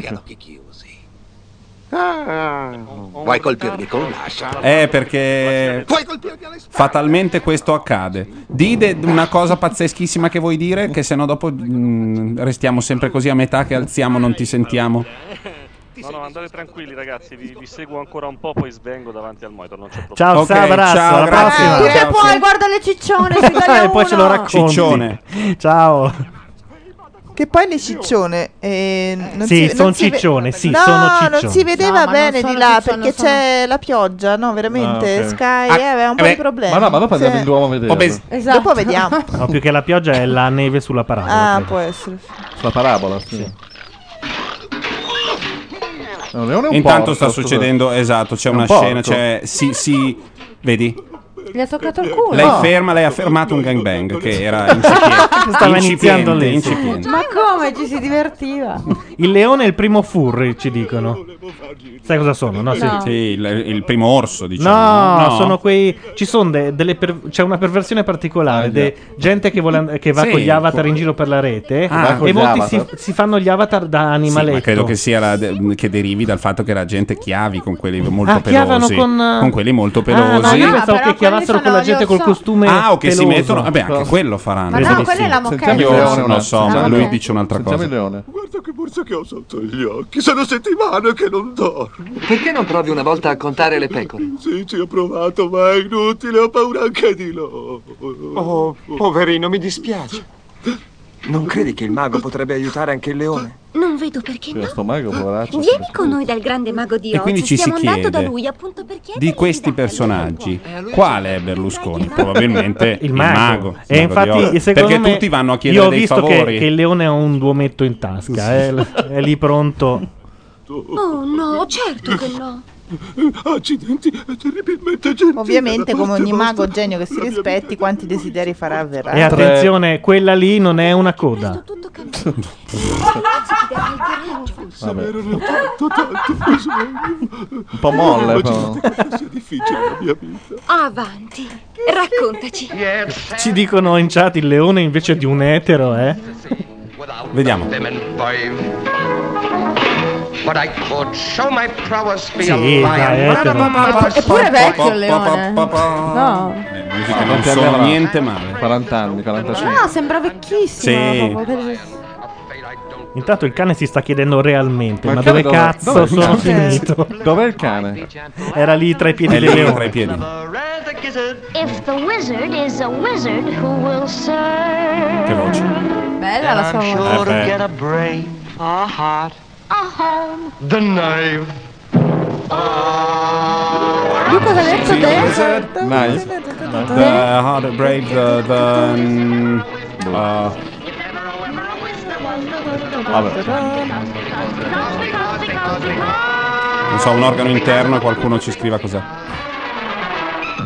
Speaker 5: Ah.
Speaker 9: Vuoi colpirmi con l'ascia?
Speaker 1: Eh, perché
Speaker 9: Puoi colpirmi alle spalle.
Speaker 1: fatalmente questo accade. Dite una cosa pazzeschissima che vuoi dire, che sennò dopo mm, restiamo sempre così a metà che alziamo, non ti sentiamo.
Speaker 20: No, no, andate tranquilli ragazzi, vi, vi seguo ancora un po', poi svengo davanti al monitor, non c'è problema.
Speaker 2: Ciao,
Speaker 1: Ok,
Speaker 2: Savras.
Speaker 1: ciao,
Speaker 2: alla
Speaker 1: grazie.
Speaker 2: prossima.
Speaker 1: Tu che
Speaker 17: E poi guarda le ciccione, si taglia
Speaker 2: e poi ce lo
Speaker 17: uno.
Speaker 2: racconti.
Speaker 1: Ciccione.
Speaker 2: Ciao.
Speaker 4: Che poi le ciccione. eh, non
Speaker 2: Sì,
Speaker 4: si-
Speaker 2: son
Speaker 4: non si ve-
Speaker 2: ciccione, sì,
Speaker 4: no,
Speaker 2: sono
Speaker 4: non
Speaker 2: ciccione.
Speaker 4: si vedeva
Speaker 2: No, ma
Speaker 4: bene
Speaker 17: non
Speaker 4: di
Speaker 17: sono
Speaker 4: là
Speaker 17: ciccione,
Speaker 4: perché
Speaker 17: sono-
Speaker 4: c'è la pioggia, no? Veramente
Speaker 2: Ah, ok.
Speaker 4: Sky
Speaker 1: Ah,
Speaker 4: eh, aveva un po'
Speaker 1: beh,
Speaker 4: di problemi.
Speaker 2: ma no, ma dopo andiamo
Speaker 4: Sì.
Speaker 2: in Duomo a vederlo. Obes-
Speaker 4: Esatto. Dopo vediamo.
Speaker 2: No, più che la pioggia è la neve sulla parabola.
Speaker 4: ah,
Speaker 2: credo.
Speaker 4: può essere.
Speaker 2: Sulla parabola, sì.
Speaker 5: No, Leone è un
Speaker 1: Intanto
Speaker 5: porco,
Speaker 1: sta
Speaker 5: scusa.
Speaker 1: succedendo, esatto, c'è
Speaker 5: È un
Speaker 1: una
Speaker 5: porco.
Speaker 1: scena, c'è... Sì, sì, vedi?
Speaker 17: Gli ha toccato il culo.
Speaker 1: Lei ferma, lei ha fermato un gangbang che era incipiente.
Speaker 2: Stava iniziando
Speaker 1: incipiente,
Speaker 2: lì, sì.
Speaker 1: incipiente.
Speaker 17: Ma come ci si divertiva?
Speaker 2: Il leone è il primo furry, ci dicono. Sai cosa sono? No, sì.
Speaker 1: Sì, il, il primo orso, diciamo.
Speaker 2: No, sono quei. Ci sono de- delle per- c'è una perversione particolare. de- gente che, vuole and- che va
Speaker 1: Sì,
Speaker 2: con gli avatar
Speaker 1: fu-
Speaker 2: in giro per la rete.
Speaker 1: Ah. Va con
Speaker 2: e
Speaker 1: gli
Speaker 2: molti si,
Speaker 1: avatar.
Speaker 2: si fanno gli avatar da
Speaker 1: Sì, ma
Speaker 2: animaletto.
Speaker 1: credo che sia la de- che derivi dal fatto che la gente chiavi con quelli molto
Speaker 2: Ah, chiavano
Speaker 1: pelosi.
Speaker 2: con-
Speaker 1: quelli molto
Speaker 2: Ah,
Speaker 1: pelosi.
Speaker 2: ma io No, pensavo però che quelli chiavassero con la sono gente gli col orso- costume
Speaker 1: Ah, o che si
Speaker 2: peloso.
Speaker 1: mettono. Vabbè, anche quello faranno.
Speaker 17: Ma no, Credo di quella è sì. la moquette.
Speaker 1: Cioè, Io
Speaker 17: Sentiamo il leone
Speaker 1: non
Speaker 17: un
Speaker 1: lo
Speaker 17: attimo.
Speaker 1: so, ma
Speaker 17: Sentiamo
Speaker 1: lui
Speaker 17: il
Speaker 1: dice un'altra cosa.
Speaker 5: Sentiamo il leone.
Speaker 10: Guarda Ah, che borsa che ho sotto gli occhi. Sono settimane che non dormo.
Speaker 21: Perché non provi una volta a contare le pecore?
Speaker 10: Sì, ci ho provato, ma è inutile. Ho paura anche di loro.
Speaker 21: Oh, poverino, mi dispiace. Non credi che il mago potrebbe aiutare anche il leone?
Speaker 7: Non vedo perché no.
Speaker 5: Questo mago, poveraccio.
Speaker 7: Vieni con noi dal grande mago di
Speaker 1: E quindi
Speaker 7: Oz.
Speaker 1: ci si
Speaker 7: Stiamo andando da
Speaker 1: chiede.
Speaker 7: lui appunto perché
Speaker 1: Di questi personaggi, quale è Berlusconi? Probabilmente
Speaker 2: Il mago.
Speaker 1: il
Speaker 2: E
Speaker 1: mago di Oz.
Speaker 2: infatti, secondo
Speaker 1: perché
Speaker 2: me,
Speaker 1: tutti vanno a chiedere
Speaker 2: Io ho
Speaker 1: dei
Speaker 2: visto che,
Speaker 1: favori.
Speaker 2: che il leone ha un duometto in tasca.
Speaker 1: Sì.
Speaker 2: eh, l- è lì pronto.
Speaker 7: Oh no, certo che no.
Speaker 10: Accidenti, è terribilmente gentile.
Speaker 4: Ovviamente, come ogni mago genio che si rispetti, quanti desideri farà avverrà.
Speaker 2: E attenzione, quella lì non è una coda.
Speaker 5: Un po' molle, però.
Speaker 7: Avanti, raccontaci.
Speaker 2: Ci dicono in chat il leone invece di un etero, eh?
Speaker 1: Vediamo.
Speaker 11: But I could show my prowess be a
Speaker 2: Sì,
Speaker 1: eh,
Speaker 2: dai,
Speaker 11: lion.
Speaker 2: etero.
Speaker 17: Eppure è vecchio il leone. No.
Speaker 1: Eh,
Speaker 5: Ah,
Speaker 1: musica non sono niente male.
Speaker 5: 40 anni, 45.
Speaker 17: No, Ah, sembra vecchissimo.
Speaker 2: Sì.
Speaker 17: proprio.
Speaker 2: Intanto il cane si sta chiedendo realmente: ma,
Speaker 5: Ma il
Speaker 2: dove
Speaker 5: cane dove-
Speaker 2: cazzo
Speaker 5: dov'è il
Speaker 2: sono
Speaker 5: cane?
Speaker 2: finito?
Speaker 5: Dov'è il cane?
Speaker 2: Era lì tra i piedi
Speaker 1: È
Speaker 2: del
Speaker 1: lì
Speaker 2: leone.
Speaker 1: tra i piedi.
Speaker 16: If the wizard is a wizard who will serve.
Speaker 1: Che voce.
Speaker 16: Bella la sua
Speaker 11: Sure
Speaker 16: voce.
Speaker 11: to
Speaker 1: Eh beh.
Speaker 11: get a brain, a heart,
Speaker 16: A home.
Speaker 11: the knife.
Speaker 16: Ah.
Speaker 17: Lui cosa ha
Speaker 1: esatto.
Speaker 17: detto te?
Speaker 1: Nice. The hard brave the, the mm, uh, Ah, non so, un organo interno e qualcuno ci scriva cos'è.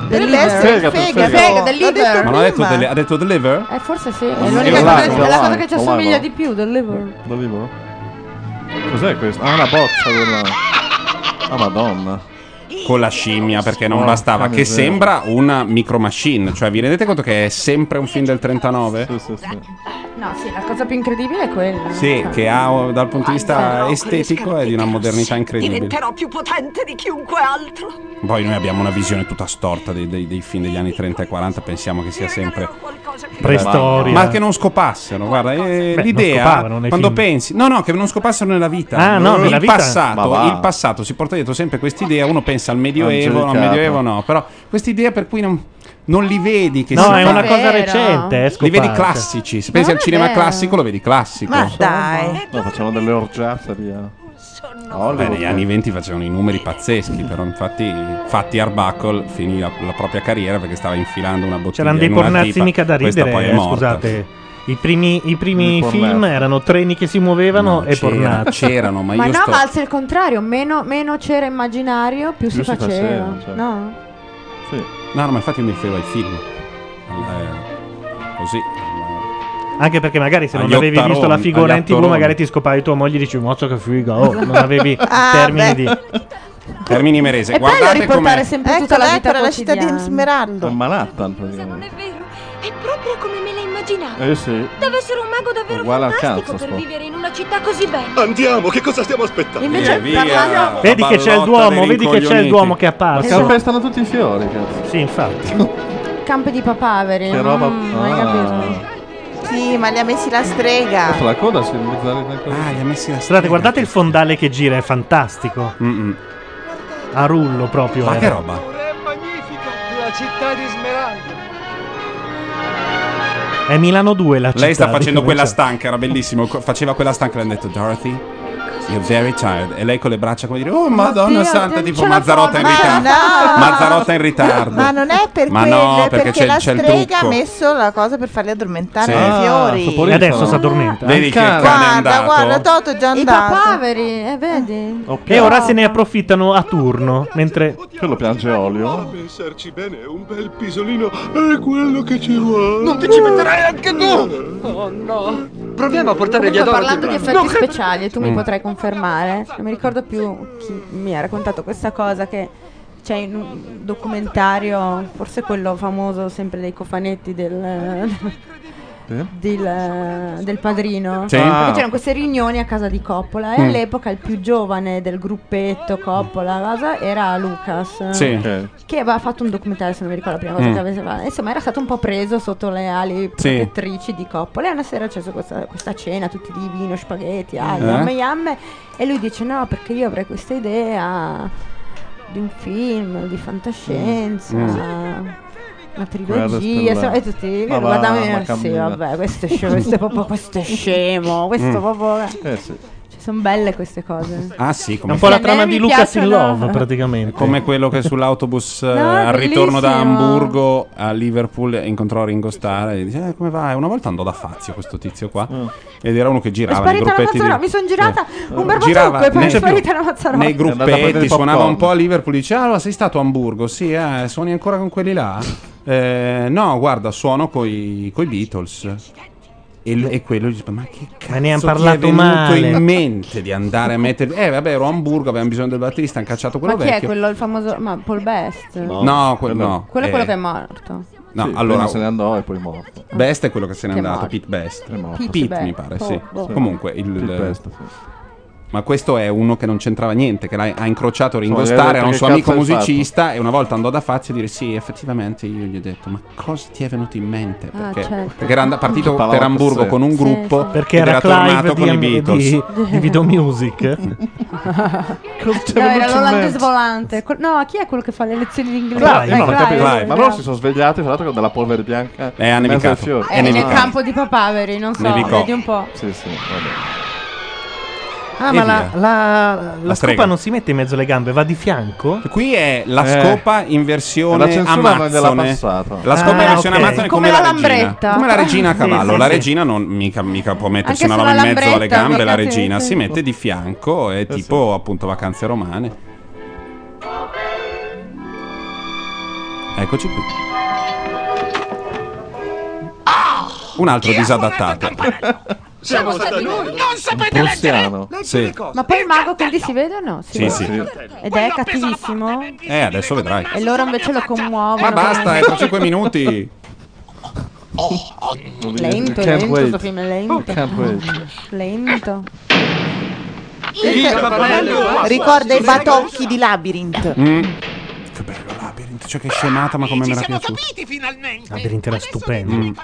Speaker 4: Del
Speaker 1: Fegato, fegato.
Speaker 17: Fega, del liver.
Speaker 1: Ma non ha detto, delle- ha detto deliver?
Speaker 17: Eh, forse sì. È
Speaker 1: È
Speaker 17: l'unica cosa,
Speaker 1: un lago,
Speaker 17: è
Speaker 1: un
Speaker 17: la cosa
Speaker 1: lago,
Speaker 17: che ci
Speaker 1: un lago.
Speaker 17: assomiglia di più del liver.
Speaker 5: Da vivo? Cos'è questo? Ah, una bozza della... Ah, madonna.
Speaker 1: Con la scimmia, perché non
Speaker 5: Oh,
Speaker 1: bastava.
Speaker 5: cane
Speaker 1: Che
Speaker 5: vero.
Speaker 1: sembra una micro machine. Cioè, vi rendete conto che è sempre un film del 39? Sì, sì, sì.
Speaker 17: No, sì, la cosa più incredibile è quella.
Speaker 1: che ha dal punto di vista
Speaker 12: Alzerò
Speaker 1: estetico è di una modernità incredibile.
Speaker 12: Diventerò più potente di chiunque altro.
Speaker 1: Poi noi abbiamo una visione tutta storta dei, dei- dei film degli anni 30 e 40, pensiamo che sia sempre
Speaker 2: Preistoria.
Speaker 1: Ma che non scopassero, guarda, eh,
Speaker 2: Beh, non
Speaker 1: l'idea
Speaker 2: scopavano nei
Speaker 1: quando
Speaker 2: film.
Speaker 1: pensi, no, no, che non scopassero nella vita.
Speaker 2: Ah, no,
Speaker 1: il
Speaker 2: nella vita? Ma
Speaker 1: passato,
Speaker 2: va.
Speaker 1: il passato si porta dietro sempre quest'idea, uno pensa al Medioevo, no, al
Speaker 2: Angelicato.
Speaker 1: Medioevo no, però quest'idea per cui non, non li vedi che
Speaker 2: No,
Speaker 1: si
Speaker 2: è
Speaker 1: fa-
Speaker 2: una cosa Vero. recente, è
Speaker 1: Li vedi
Speaker 2: scopata.
Speaker 1: classici, se
Speaker 2: Ma
Speaker 1: pensi
Speaker 2: non
Speaker 1: al
Speaker 2: è
Speaker 1: cinema
Speaker 2: vero.
Speaker 1: classico lo vedi classico.
Speaker 5: dai. No, facciamo delle orgiate lì a... a
Speaker 1: Beh, negli
Speaker 5: Hollywood.
Speaker 1: anni 20 facevano i numeri pazzeschi, però infatti, infatti Arbuckle finì la, la propria carriera perché stava infilando una bottiglia
Speaker 2: C'erano dei
Speaker 1: in una
Speaker 2: pornazzi
Speaker 1: tipa.
Speaker 2: mica da
Speaker 1: Questa
Speaker 2: ridere,
Speaker 1: poi
Speaker 2: eh,
Speaker 1: è morta.
Speaker 2: scusate. I primi, i primi
Speaker 1: I pornazzi.
Speaker 2: film erano treni che si muovevano e
Speaker 1: c'era-
Speaker 2: pornazzi.
Speaker 1: c'erano,
Speaker 17: Ma, no, ma alza il contrario, meno, meno c'era immaginario, più, si
Speaker 1: si
Speaker 17: faceva.
Speaker 1: faceva, certo.
Speaker 17: No?
Speaker 1: No, no, ma infatti mi riferivo ai film. Eh, così.
Speaker 2: Anche perché magari se non
Speaker 1: Agli
Speaker 2: avevi visto la
Speaker 1: ottaroni,
Speaker 2: figura
Speaker 1: agli
Speaker 2: in tv,
Speaker 1: attoroni.
Speaker 2: magari ti scopavi tua moglie e dici, mozzo che figa, oh, non avevi
Speaker 4: Ah, beh.
Speaker 2: termini di...
Speaker 1: Termini merese,
Speaker 4: È bello
Speaker 1: guardate
Speaker 4: riportare
Speaker 1: come.
Speaker 4: sempre
Speaker 17: Ecco,
Speaker 4: tutta la
Speaker 17: ecco,
Speaker 4: vita
Speaker 17: la
Speaker 4: della città di
Speaker 17: quotidiana.
Speaker 4: Smeraldo.
Speaker 5: A Manhattan, praticamente.
Speaker 7: È proprio come me la immaginavo.
Speaker 5: Eh sì.
Speaker 7: Deve essere un mago davvero
Speaker 5: Uguale al
Speaker 7: fantastico
Speaker 5: cazzo,
Speaker 7: per
Speaker 5: sto.
Speaker 7: vivere in una città così bella.
Speaker 10: Andiamo, che cosa stiamo aspettando?
Speaker 17: Cioè,
Speaker 7: Invece
Speaker 5: Via, via.
Speaker 7: parlando...
Speaker 2: Vedi
Speaker 5: La
Speaker 2: che c'è il
Speaker 5: ballotta
Speaker 2: Duomo,
Speaker 5: dei
Speaker 2: vedi che c'è il
Speaker 5: rincoglioniti.
Speaker 2: Duomo che è apparso.
Speaker 5: Ma calpestano tutti i fiori, cazzo.
Speaker 2: Sì, infatti.
Speaker 17: Campi di papaveri.
Speaker 5: Che roba...
Speaker 17: mm, hai capito.
Speaker 5: Ah,
Speaker 4: Sì, ma gli ha messi la strega.
Speaker 5: la coda si è Ah,
Speaker 1: gli ha messi la
Speaker 2: Guardate, guardate il fondale che gira, è fantastico. A rullo proprio.
Speaker 1: Ma
Speaker 2: era.
Speaker 1: che roba?
Speaker 21: La città di Smeraldo.
Speaker 2: È Milano 2 la città.
Speaker 1: Lei sta facendo
Speaker 2: ricomincia.
Speaker 1: quella stanca, era bellissimo. Co- Faceva quella stanca, le hanno detto Dorothy. You're very tired. E lei con le braccia come dire, oh madonna
Speaker 4: Oddio,
Speaker 1: santa,
Speaker 4: non
Speaker 1: tipo
Speaker 4: ce la
Speaker 1: Mazzarotta in
Speaker 4: fa- ma
Speaker 1: ritardo.
Speaker 4: no!
Speaker 1: Mazzarotta in ritardo.
Speaker 4: Ma non è per
Speaker 1: Ma
Speaker 4: quello,
Speaker 1: no,
Speaker 4: è
Speaker 1: perché
Speaker 4: perché,
Speaker 1: c'è-
Speaker 4: la
Speaker 1: c'è il
Speaker 4: strega ha
Speaker 1: trucco.
Speaker 4: messo la cosa per farli
Speaker 2: Ah,
Speaker 4: addormentare
Speaker 1: Sì.
Speaker 4: i fiori.
Speaker 2: E adesso si addormenta. eh.
Speaker 1: Vedi che cane è
Speaker 4: Guarda,
Speaker 1: andato.
Speaker 4: guarda, Toto è già
Speaker 17: I
Speaker 4: andato.
Speaker 17: papaveri, eh, vedi?
Speaker 2: E ora se ne approfittano a turno. Mentre. Quello piange olio.
Speaker 14: Pensarci bene, un bel pisolino è quello che ci vuole.
Speaker 10: Non ti ci metterai anche tu! Oh no! Proviamo a portare via
Speaker 17: Comunque,
Speaker 10: Dorothy
Speaker 17: parlando di
Speaker 10: Brand.
Speaker 17: effetti
Speaker 10: No, credo-
Speaker 17: speciali, e tu mi
Speaker 10: Mm.
Speaker 17: potrai confermare, non mi ricordo più chi mi ha raccontato questa cosa che c'è in un documentario, forse quello famoso sempre dei cofanetti del... del, del padrino
Speaker 22: Sì.
Speaker 17: Perché
Speaker 22: Ah.
Speaker 17: c'erano queste riunioni a casa di Coppola e
Speaker 22: Mm.
Speaker 17: all'epoca il più giovane del gruppetto Coppola cosa, era Lucas
Speaker 11: Eh?
Speaker 22: Sì.
Speaker 17: che aveva fatto un documentario se non mi ricordo la prima cosa
Speaker 22: Mm.
Speaker 17: che aveva fatto insomma era stato un po' preso sotto le ali
Speaker 22: Sì.
Speaker 17: protettrici di Coppola e una sera c'è questa, questa cena tutti di vino, spaghetti, ah,
Speaker 22: Eh?
Speaker 17: yam yam e lui dice no perché io avrei questa idea di un film di fantascienza
Speaker 22: Mm.
Speaker 17: Una
Speaker 22: Guerra
Speaker 17: trilogia,
Speaker 22: stellare.
Speaker 17: e tutti io
Speaker 22: Ma
Speaker 17: lo
Speaker 22: va,
Speaker 17: guardavo
Speaker 22: ma
Speaker 17: e sì,
Speaker 22: cammina."
Speaker 17: vabbè, questo è scemo, questo è proprio questo è scemo, questo
Speaker 1: Mm.
Speaker 17: proprio.
Speaker 1: Eh, sì.
Speaker 17: Ci sono belle queste cose.
Speaker 1: Ah sì, come
Speaker 2: È un po' la
Speaker 17: A me
Speaker 2: trama
Speaker 17: mi
Speaker 2: di Lucas in
Speaker 17: piacciono-
Speaker 2: Love, praticamente.
Speaker 1: Come quello che sull'autobus eh,
Speaker 17: No, è
Speaker 1: al ritorno da
Speaker 17: bellissimo.
Speaker 1: Hamburgo a Liverpool incontrò Ringo Starr e dice "Eh, come va? E Una volta andò da Fazio questo tizio qua
Speaker 2: Ah.
Speaker 1: ed era uno che
Speaker 17: È
Speaker 1: girava nei
Speaker 17: sparita la
Speaker 1: gruppetti
Speaker 17: mazzarota,
Speaker 1: di... Eh.
Speaker 17: mi sono girata un
Speaker 1: Girava,
Speaker 17: barbatrucco e poi
Speaker 1: ne-
Speaker 17: è sparita la mazzarota.
Speaker 1: nei
Speaker 3: andata a prendere
Speaker 1: gruppetti
Speaker 3: il
Speaker 1: suonava
Speaker 3: popcorn.
Speaker 1: un po' a Liverpool dice ah allora sei stato a Hamburgo sì eh, suoni ancora con quelli là Eh, no guarda suono coi, coi Beatles e, l- e quello gli dice ma che cazzo
Speaker 2: Ma ne hanno
Speaker 1: ti è
Speaker 2: parlato
Speaker 1: venuto
Speaker 2: male.
Speaker 1: in mente di andare a mettere eh vabbè ero a Hamburgo avevamo bisogno del batterista hanno cacciato
Speaker 17: Ma
Speaker 1: quello
Speaker 17: chi è
Speaker 1: vecchio
Speaker 17: quello il famoso? Ma Paul Best?
Speaker 1: no quello no
Speaker 17: Quello è
Speaker 1: Eh,
Speaker 17: quello che è morto.
Speaker 1: no
Speaker 5: Sì,
Speaker 1: allora
Speaker 5: prima se ne andò e poi morto
Speaker 1: Best è quello che se n'è
Speaker 17: Che è
Speaker 1: andato,
Speaker 17: morto.
Speaker 1: Pete Best.
Speaker 17: morto.
Speaker 1: Pete,
Speaker 17: Pete
Speaker 1: mi
Speaker 17: Best.
Speaker 1: pare,
Speaker 17: Oh,
Speaker 1: sì.
Speaker 17: boh.
Speaker 1: Comunque il
Speaker 5: Pete Best,
Speaker 1: Ma questo è uno che non c'entrava niente, che l'ha- ha incrociato Ringo
Speaker 5: Insomma, gli ha
Speaker 1: Starr,
Speaker 5: detto
Speaker 1: era un
Speaker 5: che
Speaker 1: suo
Speaker 5: cazzo
Speaker 1: amico
Speaker 5: hai fatto.
Speaker 1: musicista e una volta andò da Fazio a dire "Sì, effettivamente io gli ho detto, ma cosa ti è venuto in mente?"
Speaker 17: Ah,
Speaker 1: Perché,
Speaker 17: certo.
Speaker 1: perché era and- partito
Speaker 2: Palazzo,
Speaker 1: per Hamburgo
Speaker 2: sì.
Speaker 1: con un
Speaker 2: Sì,
Speaker 1: gruppo
Speaker 2: sì. Perché
Speaker 1: ed
Speaker 2: era
Speaker 1: tornato
Speaker 2: Clive
Speaker 1: con i
Speaker 2: di-
Speaker 1: Beatles.
Speaker 2: di- di Video Music.
Speaker 1: Cioè,
Speaker 17: No, era
Speaker 5: venuto in
Speaker 17: l'olandese
Speaker 5: mente?
Speaker 17: volante. Quel- No, chi è quello che fa le lezioni di inglese?
Speaker 5: Dai, io
Speaker 17: Eh,
Speaker 5: non ho
Speaker 17: Clive,
Speaker 5: capito.
Speaker 17: bravo.
Speaker 5: Ma loro si sono svegliati, tra l'altro, con della polvere bianca.
Speaker 1: E hanno
Speaker 5: in mezzo ai
Speaker 1: nevicato.
Speaker 5: fiori.
Speaker 17: È Eh, nel campo di papaveri, non so,
Speaker 5: Nevicò.
Speaker 17: vedi un po'.
Speaker 5: Sì, sì,
Speaker 2: Ah,
Speaker 1: E
Speaker 2: ma la,
Speaker 1: via.
Speaker 2: la, la
Speaker 1: La strega.
Speaker 2: scopa non si mette in mezzo alle gambe, va di fianco?
Speaker 1: Qui è la scopa in versione
Speaker 2: Eh. La censura non gliel'ha
Speaker 1: amazzone.
Speaker 2: passata.
Speaker 1: La scopa
Speaker 2: Ah,
Speaker 1: in versione
Speaker 2: ok.
Speaker 1: amazzone è come,
Speaker 17: Come la
Speaker 1: regina.
Speaker 17: lambretta.
Speaker 1: Come la regina a
Speaker 17: Sì,
Speaker 1: cavallo.
Speaker 17: sì,
Speaker 1: la
Speaker 17: sì.
Speaker 1: regina non mica, mica può mettersi
Speaker 17: Anche
Speaker 1: una roba
Speaker 17: sulla
Speaker 1: in mezzo alle
Speaker 17: lambretta,
Speaker 1: gambe. La
Speaker 17: perché sì,
Speaker 1: regina
Speaker 17: sì.
Speaker 1: si mette di fianco.
Speaker 2: Eh,
Speaker 1: È tipo appunto vacanze romane. Eccoci qui. Un altro disadattato.
Speaker 7: Siamo
Speaker 17: stati noi.
Speaker 7: Non sapete
Speaker 1: Prussiano. Sì.
Speaker 17: Ma poi il mago quindi si vede o no? Si
Speaker 1: Sì,
Speaker 17: vede.
Speaker 1: sì.
Speaker 17: Ed è cattivissimo.
Speaker 1: Eh, adesso vedrai.
Speaker 17: E loro invece lo commuovono.
Speaker 1: Ma basta,
Speaker 17: quindi-
Speaker 1: è tra 5 minuti.
Speaker 17: Lento, è lento, questo film è
Speaker 2: Oh,
Speaker 17: lento. Lento.
Speaker 4: Ricorda i batocchi di Labyrinth.
Speaker 1: Mm. Che bello labirinto, cioè che scemata, ma come me l'ha piaciuto.
Speaker 2: Labirinto era stupendo.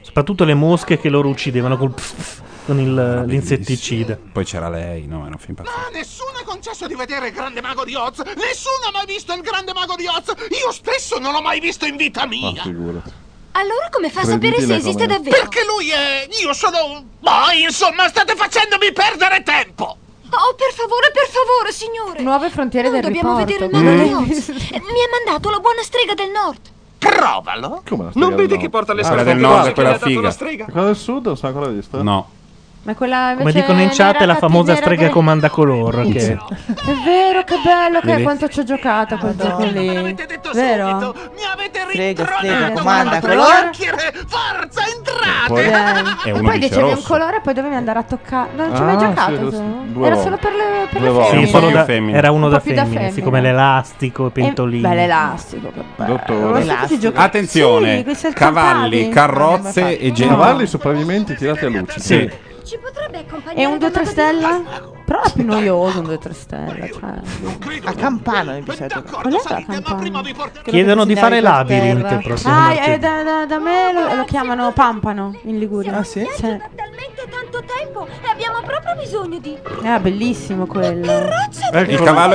Speaker 2: Soprattutto le mosche che loro uccidevano col pff, pff, con il- l'insetticida.
Speaker 1: Poi c'era lei, no, era un film pazzesco.
Speaker 14: Nessuno è concesso di vedere il grande mago di Oz. Nessuno ha mai visto il grande mago di Oz. Io stesso non l'ho mai visto in vita
Speaker 1: Ah,
Speaker 5: Ah,
Speaker 14: mia.
Speaker 7: Allora come fa a sapere se
Speaker 14: Creditile
Speaker 7: esiste
Speaker 14: come-
Speaker 7: davvero?
Speaker 14: Perché lui è. Io sono. Ma insomma, state facendomi perdere tempo!
Speaker 7: Oh, per favore, per favore, signore!
Speaker 17: Nuove frontiere
Speaker 7: Noi
Speaker 17: del
Speaker 7: dobbiamo
Speaker 17: riporto.
Speaker 7: vedere il mago di
Speaker 17: Mm.
Speaker 7: Oz. Eh, Mi ha mandato la buona strega del nord.
Speaker 14: Provalo!
Speaker 5: Non
Speaker 14: vedi che porta le
Speaker 5: scarpe
Speaker 1: Quella del
Speaker 5: quella
Speaker 1: nord
Speaker 5: che
Speaker 1: è quella
Speaker 5: gli ha dato la
Speaker 1: figa.
Speaker 5: strega? Ah, Quella del sud non so ancora vista.
Speaker 1: No.
Speaker 17: Ma quella
Speaker 2: Come
Speaker 17: invece
Speaker 2: dicono in chat, è la
Speaker 17: nera
Speaker 2: famosa
Speaker 17: cattiva,
Speaker 2: strega
Speaker 17: era
Speaker 2: che comanda color.
Speaker 17: Sì.
Speaker 2: Che
Speaker 17: È vero, che bello che
Speaker 2: Vedi?
Speaker 17: è quanto ci ho giocato a quel gioco lì. Vero?
Speaker 4: Strega, strega,
Speaker 17: Strega,
Speaker 4: comanda,
Speaker 17: strega,
Speaker 4: color.
Speaker 1: Poi-
Speaker 17: Eh.
Speaker 1: E
Speaker 17: E
Speaker 1: uno
Speaker 17: poi
Speaker 1: dice "Oh,
Speaker 17: dicevi un
Speaker 1: rosso.
Speaker 17: colore e poi dovevi andare a toccare. No, non ci
Speaker 1: Ah,
Speaker 17: hai mai
Speaker 1: sì,
Speaker 17: giocato.
Speaker 1: giusto.
Speaker 17: tu?
Speaker 1: Due
Speaker 17: Era
Speaker 1: volte.
Speaker 17: solo per le, per
Speaker 1: Due
Speaker 17: le
Speaker 1: volte.
Speaker 2: Sì,
Speaker 17: femmine.
Speaker 1: Un po'
Speaker 2: solo
Speaker 1: più
Speaker 2: da-
Speaker 1: femmina.
Speaker 2: era uno
Speaker 1: Un
Speaker 2: da
Speaker 1: po' più
Speaker 17: da Eh,
Speaker 2: femmine, sì,
Speaker 17: femmina.
Speaker 2: come l'elastico, i
Speaker 17: E-
Speaker 2: pentolini.
Speaker 17: Bello elastico, che bello.
Speaker 5: Dottore.
Speaker 17: Lo so che ti gioca- Sì,
Speaker 1: Attenzione,
Speaker 17: quei saltantali.
Speaker 1: cavalli,
Speaker 17: Ah,
Speaker 1: carrozze e gente.
Speaker 5: Cavalli su pavimenti tirati a luci.
Speaker 1: Sì.
Speaker 7: Ci potrebbe accompagnare.
Speaker 17: E un 2-3
Speaker 7: Mago di
Speaker 17: stella?
Speaker 7: Oz?
Speaker 17: Però era più noioso un 2-3 stella. Cioè.
Speaker 4: A campana mi piace giocare.
Speaker 17: Qual era la campana?
Speaker 2: Chiedono di fare labirinto il
Speaker 4: terra.
Speaker 2: prossimo.
Speaker 17: Ah,
Speaker 2: martedì.
Speaker 17: eh, da, da- da me lo, lo chiamano Pampano in Liguria. Ah, sì?
Speaker 7: Talmente tanto tempo tempo e abbiamo proprio bisogno di...
Speaker 17: Ah, bellissimo quello.
Speaker 1: il cavallo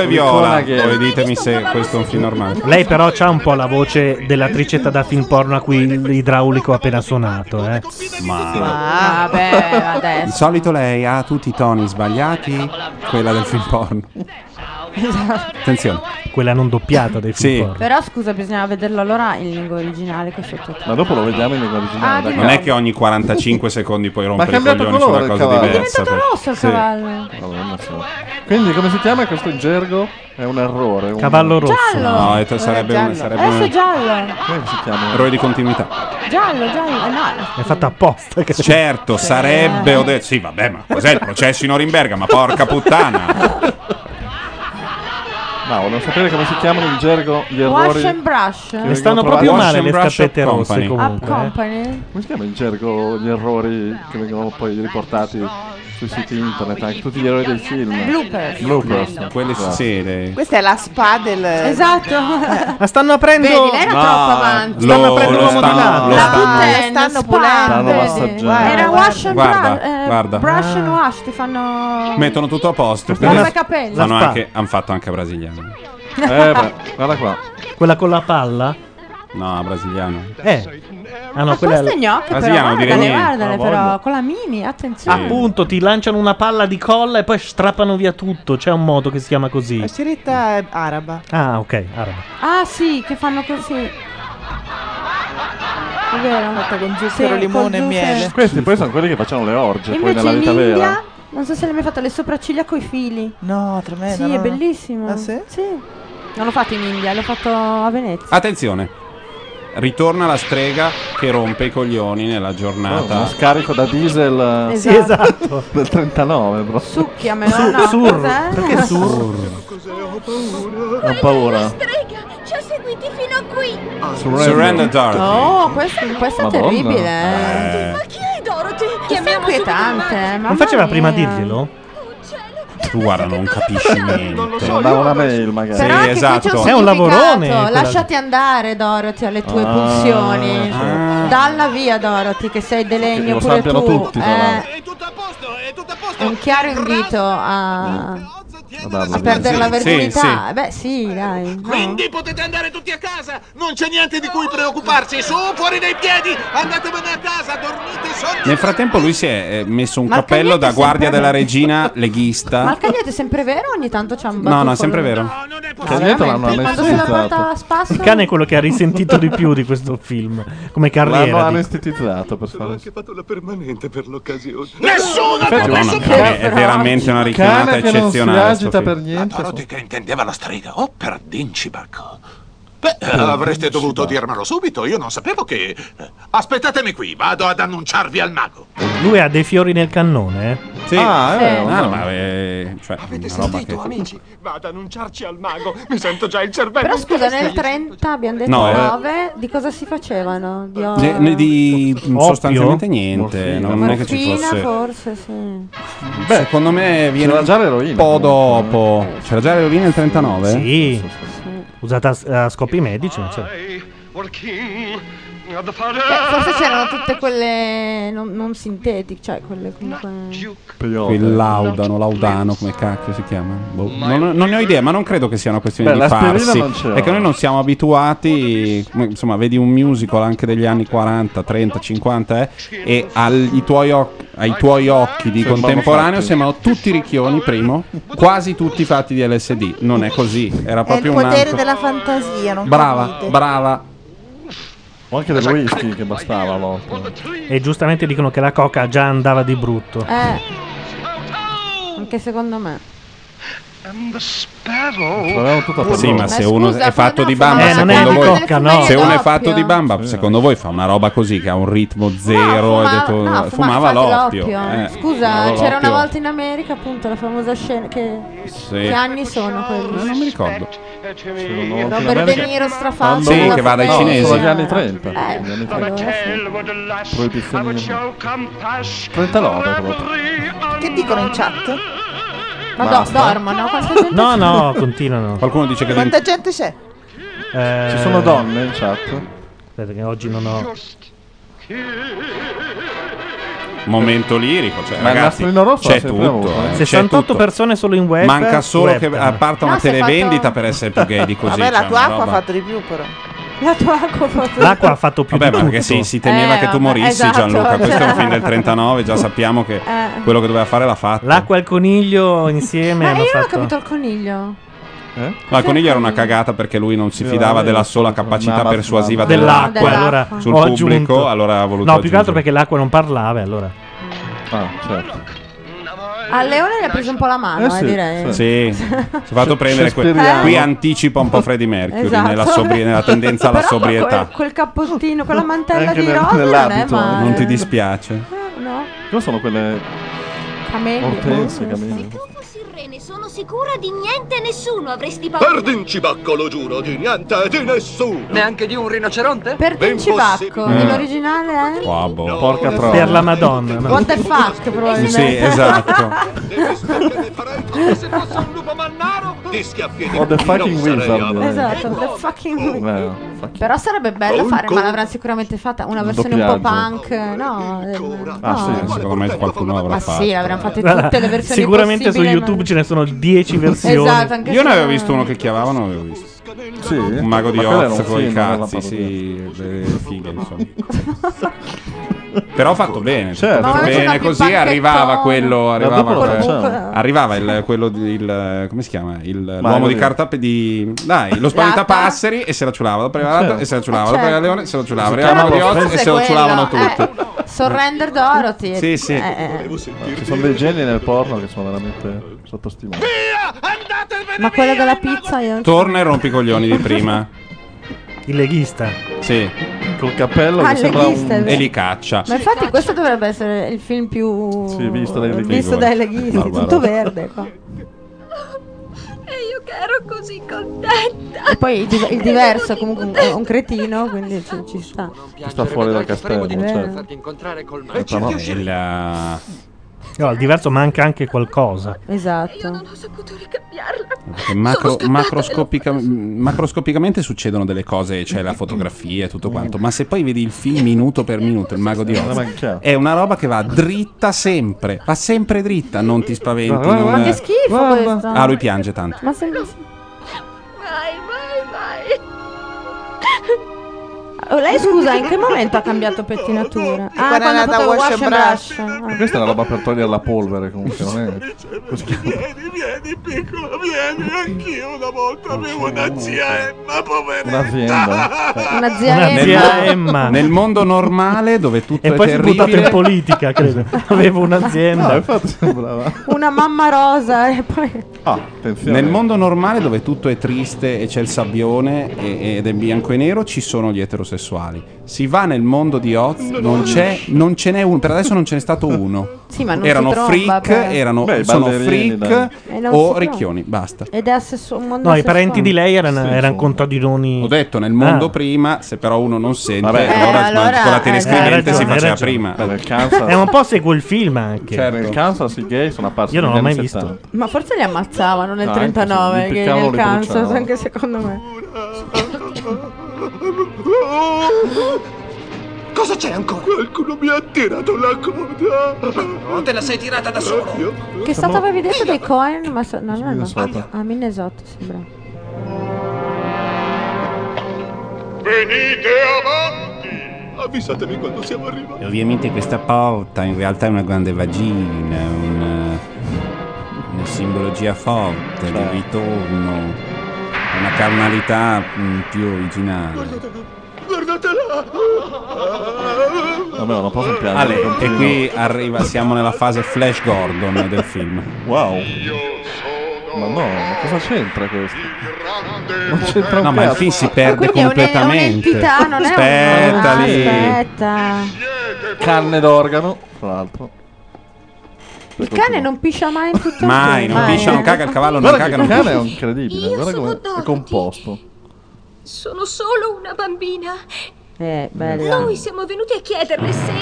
Speaker 2: Ecco,
Speaker 1: è
Speaker 2: il
Speaker 1: viola.
Speaker 2: conaghe.
Speaker 1: Poi ditemi se questo è un film
Speaker 17: Ah,
Speaker 1: normale.
Speaker 2: Lei però ha un po' la voce della tricetta da film porno a cui l'idraulico ha appena suonato, eh.
Speaker 1: Ma
Speaker 17: vabbè, adesso.
Speaker 1: Di solito lei ha tutti i toni sbagliati, quella del film porno.
Speaker 17: Esatto.
Speaker 1: Attenzione.
Speaker 2: Quella non doppiata dei film
Speaker 1: sì.
Speaker 17: Però scusa, bisognava vederlo allora in lingua originale con sottotitoli.
Speaker 1: Ma dopo lo vediamo in lingua
Speaker 17: originale, Ah, dai. di
Speaker 1: non
Speaker 17: nuovo.
Speaker 1: è che ogni 45 secondi puoi rompere i
Speaker 5: cambiato
Speaker 1: coglioni su
Speaker 5: colore
Speaker 1: una
Speaker 5: il
Speaker 1: cosa
Speaker 5: cavallo. È
Speaker 1: diversa.
Speaker 17: diventato
Speaker 1: per-
Speaker 17: rosso il
Speaker 1: Sì.
Speaker 17: cavallo.
Speaker 5: Madonna sua. Quindi come si chiama questo gergo? È un errore. un-
Speaker 1: Cavallo rosso. Giallo! No, è- sarebbe un- sarebbe
Speaker 17: Adesso è
Speaker 1: un-
Speaker 17: Eh, giallo.
Speaker 5: Come si chiama?
Speaker 1: Errore di continuità.
Speaker 17: Giallo, giallo. eh, No.
Speaker 2: È fatta apposta.
Speaker 1: Certo, sarebbe. ho detto- sì, vabbè, ma cos'è il processo in Norimberga? Ma porca puttana!
Speaker 5: No, volevo sapere come si chiamano in gergo gli errori.
Speaker 17: Wash and brush.
Speaker 5: Mi stanno proprio male le scarpette rosse,
Speaker 17: Up
Speaker 5: comunque, eh.
Speaker 17: Company.
Speaker 5: Come si chiama in gergo gli errori che vengono poi riportati sui siti internet? Anche tutti gli errori dei film.
Speaker 4: Bloopers.
Speaker 5: Bloopers.
Speaker 1: Quelli
Speaker 5: Esatto.
Speaker 1: sì,
Speaker 4: Questa è la spa del...
Speaker 17: Esatto.
Speaker 2: Ma stanno aprendo...
Speaker 4: Vedi, lei era
Speaker 1: No,
Speaker 4: troppo avanti.
Speaker 1: lo- lo stanno- lo
Speaker 4: La
Speaker 1: stanno-
Speaker 17: Cioè,
Speaker 4: buttano, stanno
Speaker 1: Stanno
Speaker 4: pulendo.
Speaker 1: massaggiando.
Speaker 17: Era wash and
Speaker 1: Guarda,
Speaker 17: brush. eh,
Speaker 1: guarda.
Speaker 17: Brush and wash. Ti fanno.
Speaker 1: Mettono tutto a posto.
Speaker 17: Come i capelli.
Speaker 1: Sono
Speaker 17: La spa.
Speaker 1: anche, hanno fatto anche brasiliano.
Speaker 5: Eh, beh, guarda qua.
Speaker 2: Quella con la palla?
Speaker 1: No, brasiliano.
Speaker 2: Eh. Ah, no,
Speaker 17: Ma
Speaker 2: quella è la-
Speaker 17: queste gnocche
Speaker 1: Brasiliano,
Speaker 17: però,
Speaker 1: non dire
Speaker 17: guardale,
Speaker 1: niente.
Speaker 17: guardale
Speaker 2: Ah, voglio.
Speaker 17: però, con la mini, attenzione.
Speaker 2: Appunto, ti lanciano una palla di colla e poi strappano via tutto. C'è un modo che Eh, si chiama così.
Speaker 17: Eh,
Speaker 4: La sceretta è araba.
Speaker 2: Ah, ok, araba.
Speaker 17: Ah sì, che fanno così. È vero.
Speaker 4: Fatta con
Speaker 17: Sì,
Speaker 4: zucchero,
Speaker 17: con
Speaker 4: limone e
Speaker 17: zucchero.
Speaker 4: miele.
Speaker 5: Questi poi sono quelli che facevano le orge poi
Speaker 17: Eh. Invece
Speaker 5: nella
Speaker 17: in
Speaker 5: vita
Speaker 17: India,
Speaker 5: vera.
Speaker 17: non so se l'hai mai fatto, le sopracciglia coi fili.
Speaker 4: No, tremendo.
Speaker 17: Sì,
Speaker 4: no,
Speaker 17: è
Speaker 4: no.
Speaker 17: bellissimo.
Speaker 4: Ah, sì?
Speaker 17: Non l'ho fatto in India, l'ho fatto a Venezia.
Speaker 1: Attenzione. Ritorna la strega che rompe i coglioni nella
Speaker 5: Oh,
Speaker 1: giornata.
Speaker 5: uno scarico da diesel eh,
Speaker 17: Sì, Esatto.
Speaker 5: del 39, bro.
Speaker 17: Succhiamelo, Su- no, surr. cos'è? Perché surr?
Speaker 5: Ho paura.
Speaker 7: Strega, ci ha seguiti fino a qui.
Speaker 10: Ah,
Speaker 1: Surrender. Surrender Dorothy.
Speaker 17: Oh, questa, questa è
Speaker 1: Madonna.
Speaker 17: terribile.
Speaker 1: Eh,
Speaker 7: Ma chi è Dorothy?
Speaker 17: Che è inquietante.
Speaker 2: Non
Speaker 17: mamma
Speaker 2: faceva
Speaker 17: mia.
Speaker 2: prima a dirglielo?
Speaker 1: tu guarda, non capisci niente.
Speaker 5: Mandava una mail magari.
Speaker 1: Sì, esatto.
Speaker 17: significato. Lasciati andare, Dorothy, alle tue
Speaker 5: eh, Ah,
Speaker 17: pulsioni.
Speaker 5: sì.
Speaker 17: Dalla via, Dorothy, che sei delegno
Speaker 5: Lo
Speaker 17: pure
Speaker 5: sappiano
Speaker 17: tu.
Speaker 5: tutti, tra l'altro.
Speaker 17: È un chiaro invito a, a perdere la verginità. Eh, Beh, sì, dai. no?
Speaker 14: Quindi potete andare tutti a casa, non c'è niente di cui preoccuparsi. Su, fuori dai piedi, andatevene a casa, dormite sotto.
Speaker 1: Nel frattempo lui si è eh, messo un
Speaker 17: Ma il
Speaker 1: cappello da
Speaker 17: cagnetto è
Speaker 1: guardia
Speaker 17: sempre-
Speaker 1: della regina
Speaker 17: Ma
Speaker 1: leghista.
Speaker 17: il caglietto è sempre vero o ogni tanto c'è un
Speaker 1: No, no, è
Speaker 17: battuto?
Speaker 1: sempre vero.
Speaker 17: Il caglietto l'hanno veramente? messo Quando sulla in porta alto. a spasso?
Speaker 2: Il cane è quello che ha risentito di più di questo film. Come
Speaker 5: L'hanno
Speaker 2: carriera. dico.
Speaker 5: anestetizzato per fare
Speaker 10: fatto la permanente per l'occasione.
Speaker 14: Nessuno ti ha
Speaker 1: Madonna,
Speaker 14: messo
Speaker 1: è, è veramente una ricamata eccezionale. sto film.
Speaker 10: Ah,
Speaker 5: niente.
Speaker 14: Dorothy che intendeva la strega, oh per Dincibaco. Beh, eh, avreste dovuto dirmelo subito, io non sapevo che... eh, Aspettatemi qui, vado ad annunciarvi al mago.
Speaker 2: Lui ha dei fiori nel cannone. eh?
Speaker 1: Sì. Ah,
Speaker 5: è vero,
Speaker 1: Ah, no, ma eh, cioè,
Speaker 10: Avete
Speaker 1: una roba
Speaker 10: sentito,
Speaker 1: che-
Speaker 10: amici? Va ad annunciarci al mago. Mi sento già il cervello.
Speaker 17: Però
Speaker 10: in
Speaker 17: scusa,
Speaker 10: testa.
Speaker 17: nel 30 abbiamo detto
Speaker 1: No, eh.
Speaker 17: 9, di cosa si facevano? Di oro?
Speaker 1: Ne- ne- di
Speaker 2: Oppio?
Speaker 1: sostanzialmente niente,
Speaker 5: Morfina.
Speaker 1: non è che ci
Speaker 17: Morfina,
Speaker 1: fosse.
Speaker 17: forse, sì.
Speaker 1: Beh, secondo me viene un po' dopo. C'era già l'eroina nel 39?
Speaker 2: Sì. Usata a s- a scopi medici, certo. non so.
Speaker 17: Beh, forse c'erano tutte quelle non, non sintetiche, cioè quelle comunque.
Speaker 1: Quel Laudano, Laudano, come cacchio si chiama? Boh, Non, non ne ho idea, ma non credo che sia una questione
Speaker 5: Beh,
Speaker 1: di
Speaker 5: l'aspirina
Speaker 1: farsi.
Speaker 5: non c'era.
Speaker 1: È che noi non siamo abituati, come, insomma, vedi un musical anche degli anni 40, 30, 50, eh, e agli tuoi oc- ai tuoi occhi di
Speaker 5: Sembrano
Speaker 1: contemporaneo
Speaker 5: fatti.
Speaker 1: sembrano tutti ricchioni, primo, quasi tutti fatti di LSD. Non è così, era
Speaker 4: È il
Speaker 1: proprio un
Speaker 4: potere
Speaker 1: altro.
Speaker 4: della fantasia, non
Speaker 1: Brava,
Speaker 4: capite.
Speaker 1: brava.
Speaker 5: O anche del whisky che bastava a volte.
Speaker 2: E giustamente dicono che la coca già andava di brutto.
Speaker 17: Eh. Anche secondo me.
Speaker 1: Sì, ma se
Speaker 17: Ma
Speaker 1: uno
Speaker 17: scusa,
Speaker 1: è fatto
Speaker 17: no,
Speaker 1: di
Speaker 17: fa
Speaker 1: bamba,
Speaker 2: male. Eh, non è
Speaker 1: secondo
Speaker 2: di
Speaker 1: voi,
Speaker 2: cocca, no.
Speaker 1: se uno è
Speaker 17: doppio.
Speaker 1: fatto di bamba, secondo voi fa una roba così che ha un ritmo zero
Speaker 17: No,
Speaker 1: e
Speaker 17: fuma-
Speaker 1: detto, eh,
Speaker 17: no,
Speaker 1: fumava,
Speaker 17: infatti
Speaker 1: l'oppio. eh.
Speaker 17: Scusa,
Speaker 1: Fumava
Speaker 17: c'era una
Speaker 1: l'oppio.
Speaker 17: volta in America, appunto, la famosa scena. Che,
Speaker 1: Sì.
Speaker 17: che anni sono quelli?
Speaker 1: Non mi ricordo.
Speaker 17: Robert De Niro strafatto.
Speaker 1: Sì,
Speaker 17: con la
Speaker 1: che va dai
Speaker 17: fumetta.
Speaker 1: cinesi.
Speaker 5: Sono gli anni 30.
Speaker 1: Eh,
Speaker 4: Eh.
Speaker 5: gli anni 30.
Speaker 17: Allora, sì.
Speaker 5: Proibizioni. 39 proprio.
Speaker 4: Che dicono in chat?
Speaker 17: Ma do-
Speaker 5: Basta.
Speaker 17: dormono? Quanta gente
Speaker 2: No, no, continuano. Eh.
Speaker 1: Qualcuno dice che
Speaker 4: Quanta gente c'è?
Speaker 5: Ci sono donne in chat?
Speaker 2: Aspetta che oggi non ho
Speaker 1: Momento lirico, cioè,
Speaker 5: Ma il
Speaker 1: ragazzi,
Speaker 5: Napolino Rosso l'ha
Speaker 1: c'è
Speaker 5: sempre
Speaker 1: tutto.
Speaker 5: avuto, eh.
Speaker 1: eh, c'è
Speaker 2: 68
Speaker 1: tutto.
Speaker 2: persone solo in web.
Speaker 1: Manca solo che
Speaker 2: web.
Speaker 1: parta una
Speaker 4: No, si è
Speaker 1: televendita
Speaker 4: fatto-
Speaker 1: per essere più gay di così.
Speaker 4: Vabbè, la
Speaker 1: cioè,
Speaker 4: tua
Speaker 1: una
Speaker 4: acqua ha
Speaker 1: roba-
Speaker 4: fatto di più, però.
Speaker 17: La tua acqua ha fatto.
Speaker 2: L'acqua ha fatto più
Speaker 1: Vabbè,
Speaker 2: di
Speaker 1: ma perché
Speaker 2: tutto.
Speaker 1: si, si temeva
Speaker 17: Eh,
Speaker 1: che tu
Speaker 17: vabbè,
Speaker 1: morissi,
Speaker 17: esatto,
Speaker 1: Gianluca. Questo è un
Speaker 17: cioè.
Speaker 1: film del 39, già sappiamo che
Speaker 17: Eh.
Speaker 1: quello che doveva fare l'ha fatto.
Speaker 2: L'acqua e il coniglio insieme
Speaker 17: Ma
Speaker 2: hanno
Speaker 17: io non ho
Speaker 2: fatto. Eh?
Speaker 17: capito il coniglio.
Speaker 1: Ma il coniglio era una cagata perché lui non si fidava della sola capacità
Speaker 2: ma-
Speaker 1: persuasiva
Speaker 2: dell'acqua,
Speaker 1: dell'acqua,
Speaker 2: allora
Speaker 1: sul
Speaker 2: ho
Speaker 1: pubblico,
Speaker 2: aggiunto.
Speaker 1: allora ha voluto
Speaker 2: No, più che altro
Speaker 1: aggiungere.
Speaker 2: perché l'acqua non parlava, e allora.
Speaker 5: Ah, certo.
Speaker 17: A Leone gli ha preso un po' la mano, eh, direi.
Speaker 1: Sì, si è fatto prendere que-
Speaker 17: Shakespeareano.
Speaker 1: qui anticipa un po' Freddie Mercury
Speaker 17: Esatto.
Speaker 1: nella, sobri- nella tendenza alla
Speaker 17: Però quel-
Speaker 1: sobrietà.
Speaker 17: Quel, cappottino, quella mantella
Speaker 5: Eh, Anche
Speaker 17: di
Speaker 5: nel-
Speaker 17: rosa non è
Speaker 5: nell'abito,
Speaker 17: male.
Speaker 1: Non ti dispiace?
Speaker 17: No,
Speaker 5: Io sono quelle
Speaker 17: camelli.
Speaker 5: ortense,
Speaker 17: boh.
Speaker 5: camelli.
Speaker 7: Sirrene, sono sicura di niente e nessuno avresti paura.
Speaker 9: Per Dincibacco, lo giuro, di niente e di nessuno.
Speaker 12: Neanche di un rinoceronte?
Speaker 17: Per
Speaker 9: Ben
Speaker 17: Principacco,
Speaker 1: Eh.
Speaker 9: possibile.
Speaker 17: nell'originale è...
Speaker 1: Ah, boh.
Speaker 5: Porca troia.
Speaker 2: Per la Madonna. no.
Speaker 17: eh? What the fuck, probabilmente.
Speaker 1: Sì, esatto.
Speaker 9: Ti schiaffi
Speaker 5: Oh, the fucking wizard.
Speaker 17: Esatto, the fucking
Speaker 5: Beh,
Speaker 17: Però sarebbe bello
Speaker 5: Un
Speaker 17: fare, ma
Speaker 5: con-
Speaker 17: l'avranno sicuramente fatta una versione un po' punk, no? del-
Speaker 1: Ah,
Speaker 17: no.
Speaker 1: sì, secondo me qualcuno l'avrà
Speaker 17: Ma
Speaker 1: fatto.
Speaker 17: sì, l'avranno fatte
Speaker 2: Guarda,
Speaker 17: tutte le versioni
Speaker 2: Sicuramente su
Speaker 17: possibili, ma-
Speaker 2: YouTube ce ne sono 10 versioni.
Speaker 17: Esatto, anche
Speaker 1: Io
Speaker 17: se-
Speaker 1: ne avevo visto uno che chiamavano, l'avevo visto.
Speaker 5: Sì?
Speaker 1: Un mago di
Speaker 5: Ma quello era
Speaker 1: Oz
Speaker 5: un
Speaker 1: con i
Speaker 5: film, era la
Speaker 1: cazzi,
Speaker 5: parodia.
Speaker 1: sì, le fighe, insomma. Però fatto bene,
Speaker 5: Certo.
Speaker 1: fatto
Speaker 5: Ma invece
Speaker 1: bene,
Speaker 5: fa più
Speaker 1: così arrivava
Speaker 5: panchettone.
Speaker 1: quello,
Speaker 5: Ma
Speaker 1: arrivava,
Speaker 5: dopo lo
Speaker 1: eh,
Speaker 5: facciamo.
Speaker 1: arrivava il, quello di- il- come si chiama? Il- l'uomo
Speaker 5: voglio
Speaker 1: di
Speaker 5: dire.
Speaker 1: carta pe- di dai, lo spaventapasseri e se la ciulava, dopo arrivava l'altro e se la ciulava, dopo
Speaker 17: Certo.
Speaker 1: arrivava leone, e se la ciulava,
Speaker 5: Si
Speaker 1: arrivava il mago di
Speaker 5: chiamava
Speaker 1: Oz e se la
Speaker 17: quello,
Speaker 1: ciulavano
Speaker 17: eh.
Speaker 1: tutti.
Speaker 17: Surrender Dorothy.
Speaker 1: Sì, sì.
Speaker 17: Eh, eh.
Speaker 5: Ci sono dei geni nel porno che sono veramente sottostimati.
Speaker 17: Ma quello della pizza io non
Speaker 1: Torna e rompi i coglioni di prima.
Speaker 2: Il leghista.
Speaker 1: Sì.
Speaker 5: Col cappello
Speaker 17: che Ah, il sembra leghista, un- è vero.
Speaker 1: E li caccia.
Speaker 17: Ma infatti questo dovrebbe essere il film più
Speaker 1: Sì, visto dai leghisti.
Speaker 17: visto dai leghisti,
Speaker 1: Barbaro.
Speaker 17: tutto verde qua.
Speaker 7: E io che ero così contenta.
Speaker 17: E poi il, di- il diverso è comunque un, è un cretino, quindi ci, ci sta.
Speaker 5: Sta fuori dal castello,
Speaker 17: di non
Speaker 5: certo.
Speaker 17: farti
Speaker 12: incontrare col
Speaker 5: Eh, però-
Speaker 1: Il-
Speaker 2: No, al diverso manca anche qualcosa.
Speaker 17: Esatto.
Speaker 1: Che eh, macro- macroscopica- macroscopicamente succedono delle cose, c'è la fotografia e tutto quanto, ma se poi vedi il film minuto per minuto, il mago di
Speaker 5: Ma
Speaker 1: Oz,
Speaker 5: chiaro.
Speaker 1: è una roba che va dritta sempre, va sempre dritta, non ti spaventi.
Speaker 5: Ma- ma-
Speaker 1: non-
Speaker 5: ma che
Speaker 17: schifo questo.
Speaker 1: Ah, lui piange tanto.
Speaker 17: Ma se
Speaker 7: Vai, vai, vai.
Speaker 17: Oh, lei scusa, in che momento ha cambiato pettinatura? Ah,
Speaker 4: Quando è
Speaker 17: quando ha
Speaker 4: andata
Speaker 17: fatto
Speaker 4: a
Speaker 17: wash and brush. ah.
Speaker 5: Ma Questa è una roba per togliere la polvere comunque, non è...
Speaker 19: Vieni, vieni, piccolo, vieni. Anch'io una volta avevo una zia
Speaker 11: eh.
Speaker 19: Emma, poveretta.
Speaker 5: Un'azienda.
Speaker 17: Una zia
Speaker 1: Nel
Speaker 17: Emma.
Speaker 1: mo- Nel mondo normale dove tutto
Speaker 2: E
Speaker 1: è
Speaker 2: poi si è
Speaker 1: terribile,
Speaker 2: buttato in politica, credo. Avevo un'azienda.
Speaker 1: No,
Speaker 5: infatti sembrava.
Speaker 17: Una mamma rosa e poi...
Speaker 1: Ah, Nel mondo normale dove tutto è triste e c'è il sabbione e- ed è bianco e nero ci sono gli eterosessuali. Si va nel mondo di Oz, non, c'è, non ce n'è uno, per adesso non ce n'è stato uno.
Speaker 17: Sì, ma non si
Speaker 1: erano
Speaker 17: tromba,
Speaker 1: freak,
Speaker 17: però.
Speaker 1: erano
Speaker 5: Beh, i
Speaker 1: sono
Speaker 5: ballerini,
Speaker 1: freak
Speaker 17: dai. E non si Eh,
Speaker 1: o
Speaker 17: tromba.
Speaker 1: ricchioni, basta.
Speaker 17: Ed è assesso- un mondo
Speaker 2: No, i parenti di lei erano,
Speaker 1: Sì,
Speaker 2: erano
Speaker 1: insomma.
Speaker 2: contadinoni.
Speaker 1: Ho detto nel mondo
Speaker 2: Ah.
Speaker 1: prima, se però uno non sente,
Speaker 2: Vabbè, eh,
Speaker 1: allora,
Speaker 2: allora,
Speaker 1: con la
Speaker 2: eh, hai
Speaker 1: telescrivente
Speaker 2: ragione,
Speaker 1: si
Speaker 2: hai
Speaker 1: faceva
Speaker 2: ragione.
Speaker 1: prima.
Speaker 2: Eh, ma un po' seguo il film anche.
Speaker 1: Certo.
Speaker 5: Cioè, nel Kansas i gay sono apparsi
Speaker 2: Io non
Speaker 5: negli
Speaker 2: l'ho mai
Speaker 5: anni
Speaker 2: visto.
Speaker 5: 70.
Speaker 17: Ma forse li ammazzavano nel
Speaker 5: No,
Speaker 17: 39,
Speaker 5: anche se li
Speaker 17: che
Speaker 5: piccavano,
Speaker 17: nel
Speaker 5: li
Speaker 17: Kansas,
Speaker 5: bruciavano.
Speaker 17: anche secondo me.
Speaker 10: Cosa c'è ancora? Qualcuno mi ha tirato la coda. Non te la sei tirata da solo.
Speaker 17: Che stato avevi detto dei Cohen? Ma so- no, no, no.
Speaker 5: Minnesota.
Speaker 17: Ah, Minnesota, sembra.
Speaker 10: Venite avanti. Avvisatemi quando siamo arrivati.
Speaker 1: E Ovviamente questa porta in realtà è una grande vagina, una, una simbologia forte di
Speaker 5: Certo.
Speaker 1: ritorno, una carnalità mm, più originale.
Speaker 10: Guardatela.
Speaker 5: Vabbè, non posso piangere.
Speaker 1: Ale, e
Speaker 5: continuo.
Speaker 1: qui arriva, siamo nella fase Flash Gordon del film.
Speaker 5: Wow. Ma no, ma cosa c'entra questo? Non c'entra un
Speaker 1: No, ma il
Speaker 5: cazzo.
Speaker 1: film si perde
Speaker 17: Quindi è un- è
Speaker 1: completamente.
Speaker 17: un'entità, non è un-
Speaker 1: aspetta
Speaker 17: Ah,
Speaker 1: lì.
Speaker 17: Aspetta.
Speaker 5: Carne d'organo, tra l'altro.
Speaker 17: Il cane non piscia mai in tutto
Speaker 1: Mai,
Speaker 17: il
Speaker 1: non piscia, non caga, il cavallo non
Speaker 5: Guarda
Speaker 1: caga,
Speaker 5: che
Speaker 1: non
Speaker 5: il cane è
Speaker 1: piscia.
Speaker 5: incredibile,
Speaker 7: Io
Speaker 5: guarda
Speaker 7: sono
Speaker 5: come è
Speaker 7: Dorothy.
Speaker 5: composto.
Speaker 7: Sono solo una bambina.
Speaker 17: Eh,
Speaker 7: Noi siamo venuti a chiederle se.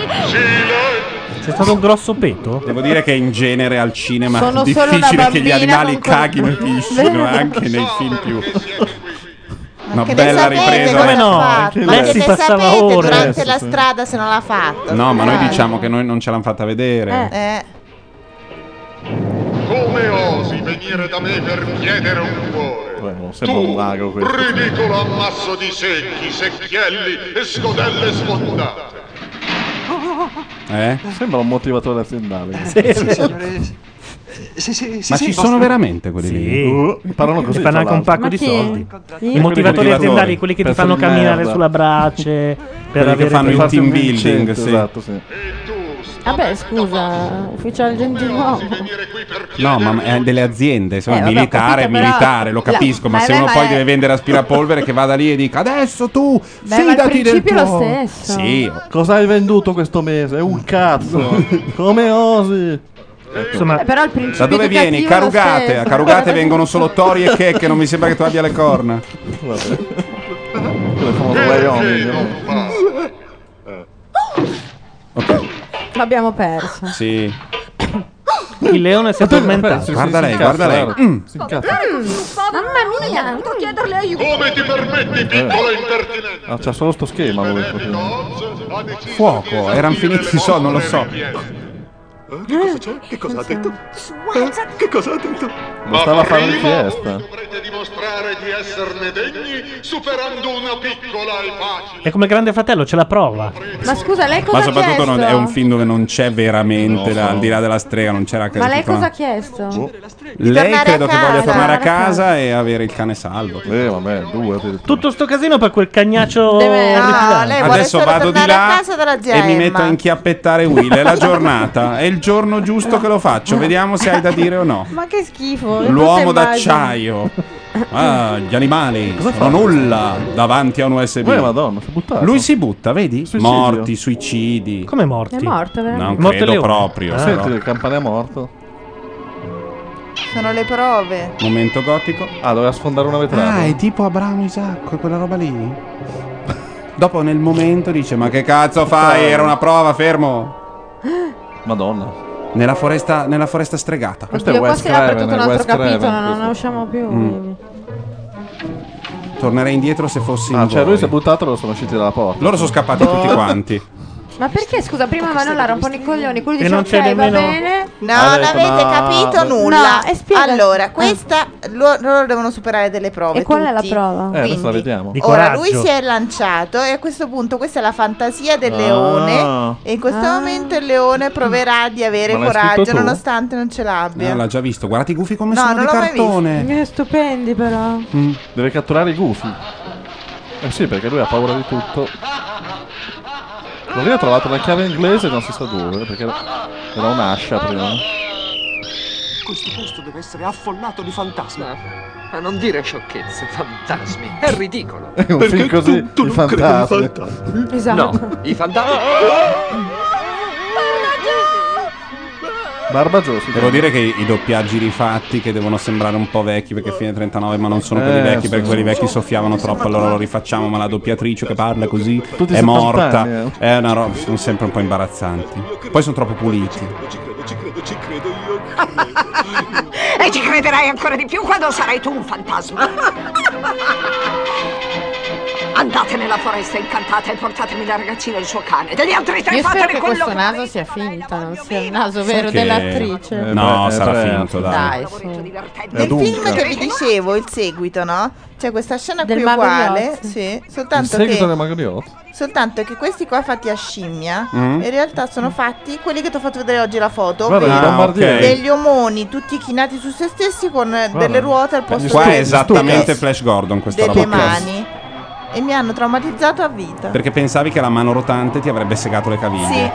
Speaker 2: C'è stato un grosso petto?
Speaker 1: Devo dire che in genere al cinema
Speaker 7: Sono
Speaker 1: è
Speaker 7: solo una
Speaker 1: difficile che gli
Speaker 7: bambina,
Speaker 1: animali
Speaker 7: non-
Speaker 1: caghino e piscino
Speaker 7: Vero.
Speaker 1: anche nei film più.
Speaker 7: Ma
Speaker 1: Una
Speaker 4: Che
Speaker 1: bella
Speaker 4: ne sapete
Speaker 1: ripresa.
Speaker 4: cosa ha fatto? Ma che ne sapete durante la strada se non l'ha fatta?
Speaker 1: No, ma noi
Speaker 4: Scusate.
Speaker 1: diciamo che noi non ce l'hanno fatta vedere.
Speaker 4: Eh.
Speaker 18: Come osi venire da me per chiedere un cuore?
Speaker 5: Beh, non sembra un mago questo.
Speaker 18: Ridicolo ammasso di secchi, secchielli e scodelle sfondate.
Speaker 1: Eh?
Speaker 5: Sembra un motivatore aziendale.
Speaker 21: Sì, sì,
Speaker 5: Sì, sì,
Speaker 1: Ma ci sono veramente quelli lì?
Speaker 5: Uh, parlano così.
Speaker 2: Ti fanno
Speaker 5: tra
Speaker 2: anche un
Speaker 5: l'altro.
Speaker 2: pacco di soldi. I motivatori aziendali, quelli che ti
Speaker 5: Pezzo
Speaker 2: fanno
Speaker 5: di
Speaker 2: camminare
Speaker 5: merda.
Speaker 2: sulla brace. Per
Speaker 1: Quelli che
Speaker 2: avere
Speaker 1: fanno
Speaker 2: più-
Speaker 1: il team building,
Speaker 2: certo,
Speaker 1: sì.
Speaker 5: Esatto, sì.
Speaker 17: Vabbè, scusa, ufficiale gentiluomo.
Speaker 1: No, ma è delle aziende, sono
Speaker 17: Eh, vabbè, ho
Speaker 1: militare,
Speaker 17: capito, però-
Speaker 1: militare, lo
Speaker 17: la-
Speaker 1: capisco, ma
Speaker 17: ma
Speaker 1: se
Speaker 17: beh,
Speaker 1: uno
Speaker 17: ma
Speaker 1: poi
Speaker 17: è-
Speaker 1: deve vendere aspirapolvere che vada lì e dica adesso tu
Speaker 17: Beh, ma il
Speaker 1: fidati del
Speaker 17: principio è lo
Speaker 1: tuo...
Speaker 17: stesso.
Speaker 1: Sì.
Speaker 5: Cosa hai venduto questo mese? Un cazzo. Come osi?
Speaker 2: Insomma,
Speaker 17: Eh, Però il principio
Speaker 1: Da dove vieni? eh,
Speaker 17: educativo è lo
Speaker 1: Carugate,
Speaker 17: stesso.
Speaker 1: a Carugate vengono solo tori e checche, non mi sembra che tu abbia le corna.
Speaker 17: L'abbiamo perso.
Speaker 1: Sì.
Speaker 2: Il leone si è tormentato.
Speaker 1: Guarda lei, guarda lei. Mm.
Speaker 7: Mamma mia! Devo chiederle aiuto!
Speaker 18: Come ti permetti, piccolo impertinente?
Speaker 5: Ah, c'ha solo sto schema. lui, proprio.
Speaker 1: Fuoco, erano finiti i soldi, non lo so.
Speaker 10: Che cosa c'è? Che cosa ha detto? Eh, Che cosa ha detto?
Speaker 5: Lo stava a fare di fiesta.
Speaker 18: Dimostrare di esserne degni superando una piccola e facile.
Speaker 2: È come Grande Fratello, ce la prova.
Speaker 17: Ma scusa, lei cosa
Speaker 1: Ma
Speaker 17: ha chiesto?
Speaker 1: soprattutto non- è un film dove non c'è veramente, la- al di là della strega, non c'era
Speaker 17: Ma lei cosa ha chiesto?
Speaker 5: Boh,
Speaker 1: Lei
Speaker 17: Tornare a
Speaker 1: credo che voglia
Speaker 17: casa.
Speaker 1: tornare a casa e avere il cane salvo. Eh, vabbè, due.
Speaker 2: Tutto sto casino per quel cagnaccio.
Speaker 4: Deve- no,
Speaker 2: orripilante.
Speaker 4: Ah, lei vuole
Speaker 1: Adesso
Speaker 4: solo
Speaker 1: vado di
Speaker 4: tornare a
Speaker 1: là
Speaker 4: casa dalla
Speaker 1: e mi
Speaker 4: Gemma.
Speaker 1: metto a inchiappettare Will. È la giornata, è il giorno giusto che lo faccio. Vediamo se hai da dire o no.
Speaker 17: Ma che schifo. che
Speaker 1: L'uomo
Speaker 17: brutta immagine.
Speaker 1: d'acciaio. Ah, gli animali sono nulla davanti a un USB.
Speaker 5: Eh, madonna,
Speaker 1: Lui si butta, vedi?
Speaker 5: Suicidio.
Speaker 1: Morti, suicidi.
Speaker 2: Come morti?
Speaker 17: È morto,
Speaker 1: Non
Speaker 17: veramente.
Speaker 5: Morto il
Speaker 1: credo
Speaker 5: leone.
Speaker 1: proprio.
Speaker 5: Ah.
Speaker 1: però.
Speaker 5: Senti, il campanello è morto.
Speaker 4: Sono le prove.
Speaker 1: Momento gotico.
Speaker 5: Ah, doveva sfondare una vetrata.
Speaker 1: Ah, è tipo Abramo Isacco, quella roba lì. Dopo nel momento dice: Ma che cazzo fai? Era una prova, fermo.
Speaker 5: Madonna.
Speaker 1: Nella foresta, nella foresta stregata.
Speaker 5: Questo
Speaker 17: Io
Speaker 5: è
Speaker 17: qua
Speaker 5: Wes
Speaker 17: si apre tutto
Speaker 5: Craven,
Speaker 17: un
Speaker 5: è
Speaker 17: altro
Speaker 5: Wes
Speaker 17: capitolo,
Speaker 5: Craven.
Speaker 17: non ne usciamo più.
Speaker 1: Mm. Tornerei indietro se fossi.
Speaker 5: Ah,
Speaker 1: in
Speaker 5: cioè
Speaker 1: voi.
Speaker 5: lui si è buttato e loro sono usciti dalla porta. Eh,
Speaker 1: Loro sono scappati tutti quanti.
Speaker 17: Ma perché scusa, prima Manola rompone i coglioni, quello
Speaker 5: E
Speaker 17: dice
Speaker 5: non
Speaker 17: ok,
Speaker 5: c'è
Speaker 17: va
Speaker 5: nemmeno-
Speaker 17: bene.
Speaker 4: No,
Speaker 5: Ha
Speaker 4: non
Speaker 5: detto,
Speaker 4: avete
Speaker 5: "No,
Speaker 4: capito
Speaker 5: ma-
Speaker 4: nulla.
Speaker 17: No, e spiega. Ah.
Speaker 4: Allora, questa lo- loro devono superare delle prove.
Speaker 17: E qual è la
Speaker 4: tutti.
Speaker 17: prova?
Speaker 5: Eh, adesso
Speaker 4: Quindi,
Speaker 5: la vediamo.
Speaker 4: Ora lui si è lanciato e a questo punto questa è la fantasia del
Speaker 5: Ah.
Speaker 4: leone e in
Speaker 1: Ah.
Speaker 4: questo momento il leone proverà di avere
Speaker 1: Ma l'hai scritto
Speaker 4: coraggio
Speaker 1: tu?
Speaker 4: nonostante non ce l'abbia.
Speaker 1: No, Eh, l'ha già visto. Guardate i gufi come
Speaker 4: No,
Speaker 1: sono
Speaker 4: non
Speaker 1: di
Speaker 4: l'ho mai visto.
Speaker 1: cartone.
Speaker 17: Eh, stupendi però.
Speaker 1: Mm.
Speaker 5: Deve catturare i gufi. Eh sì, perché lui ha paura di tutto. Quello lì ha trovato una chiave inglese non si sa dove, perché era era un'ascia prima.
Speaker 21: Questo posto deve essere affollato di fantasmi.
Speaker 12: Ma non dire sciocchezze, fantasmi. È ridicolo.
Speaker 5: È un film così di fantasmi.
Speaker 12: Esatto. No, i fantasmi.
Speaker 5: Barbagiusto.
Speaker 1: Devo dire che i i doppiaggi rifatti che devono sembrare un po' vecchi perché fine 39 ma non sono quelli
Speaker 5: Eh,
Speaker 1: vecchi
Speaker 5: sì,
Speaker 1: perché
Speaker 5: sì.
Speaker 1: quelli vecchi soffiavano troppo allora lo rifacciamo ma la doppiatrice che parla così
Speaker 5: Tutti
Speaker 1: è
Speaker 5: 70
Speaker 1: morta.
Speaker 5: anni, eh.
Speaker 1: È una roba, sono sempre un po' imbarazzanti. Poi sono troppo puliti.
Speaker 12: e ci crederai ancora di più quando sarai tu un fantasma. Andate nella foresta incantata e portatemi la ragazzina e il suo cane. Degli altri tre
Speaker 17: Io spero
Speaker 12: fatene
Speaker 17: che
Speaker 12: quello
Speaker 17: questo
Speaker 12: che...
Speaker 17: naso sia finta, non sia il naso
Speaker 1: Sai
Speaker 17: vero
Speaker 1: che-
Speaker 17: dell'attrice.
Speaker 1: Eh, No,
Speaker 5: eh,
Speaker 1: sarà
Speaker 5: beh,
Speaker 1: finto, dai.
Speaker 17: Dai, su.
Speaker 4: Nel
Speaker 1: dunque.
Speaker 4: film che vi dicevo, il seguito, no? C'è questa scena
Speaker 17: Del
Speaker 4: qui
Speaker 17: Mago
Speaker 4: uguale,
Speaker 17: Oz.
Speaker 4: sì,
Speaker 5: Il
Speaker 4: soltanto
Speaker 5: seguito del
Speaker 4: che,
Speaker 5: Mago di Oz?
Speaker 4: soltanto che questi qua fatti a scimmia,
Speaker 5: Mm.
Speaker 4: in realtà sono fatti quelli che ti ho fatto vedere oggi la foto,
Speaker 5: Guarda,
Speaker 1: ah,
Speaker 4: ovvero
Speaker 5: il bombardiere.
Speaker 4: degli omoni tutti chinati su se stessi con eh, delle ruote al posto
Speaker 1: Qua è
Speaker 4: delle-
Speaker 1: esattamente Flash Gordon questa
Speaker 4: delle
Speaker 1: roba qua.
Speaker 4: mani. E mi hanno traumatizzato a vita.
Speaker 1: Perché pensavi che la mano rotante ti avrebbe segato le caviglie.
Speaker 4: Sì.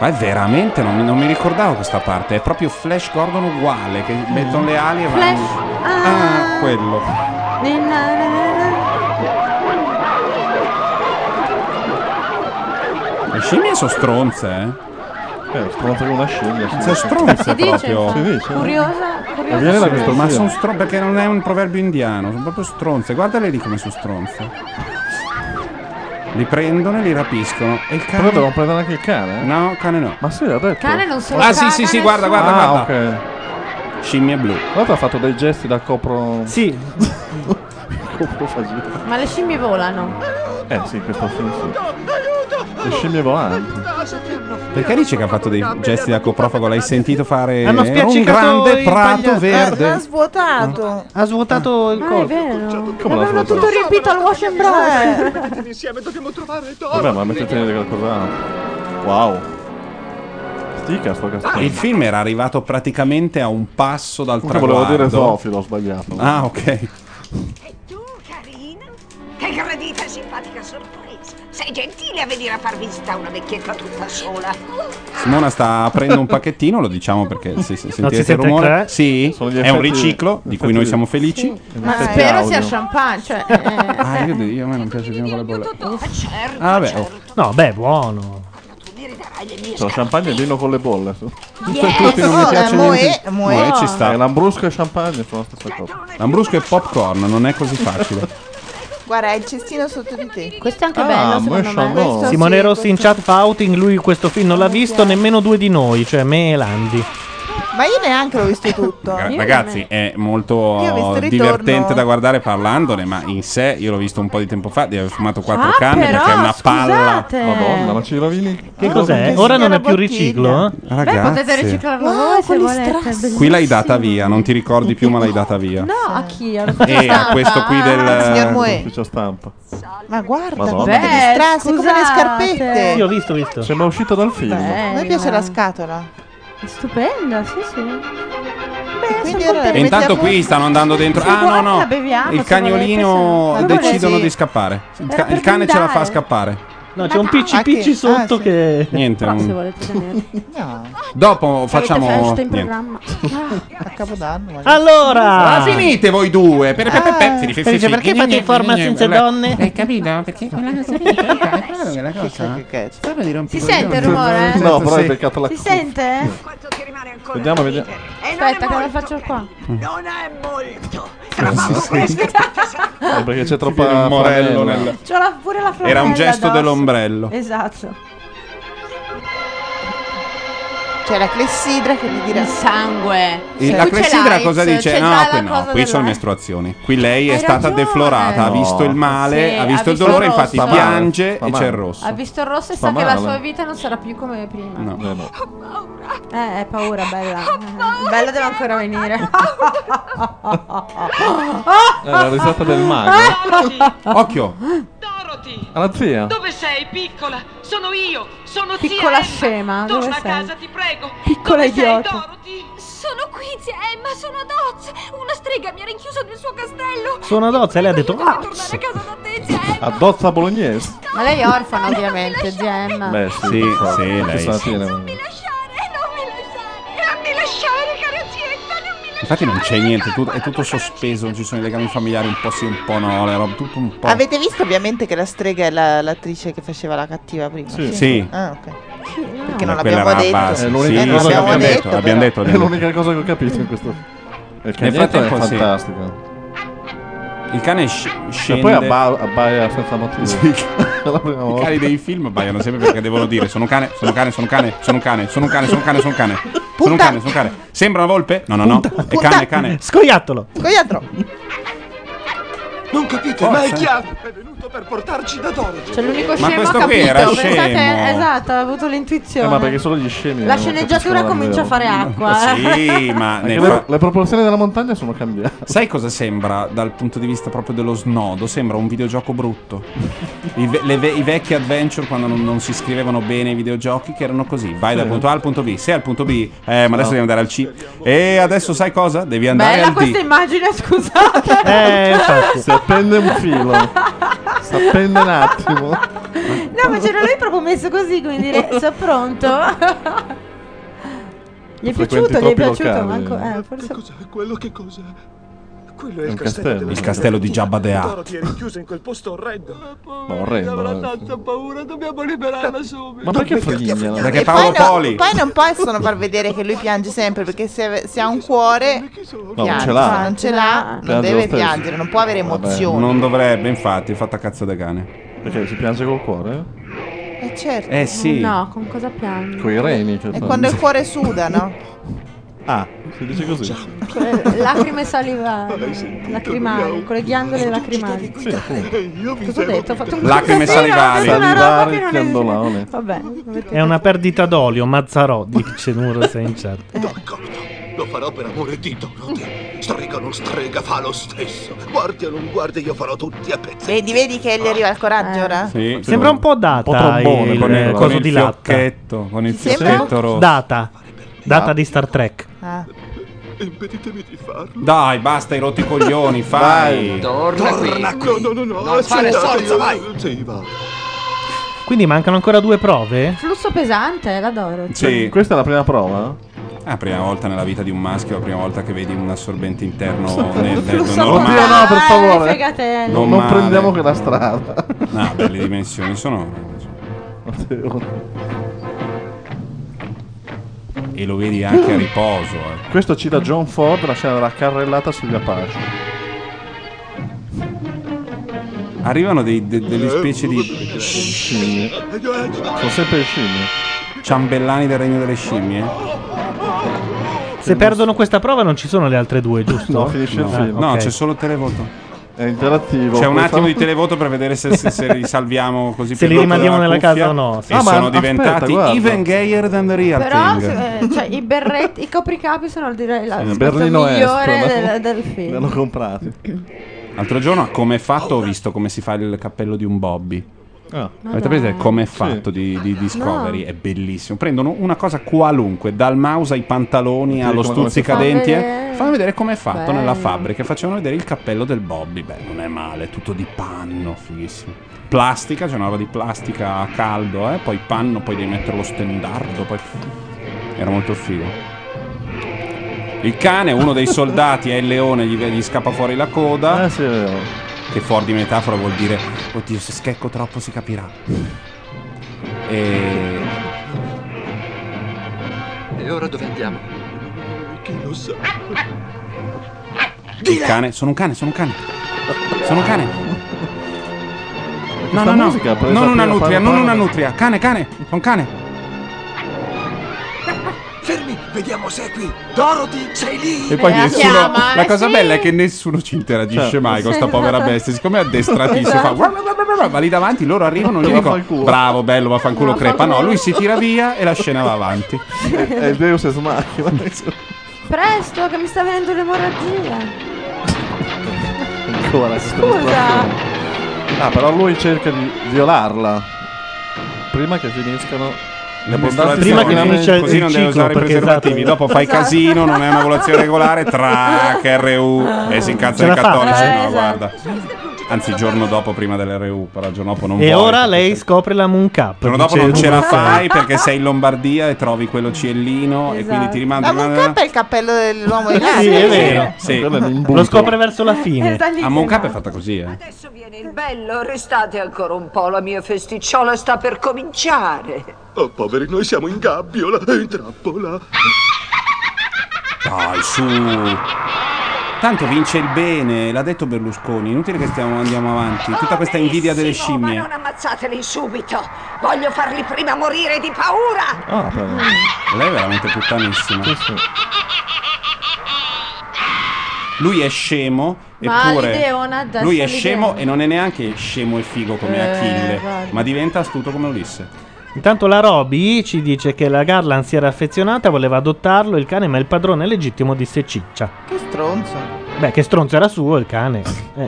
Speaker 1: Ma è veramente, non mi, non mi ricordavo questa parte. È proprio Flash Gordon uguale, che mettono le ali e
Speaker 17: Flash.
Speaker 1: vanno...
Speaker 17: Ah.
Speaker 1: Ah, quello.
Speaker 17: Ni- na- na- na- na.
Speaker 1: Eh. Le scimmie sono stronze, eh.
Speaker 5: Eh, stronza con una scimmia. sì.
Speaker 1: Sono stronze
Speaker 17: Si dice,
Speaker 1: proprio.
Speaker 17: infatti.
Speaker 5: Si dice, eh.
Speaker 17: curiosa, curiosa.
Speaker 5: viene da
Speaker 1: Sì,
Speaker 5: questo
Speaker 1: ma
Speaker 5: film.
Speaker 1: sono stronze perché non è un proverbio indiano, sono proprio stronze. Guardale lì come sono stronze. Li prendono e li rapiscono. E il cane.
Speaker 5: Però devono prendere anche il cane? eh?
Speaker 1: No, cane no.
Speaker 5: Ma sì, ha detto.
Speaker 17: Cane non solo
Speaker 1: Ah, sì,
Speaker 17: cane,
Speaker 1: sì, sì,
Speaker 17: non
Speaker 1: guarda,
Speaker 17: solo-
Speaker 1: guarda,
Speaker 5: Ah,
Speaker 1: guarda.
Speaker 5: ok.
Speaker 1: Scimmie blu.
Speaker 5: Guarda, ha fatto dei gesti da copro.
Speaker 2: Sì.
Speaker 5: coprofagia.
Speaker 17: Ma le scimmie volano.
Speaker 5: Eh sì, questo film sì. Le scimmie volanti.
Speaker 1: Perché dice che ha fatto dei gesti da coprofago? L'hai sentito fare
Speaker 2: Hanno
Speaker 1: "Era un
Speaker 2: spiaccicato Eh,
Speaker 1: grande
Speaker 2: il
Speaker 1: prato
Speaker 2: pagliaio."
Speaker 1: verde?
Speaker 4: Ha svuotato.
Speaker 2: Ha svuotato il
Speaker 17: Ah, è
Speaker 2: corpo.
Speaker 1: Cioè,
Speaker 17: vero.
Speaker 5: Come l'ha
Speaker 17: L'avevano
Speaker 5: svuotato?
Speaker 17: tutto riempito al wash and brush.
Speaker 10: Insieme dobbiamo trovare Toro.
Speaker 5: Vabbè, ma mettetene qualcosa. Wow. Stica sto cazzo.
Speaker 1: Il film era arrivato praticamente a un passo dal
Speaker 5: Comunque
Speaker 1: traguardo.
Speaker 5: volevo dire zoofilo, ho sbagliato.
Speaker 1: Ah, ok.
Speaker 7: Che gradita e simpatica sorpresa. Sei gentile a venire a far visita a una vecchietta tutta sola.
Speaker 6: Eh?
Speaker 1: Simona sta aprendo un pacchettino, lo diciamo perché se, se
Speaker 2: Non si
Speaker 1: sentite il
Speaker 2: sente il
Speaker 1: rumore.
Speaker 2: clack?
Speaker 1: Sì,
Speaker 2: gli
Speaker 1: è un
Speaker 2: effetti-
Speaker 1: riciclo di cui noi siamo felici.
Speaker 4: Ma
Speaker 1: Effetti
Speaker 4: spero
Speaker 1: audio.
Speaker 4: sia champagne. Cioè, eh,
Speaker 1: Ah, io, io a me non piace il vino con le bolle.
Speaker 7: certo.
Speaker 1: Ah, beh, oh.
Speaker 2: No, beh, buono.
Speaker 5: C'ho champagne e vino con le bolle.
Speaker 7: Yes!
Speaker 5: Tutti non mi
Speaker 7: Oh,
Speaker 5: piace
Speaker 7: eh, moe,
Speaker 5: niente.
Speaker 7: moe. Moe ci sta.
Speaker 5: Eh, Lambrusco e champagne sono la stessa cosa.
Speaker 1: Lambrusco e popcorn, non è così facile.
Speaker 4: guarda, è il cestino sotto di te.
Speaker 17: Questo è anche
Speaker 1: Ah,
Speaker 5: bello, secondo me. Questo
Speaker 2: Simone
Speaker 4: sì,
Speaker 2: Rossi in chat fa outing, lui questo film non l'ha visto, nemmeno due di noi, cioè me e Landi.
Speaker 4: Ma io neanche l'ho visto tutto.
Speaker 1: Ra- Ragazzi, è
Speaker 4: Io ho visto
Speaker 1: molto
Speaker 4: il ritorno.
Speaker 1: divertente da guardare parlandone, ma in sé io l'ho visto un po' di tempo fa, di aver fumato quattro
Speaker 4: Ah,
Speaker 1: canne
Speaker 4: però,
Speaker 1: perché è una
Speaker 4: scusate.
Speaker 1: palla.
Speaker 5: Madonna, ma ci rovini.
Speaker 2: Che cos'è? Ora non è più riciclo? eh?
Speaker 1: Ragazzi,
Speaker 17: voi se volete.
Speaker 1: qui l'hai data via, non ti ricordi più ma l'hai data via.
Speaker 17: No, a chi? Alla
Speaker 1: E a questo qui del
Speaker 4: Signor Moe.
Speaker 5: Ufficio stampa.
Speaker 4: Ma guarda,
Speaker 5: Madonna.
Speaker 4: come
Speaker 5: Beh,
Speaker 4: distrasse, come le
Speaker 17: Eh.
Speaker 4: scarpette.
Speaker 5: Io ho
Speaker 2: visto, visto.
Speaker 5: Sembra uscito dal film.
Speaker 4: A me piace la scatola.
Speaker 17: È Eh, stupenda, sì, sì. Beh,
Speaker 4: quindi
Speaker 17: sono
Speaker 4: era-
Speaker 1: E intanto qui stanno andando dentro.
Speaker 17: Se
Speaker 1: Ah, no,
Speaker 17: vuoi la
Speaker 1: no.
Speaker 17: beviamo, se
Speaker 1: Il
Speaker 17: volete,
Speaker 1: cagnolino
Speaker 17: se-
Speaker 1: decidono
Speaker 17: Sì.
Speaker 1: di scappare. Il,
Speaker 17: Era
Speaker 1: ca-
Speaker 17: per
Speaker 1: il cane ce la fa
Speaker 17: brindare.
Speaker 1: scappare.
Speaker 2: No, c'è un picci
Speaker 17: Ah, sì.
Speaker 2: picci sotto che...
Speaker 1: Niente.
Speaker 17: Però se
Speaker 1: un-
Speaker 17: volete tenerli.
Speaker 1: Dopo
Speaker 17: Avete
Speaker 1: Oh, facciamo.
Speaker 17: festa in
Speaker 1: niente.
Speaker 17: programma.
Speaker 10: Ah,
Speaker 4: A Capodanno.
Speaker 2: Allora! Ah,
Speaker 1: Ah, finite voi due. Per, per, per, per, fili, fili,
Speaker 2: Felice,
Speaker 1: fili.
Speaker 2: perché fate forma senza
Speaker 1: Allora,
Speaker 2: donne?
Speaker 1: Hai capito? Perché quella cosa lì eh, è quella cosa. Stavo di rompere
Speaker 17: Si sente il rumore? eh?
Speaker 5: No, però hai beccato la
Speaker 17: Si sente?
Speaker 5: Vediamo, vediamo.
Speaker 17: Aspetta, che lo faccio qua. Cioè, Non è molto.
Speaker 5: Eh, perché c'è
Speaker 1: vede
Speaker 5: troppa
Speaker 1: il morello
Speaker 5: franella.
Speaker 1: nel-
Speaker 17: C'ho la- pure la
Speaker 1: Era
Speaker 17: flanella
Speaker 1: un gesto
Speaker 17: addosso.
Speaker 1: dell'ombrello.
Speaker 17: Esatto.
Speaker 4: C'è la clessidra che mi dirà.
Speaker 17: Il sangue.
Speaker 1: E la clessidra cosa
Speaker 4: Cioè,
Speaker 1: dice? No, qui, no, qui
Speaker 4: eh.
Speaker 1: sono mestruazioni. Qui lei è
Speaker 17: Hai
Speaker 1: stata
Speaker 17: ragione.
Speaker 1: deflorata, ha
Speaker 5: No.
Speaker 1: visto il male,
Speaker 17: Sì,
Speaker 1: ha
Speaker 17: ha
Speaker 1: visto il
Speaker 17: visto
Speaker 1: dolore,
Speaker 17: il rosso.
Speaker 1: infatti
Speaker 5: Fa male,
Speaker 1: piange
Speaker 5: fa
Speaker 1: e c'è
Speaker 5: male.
Speaker 1: il rosso.
Speaker 17: Ha visto il rosso e
Speaker 1: Fa
Speaker 17: sa che la
Speaker 1: male.
Speaker 17: sua vita non sarà più come prima.
Speaker 1: No.
Speaker 5: Eh, no.
Speaker 17: Eh, è paura, bella. Bella deve ancora venire.
Speaker 5: Eh, la risata del
Speaker 17: Eh?
Speaker 5: mago.
Speaker 1: Occhio.
Speaker 5: Alla zia.
Speaker 6: Dove sei, piccola? Sono io, sono
Speaker 17: Piccola
Speaker 6: zia
Speaker 17: scema,
Speaker 6: Emma.
Speaker 17: Ah, dove
Speaker 6: Torna
Speaker 17: sei?
Speaker 6: a casa, ti prego.
Speaker 17: Piccola
Speaker 6: Dove sei,
Speaker 17: idiota.
Speaker 6: Dorothy?
Speaker 7: Sono qui, zia Emma, sono Doz. Una strega mi ha rinchiuso nel suo castello.
Speaker 2: Sono dozza e lei ha detto... "Ah,
Speaker 7: Tornare a casa da te, zia Emma.
Speaker 5: Addozza bolognese.
Speaker 17: Ma lei è orfana, ovviamente, Gemma.
Speaker 5: Beh, sì,
Speaker 1: Sì,
Speaker 5: per forza.
Speaker 1: sì,
Speaker 5: Che
Speaker 1: lei
Speaker 5: sono
Speaker 1: sì.
Speaker 5: fine.
Speaker 7: Non mi lasciare, cara zietta, non mi
Speaker 1: Infatti non c'è niente, tu- è tutto sospeso, non ci sono i legami familiari, un po' sì, un po' no, le robe, tutto un po'.
Speaker 4: Avete visto ovviamente che la strega è la- l'attrice che faceva la cattiva prima?
Speaker 1: Sì. Sì.
Speaker 4: Ah, ok. Perché
Speaker 1: Ma
Speaker 4: non
Speaker 1: quella
Speaker 4: l'abbiamo
Speaker 1: era la
Speaker 4: detto.
Speaker 1: base.
Speaker 5: È l'unica
Speaker 1: Sì,
Speaker 5: cosa che
Speaker 1: sì, l'abbiamo
Speaker 5: abbiamo
Speaker 1: detto,
Speaker 5: detto,
Speaker 1: l'abbiamo
Speaker 5: È
Speaker 1: detto, l'abbiamo
Speaker 5: l'unica cosa che ho capito in questo. Il cagnetto è
Speaker 1: frattempo sì.
Speaker 5: fantastico.
Speaker 1: Il cane sc- scende.
Speaker 5: E poi abba- abbaia senza motivo. La prima
Speaker 1: I
Speaker 5: volta.
Speaker 1: cani dei film baiano sempre perché devono dire sono cane, sono cane, sono cane, sono cane, sono cane, sono cane, sono cane. Sono cane, sono cane. Sembra una volpe? No, no, no. È cane, è cane.
Speaker 2: Scoiattolo.
Speaker 4: Scoiattolo.
Speaker 10: Non capite, ma è
Speaker 1: Forza.
Speaker 10: chiaro. È venuto per portarci da Dorothy.
Speaker 17: C'è l'unico
Speaker 1: Ma
Speaker 17: scemo ha
Speaker 1: questo
Speaker 17: capito.
Speaker 1: qui era scemo.
Speaker 17: Pensate, esatto, ha avuto
Speaker 5: Eh, ma
Speaker 17: l'intuizione.
Speaker 5: perché solo gli scemi.
Speaker 17: la sceneggiatura comincia a fare acqua. eh.
Speaker 1: Ah, Sì, ma
Speaker 5: Perché
Speaker 1: nel
Speaker 5: le,
Speaker 1: fa-
Speaker 5: le proporzioni della montagna sono cambiate.
Speaker 1: Sai cosa sembra dal punto di vista proprio dello snodo? Sembra un videogioco brutto. I, ve- le ve- i vecchi adventure quando non, non si scrivevano bene i videogiochi che erano così. Vai dal
Speaker 5: Sì.
Speaker 1: punto A al punto B, sei al punto B, eh, ma adesso devi andare al C. E adesso sai cosa? Devi andare
Speaker 17: Bella
Speaker 1: al
Speaker 17: questa
Speaker 1: D.
Speaker 17: immagine, scusate.
Speaker 2: Eh, infatti.
Speaker 5: Si appende un filo. Si appende un attimo.
Speaker 17: No, ma c'era lui proprio messo così, come dire, sono pronto. gli è
Speaker 5: Frequenti
Speaker 17: piaciuto, gli è
Speaker 5: troppi
Speaker 17: piaciuto,
Speaker 5: locali.
Speaker 17: manco, eh, forse...
Speaker 10: Quello che cos'è? Quello è
Speaker 5: È un
Speaker 10: il
Speaker 5: castello.
Speaker 10: castello. della
Speaker 1: Il castello di Jabba the Hutt.
Speaker 10: Dorothy è rinchiusa in quel posto orrendo.
Speaker 5: Ma orrendo,
Speaker 10: Avrà
Speaker 5: eh.
Speaker 10: tanta paura, dobbiamo liberarla
Speaker 5: Ma
Speaker 10: subito.
Speaker 5: perché frignano?
Speaker 1: Perché
Speaker 4: E
Speaker 1: Paolo
Speaker 4: poi, no-
Speaker 1: Poli.
Speaker 4: poi non possono far vedere che lui piange sempre perché se, se ha un cuore
Speaker 5: No, non
Speaker 4: piange.
Speaker 5: ce l'ha.
Speaker 4: Se non ce l'ha,
Speaker 5: Piange
Speaker 4: non
Speaker 5: lo
Speaker 4: deve
Speaker 5: stesso.
Speaker 4: piangere, non può avere
Speaker 5: Vabbè.
Speaker 4: emozioni.
Speaker 1: Non dovrebbe, infatti, è fatta a cazzo da cane.
Speaker 5: Perché si piange col cuore?
Speaker 4: Eh certo.
Speaker 1: Eh sì.
Speaker 17: No, con cosa piange?
Speaker 5: Coi reni. Cioè,
Speaker 4: È quando il cuore suda, no?
Speaker 5: Ah, si dice così.
Speaker 17: Eh, Lacrime salivali, lacrimali, con le ghiandole lacrimali. Cosa ho detto? Ho fatto un
Speaker 1: Lacrime salivali.
Speaker 17: Una roba che non esiste.
Speaker 2: Salivare,
Speaker 17: Vabbè, dovete-
Speaker 2: È una perdita d'olio, Mazzarò, dice Numero 6 in chat.
Speaker 9: Lo farò per amore di Dorothy. Strega o non strega, fa lo stesso. Guardi o non guardi, io farò tutti a pezzi.
Speaker 4: Vedi, vedi che gli arriva il coraggio
Speaker 17: Eh.
Speaker 4: ora?
Speaker 2: Sembra un po' data
Speaker 1: Un po' trombone
Speaker 2: il,
Speaker 1: con
Speaker 5: Eh,
Speaker 1: il,
Speaker 2: coso
Speaker 1: con il
Speaker 2: di latta.
Speaker 1: fiocchetto, con il
Speaker 4: Sì, sembra-
Speaker 1: fiocchetto rosso.
Speaker 2: Data. Data di Star Trek.
Speaker 4: Ah.
Speaker 9: Impeditemi di farlo.
Speaker 1: Dai, basta i rotti coglioni, fai.
Speaker 9: Vai. Torna qui. Torna qui. No, no, no, no, Non fare accettate. solfa, vai.
Speaker 1: Sì, va.
Speaker 2: Quindi mancano ancora due prove?
Speaker 17: Flusso pesante, eh, l'adoro.
Speaker 1: Sì.
Speaker 5: Questa è la prima prova?
Speaker 1: È la prima volta nella vita di un maschio, la prima volta che vedi un assorbente interno nel nel-
Speaker 5: Oddio,
Speaker 1: normale.
Speaker 5: no, per favore.
Speaker 17: fegatelle.
Speaker 5: Eh, Non,
Speaker 1: Non male.
Speaker 5: prendiamo quella strada.
Speaker 1: No, beh, le dimensioni sono. E lo vedi anche a riposo. eh.
Speaker 5: Questo cita John Ford, la scena della carrellata sugli Apache.
Speaker 1: Arrivano dei- de- delle specie di. Scimmie.
Speaker 5: Sono sempre scimmie.
Speaker 1: Ciambellani del regno delle scimmie.
Speaker 2: Se perdono questa prova non ci sono le altre due, giusto? Ah,
Speaker 1: No, finisce il film. No, c'è solo televoto.
Speaker 5: È interattivo.
Speaker 1: C'è un
Speaker 5: Questa-
Speaker 1: attimo di televoto per vedere se, se- se li salviamo così
Speaker 2: Se
Speaker 1: per
Speaker 2: li
Speaker 1: dentro
Speaker 2: rimandiamo
Speaker 1: della
Speaker 2: nella
Speaker 1: cuffia.
Speaker 2: casa o no, sì.
Speaker 1: E
Speaker 2: Ah, ma
Speaker 1: sono
Speaker 2: aspetta,
Speaker 1: diventati
Speaker 2: guarda.
Speaker 1: even gayer than the real
Speaker 17: Però
Speaker 1: thing.
Speaker 17: eh, cioè, i berretti, i copricapi sono direi la
Speaker 1: Sì,
Speaker 17: cosa
Speaker 1: Berlino Est,
Speaker 17: migliore
Speaker 1: no?
Speaker 17: del, del film.
Speaker 5: comprati.
Speaker 1: L'altro giorno a come è fatto ho visto come si fa il cappello di un Bobby.
Speaker 5: Ah.
Speaker 1: Avete presente come è fatto di, di Discovery?
Speaker 5: No.
Speaker 1: È bellissimo. Prendono una cosa qualunque, dal mouse ai pantaloni, allo
Speaker 5: come- come si fa.
Speaker 1: stuzzicadenti.
Speaker 5: Fa
Speaker 1: eh.
Speaker 5: vedere.
Speaker 1: Fanno vedere come è fatto
Speaker 5: Bello.
Speaker 1: nella fabbrica. Facevano vedere il cappello del Bobby. Beh, non è male, è tutto di panno, fighissimo. Plastica, c'è una roba di plastica a caldo, eh? poi panno, poi devi mettere lo stendardo. Poi... Era molto figo. Il cane, uno dei soldati, è il leone, gli, gli scappa fuori la coda. Che fuori di metafora vuol dire, oddio, se schecco troppo si capirà. E...
Speaker 18: E ora dove andiamo? Chi lo sa?
Speaker 1: Il cane, sono un cane, sono un cane. Sono un cane. No,
Speaker 5: Questa
Speaker 1: no, no.
Speaker 5: musica ha preso
Speaker 1: Non
Speaker 5: la
Speaker 1: una
Speaker 5: prima
Speaker 1: nutria,
Speaker 5: parola.
Speaker 1: non una nutria. Cane, cane, sono un cane.
Speaker 18: Fermi, vediamo se è qui. Dorothy, sei lì?
Speaker 1: E poi
Speaker 11: Eh,
Speaker 1: nessuno. Eh, la cosa bella è che nessuno ci interagisce Certo.
Speaker 5: Cioè,
Speaker 1: mai con sta
Speaker 5: sì.
Speaker 1: povera bestia. Siccome è addestratissimo, fa.
Speaker 5: Esatto.
Speaker 1: "Guarda, guarda, guarda", Va lì davanti, loro arrivano e gli dicono:
Speaker 5: Vaffanculo.
Speaker 1: Bravo, bello, vaffanculo crepa. No,
Speaker 5: Vaffanculo.
Speaker 1: lui si tira via e la scena va avanti.
Speaker 5: È il Deus Ex Machina.
Speaker 17: Presto, che mi sta venendo l'emorragia.
Speaker 5: Ancora questa
Speaker 17: Scusa.
Speaker 5: distrazione. Ah, però lui cerca di violarla. Prima che finiscano le abbondanti
Speaker 1: Prima che
Speaker 5: secondi.
Speaker 1: finisce Così il non deve ciclo, usare i perché preservativi, esatto. dopo fai Esatto. casino, non è una colazione regolare, trac, RU, e si
Speaker 2: Ce la
Speaker 1: incazzano i
Speaker 2: fa.
Speaker 1: cattolici.
Speaker 2: Eh,
Speaker 1: No,
Speaker 2: esatto.
Speaker 1: guarda. Anzi, il giorno dopo, prima dell'RU, però il giorno dopo non
Speaker 2: E
Speaker 1: vuoi.
Speaker 2: ora lei scopre la Moon Cup.
Speaker 1: Il giorno dopo
Speaker 2: dice
Speaker 1: non ce la
Speaker 2: Numero
Speaker 1: fai
Speaker 2: sei.
Speaker 1: perché sei in Lombardia e trovi quello ciellino e quindi ti rimandi.
Speaker 4: La Moncap è eh, il cappello dell'uomo di
Speaker 1: Sì, è vero. Sì.
Speaker 2: Lo scopre verso la fine.
Speaker 1: A Moncap è fatta così, eh.
Speaker 8: Adesso viene il bello, restate ancora un po', la mia festicciola sta per cominciare.
Speaker 9: Oh, poveri, noi siamo in gabbiola, eh, in trappola.
Speaker 1: Dai, su. Tanto vince il bene, l'ha detto Berlusconi. Inutile che stiamo, andiamo avanti. Tutta questa invidia delle
Speaker 8: Benissimo, Ma
Speaker 1: scimmie.
Speaker 8: non ammazzateli subito, voglio farli prima morire di paura.
Speaker 1: Ah, Lei è veramente puttanissima. Lui è scemo,
Speaker 17: Ma
Speaker 1: eppure.
Speaker 17: l'ideona adesso
Speaker 1: Lui è
Speaker 17: l'idea-
Speaker 1: scemo e non è neanche scemo e figo come
Speaker 17: Eh,
Speaker 1: Achille,
Speaker 17: guarda.
Speaker 1: ma diventa astuto come Ulisse.
Speaker 2: Intanto la Roby ci dice che la Garland si era affezionata, voleva adottarlo il cane, ma il padrone legittimo disse ciccia.
Speaker 4: Che stronzo.
Speaker 2: Beh, che stronzo era suo il cane. Eh.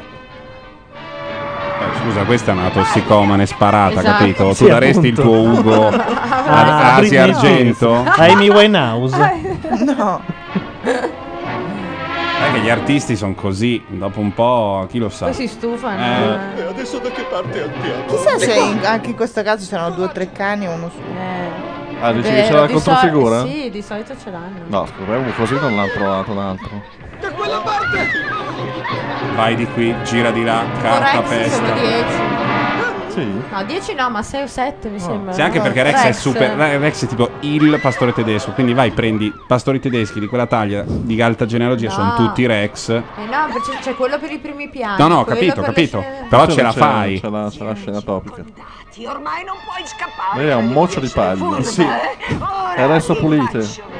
Speaker 1: Eh, scusa, questa è una tossicomane sparata,
Speaker 2: Esatto.
Speaker 1: capito?
Speaker 2: Sì,
Speaker 1: tu daresti il tuo
Speaker 2: appunto.
Speaker 1: Ugo
Speaker 2: Ah,
Speaker 1: a Asi
Speaker 2: Britney
Speaker 1: Argento?
Speaker 2: Spears. Amy
Speaker 17: Ah,
Speaker 2: Winehouse.
Speaker 4: Ah, eh. No.
Speaker 1: Sai che gli artisti sono così, dopo un po' chi lo sa.
Speaker 17: Poi si stufano.
Speaker 1: Eh.
Speaker 9: E adesso da che parte andiamo?
Speaker 4: Chissà
Speaker 11: Ecco.
Speaker 4: se in- anche in questo caso c'erano due o tre cani e uno su.
Speaker 17: Eh.
Speaker 5: Ah, dici che c'è la controfigura?
Speaker 17: sì, di solito ce l'hanno.
Speaker 5: No, scopriamo così non l'hanno trovato un altro.
Speaker 4: Da quella parte!
Speaker 1: Vai di qui, gira di là, carta
Speaker 17: Rex sono
Speaker 1: pesta.
Speaker 17: 10.
Speaker 5: Sì.
Speaker 17: No, 10 no, ma 6 o 7 mi sembra.
Speaker 1: Sì, anche
Speaker 17: no?
Speaker 1: perché Rex, è super. Rex è tipo il pastore tedesco. Quindi vai, prendi pastori tedeschi di quella taglia di alta genealogia,
Speaker 17: No.
Speaker 1: sono tutti Rex.
Speaker 17: Eh no, perché c'è quello per i primi piani.
Speaker 1: No, no, ho
Speaker 17: quello
Speaker 1: capito,
Speaker 17: per
Speaker 1: ho
Speaker 17: le
Speaker 1: capito.
Speaker 17: scene-
Speaker 1: Però
Speaker 5: Sì,
Speaker 1: ce la
Speaker 5: c'è-
Speaker 1: fai.
Speaker 5: C'è la, c'è la scena topica.
Speaker 8: Ti ormai non puoi scappare.
Speaker 5: Lei ha un moccio di paglia.
Speaker 8: Furba, eh?
Speaker 5: E adesso pulite.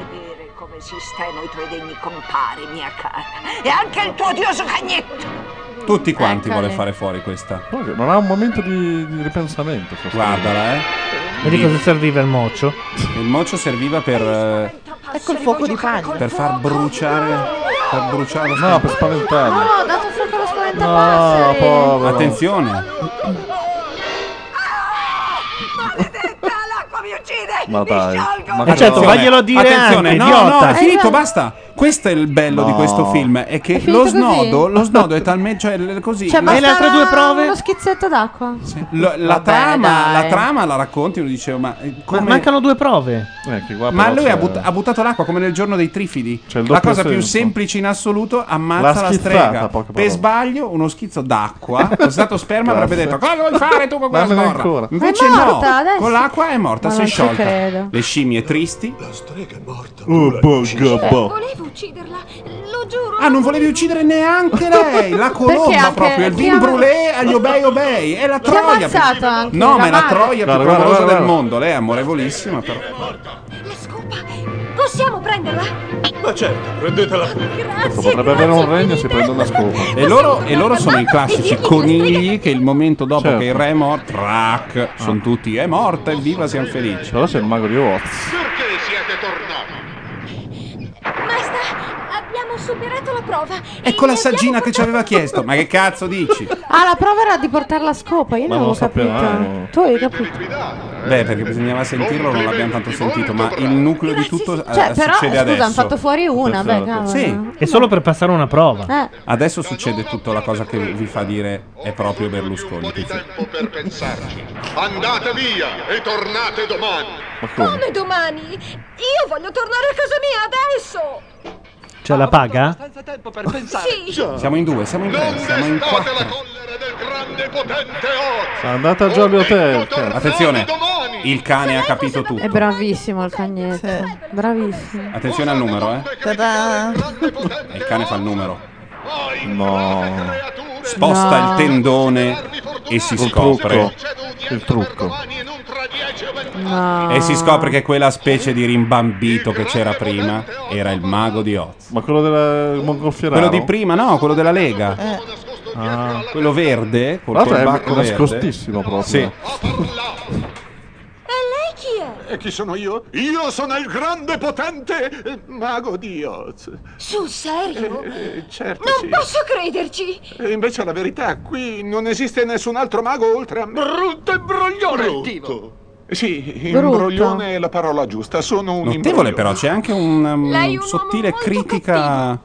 Speaker 8: Come esistano i tuoi degni compari, mia cara. E anche il tuo odioso cagnetto.
Speaker 1: Tutti quanti
Speaker 8: Eccole.
Speaker 17: Eh.
Speaker 1: vuole fare fuori questa.
Speaker 5: Non ha un momento di, di ripensamento.
Speaker 1: Guardala, eh.
Speaker 2: Vedi cosa serviva il moccio?
Speaker 1: Il moccio serviva per. eh,
Speaker 4: Ecco il fuoco di paglia.
Speaker 1: per far bruciare. Per bruciare.
Speaker 5: No, per
Speaker 1: eh.
Speaker 5: spaventarlo.
Speaker 4: No, dato fuoco allo
Speaker 5: No,
Speaker 4: spaventapasseri.
Speaker 5: povero.
Speaker 1: Attenzione.
Speaker 5: Ma dai. Ma
Speaker 1: Attenzione,
Speaker 5: certo,
Speaker 2: vaglielo a dire
Speaker 1: attenzione,
Speaker 2: anche,
Speaker 1: no,
Speaker 2: idiota.
Speaker 1: no, è
Speaker 2: Eh,
Speaker 1: finito,
Speaker 2: no.
Speaker 1: basta. Questo è il bello di
Speaker 5: No.
Speaker 1: questo film, è che
Speaker 17: È finito
Speaker 1: lo
Speaker 17: così?
Speaker 1: snodo, lo snodo è talmente cioè l- così.
Speaker 17: Cioè,
Speaker 1: la-
Speaker 17: basterà Uno schizzetto d'acqua.
Speaker 1: lo- la,
Speaker 17: Vabbè,
Speaker 1: trama,
Speaker 17: dai.
Speaker 1: la trama la racconti, uno dice, ma eh, come
Speaker 2: mancano due prove.
Speaker 5: Eh,
Speaker 1: Ma lui ha, but- ha buttato l'acqua come nel giorno dei trifidi.
Speaker 5: il
Speaker 1: la
Speaker 5: doppio
Speaker 1: cosa più
Speaker 5: senso.
Speaker 1: semplice in assoluto, ammazza
Speaker 5: L'ha
Speaker 1: la
Speaker 5: schizzata,
Speaker 1: strega.
Speaker 5: poca
Speaker 1: Per
Speaker 5: parola.
Speaker 1: sbaglio, uno schizzo d'acqua. Lo stato sperma
Speaker 5: Grazie.
Speaker 1: avrebbe detto: Cosa vuoi fare tu con quella
Speaker 5: Dammene
Speaker 1: sborra?"
Speaker 5: ancora.
Speaker 1: Invece
Speaker 17: È
Speaker 1: no,
Speaker 17: morta adesso.
Speaker 1: con l'acqua è morta,
Speaker 17: Ma
Speaker 1: si è
Speaker 17: non ci
Speaker 1: sciolta.
Speaker 17: credo.
Speaker 1: Le scimmie tristi.
Speaker 5: Oh,
Speaker 7: Volevo ucciderla, lo giuro.
Speaker 1: Ah, non volevi uccidere neanche lei, la colomba
Speaker 7: Perché anche-
Speaker 1: proprio, il
Speaker 7: chi
Speaker 1: vin
Speaker 7: ama-
Speaker 1: brûlé agli obei obei, è la
Speaker 7: Chi ha
Speaker 1: troia.
Speaker 7: ammazzato anche
Speaker 1: no,
Speaker 7: la
Speaker 1: ma è la
Speaker 7: madre.
Speaker 1: troia
Speaker 5: Guarda,
Speaker 1: più
Speaker 5: guarda,
Speaker 1: clamorosa
Speaker 5: guarda,
Speaker 1: del
Speaker 5: guarda.
Speaker 1: mondo, lei è amorevolissima però.
Speaker 7: Possiamo prenderla?
Speaker 5: Ma certo, prendetela
Speaker 7: Grazie.
Speaker 5: Potrebbe avere un regno se prende una scopa.
Speaker 1: E loro, e loro sono i classici conigli che il momento dopo
Speaker 5: Certo. Ah.
Speaker 1: che il re è morto, trac, sono tutti è morta, evviva, siamo felici.
Speaker 5: Però c'è il mago di Oz.
Speaker 19: Perché siete tornati?
Speaker 7: Basta, abbiamo superato la prova.
Speaker 1: Ecco la saggina che ci aveva chiesto, ma che cazzo dici?
Speaker 17: Ah, la prova era di portarla a scopa. Io
Speaker 1: Ma
Speaker 17: non avevo
Speaker 1: non eh.
Speaker 17: capito.
Speaker 5: eh.
Speaker 1: sapevamo.
Speaker 17: Tu avevi capito.
Speaker 1: Beh, perché bisognava sentirlo, non l'abbiamo tanto sentito, ma il nucleo di tutto eh,
Speaker 17: Cioè, però,
Speaker 1: succede
Speaker 17: scusa,
Speaker 1: adesso.
Speaker 17: hanno fatto fuori una. Ah, Beh, cavolo.
Speaker 1: Sì.
Speaker 2: È solo per passare una prova.
Speaker 17: Eh.
Speaker 1: Adesso succede tutta la cosa che vi fa dire è proprio Berlusconi.
Speaker 19: Per pensarci. Andate via e tornate domani.
Speaker 7: Come domani? Io voglio tornare a casa mia adesso.
Speaker 2: Cioè, la paga?
Speaker 7: Sì.
Speaker 1: Siamo in due, siamo in tre, siamo in quattro.
Speaker 5: Andate al Jolly Hotel.
Speaker 1: Attenzione, il cane ha capito tutto.
Speaker 17: È bravissimo il cagnetto. Bravissimo.
Speaker 1: Attenzione al numero, eh. E il cane fa il numero.
Speaker 5: No.
Speaker 1: Sposta
Speaker 5: No.
Speaker 1: il tendone e si scopre.
Speaker 5: Il trucco.
Speaker 17: No.
Speaker 1: E si scopre che quella specie di rimbambito che c'era prima era il mago di Oz.
Speaker 5: Ma quello del mongolfierato.
Speaker 1: Quello di prima, no, quello della Lega.
Speaker 14: Eh.
Speaker 5: Ah.
Speaker 1: Quello verde, col
Speaker 5: Guarda, è-
Speaker 1: perbacco
Speaker 5: è
Speaker 1: verde.
Speaker 5: nascostissimo proprio.
Speaker 1: Sì.
Speaker 7: E lei chi è?
Speaker 14: E chi sono io? Io sono il grande potente eh, mago di Oz.
Speaker 7: Sul serio?
Speaker 14: Eh, certo
Speaker 7: non
Speaker 14: sì.
Speaker 7: posso crederci.
Speaker 14: E invece la verità, qui non esiste nessun altro mago oltre a me. Brutto imbroglione! Brutto. Sì,
Speaker 1: Brutto.
Speaker 14: imbroglione è la parola giusta, sono un
Speaker 1: Notevole però, c'è anche una
Speaker 14: Lei è un
Speaker 1: sottile critica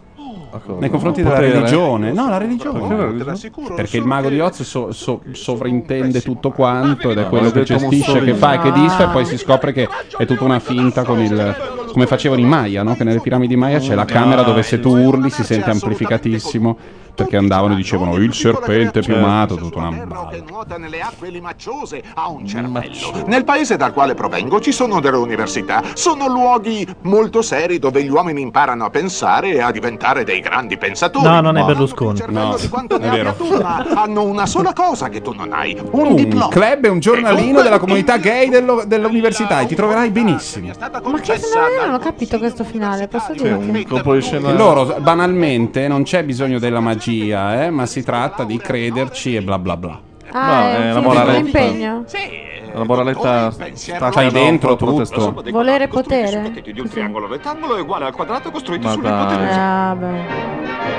Speaker 1: nei confronti della
Speaker 5: Ah, Potere.
Speaker 1: religione. No, la religione.
Speaker 14: Te l'assicuro.
Speaker 1: Perché il mago di Oz so- so- sovraintende tutto quanto ed è quello
Speaker 5: l'ha
Speaker 1: che
Speaker 5: detto
Speaker 1: gestisce, che
Speaker 5: Mussolini.
Speaker 1: fa e che disfa e poi
Speaker 5: Ah.
Speaker 1: si scopre che è tutta una finta con il... Come facevano i Maya, no? Che nelle piramidi Maya c'è la camera dove se tu urli si sente amplificatissimo perché andavano e dicevano il serpente piumato, tutta una
Speaker 14: che nuota nelle acque limacciose ha un cervello. Nel paese dal quale provengo ci sono delle università. Sono luoghi molto seri dove gli uomini imparano a pensare e a diventare dei grandi pensatori.
Speaker 2: No, non è
Speaker 14: Ma
Speaker 2: Berlusconi. No,
Speaker 14: quanto ne abbia tu, ma hanno una sola cosa che tu non hai, un
Speaker 1: un
Speaker 14: diploma.
Speaker 1: club e un giornalino della comunità gay dello- dell'università e ti troverai benissimo.
Speaker 17: Ma che se no, io non ho capito questo finale, posso
Speaker 1: Certo,
Speaker 17: dirti?
Speaker 5: colpo di scena.
Speaker 1: Loro banalmente non c'è bisogno della magia, eh, ma si tratta di crederci e bla bla bla.
Speaker 17: Ah, è un film di impegno.
Speaker 5: La moraletta sta
Speaker 1: Fai dentro tutto.
Speaker 5: protestante.
Speaker 17: Volere potere.
Speaker 10: Di un triangolo rettangolo è uguale al quadrato costruito
Speaker 5: Ma
Speaker 10: sul
Speaker 17: Eh,
Speaker 5: dai.
Speaker 17: vabbè.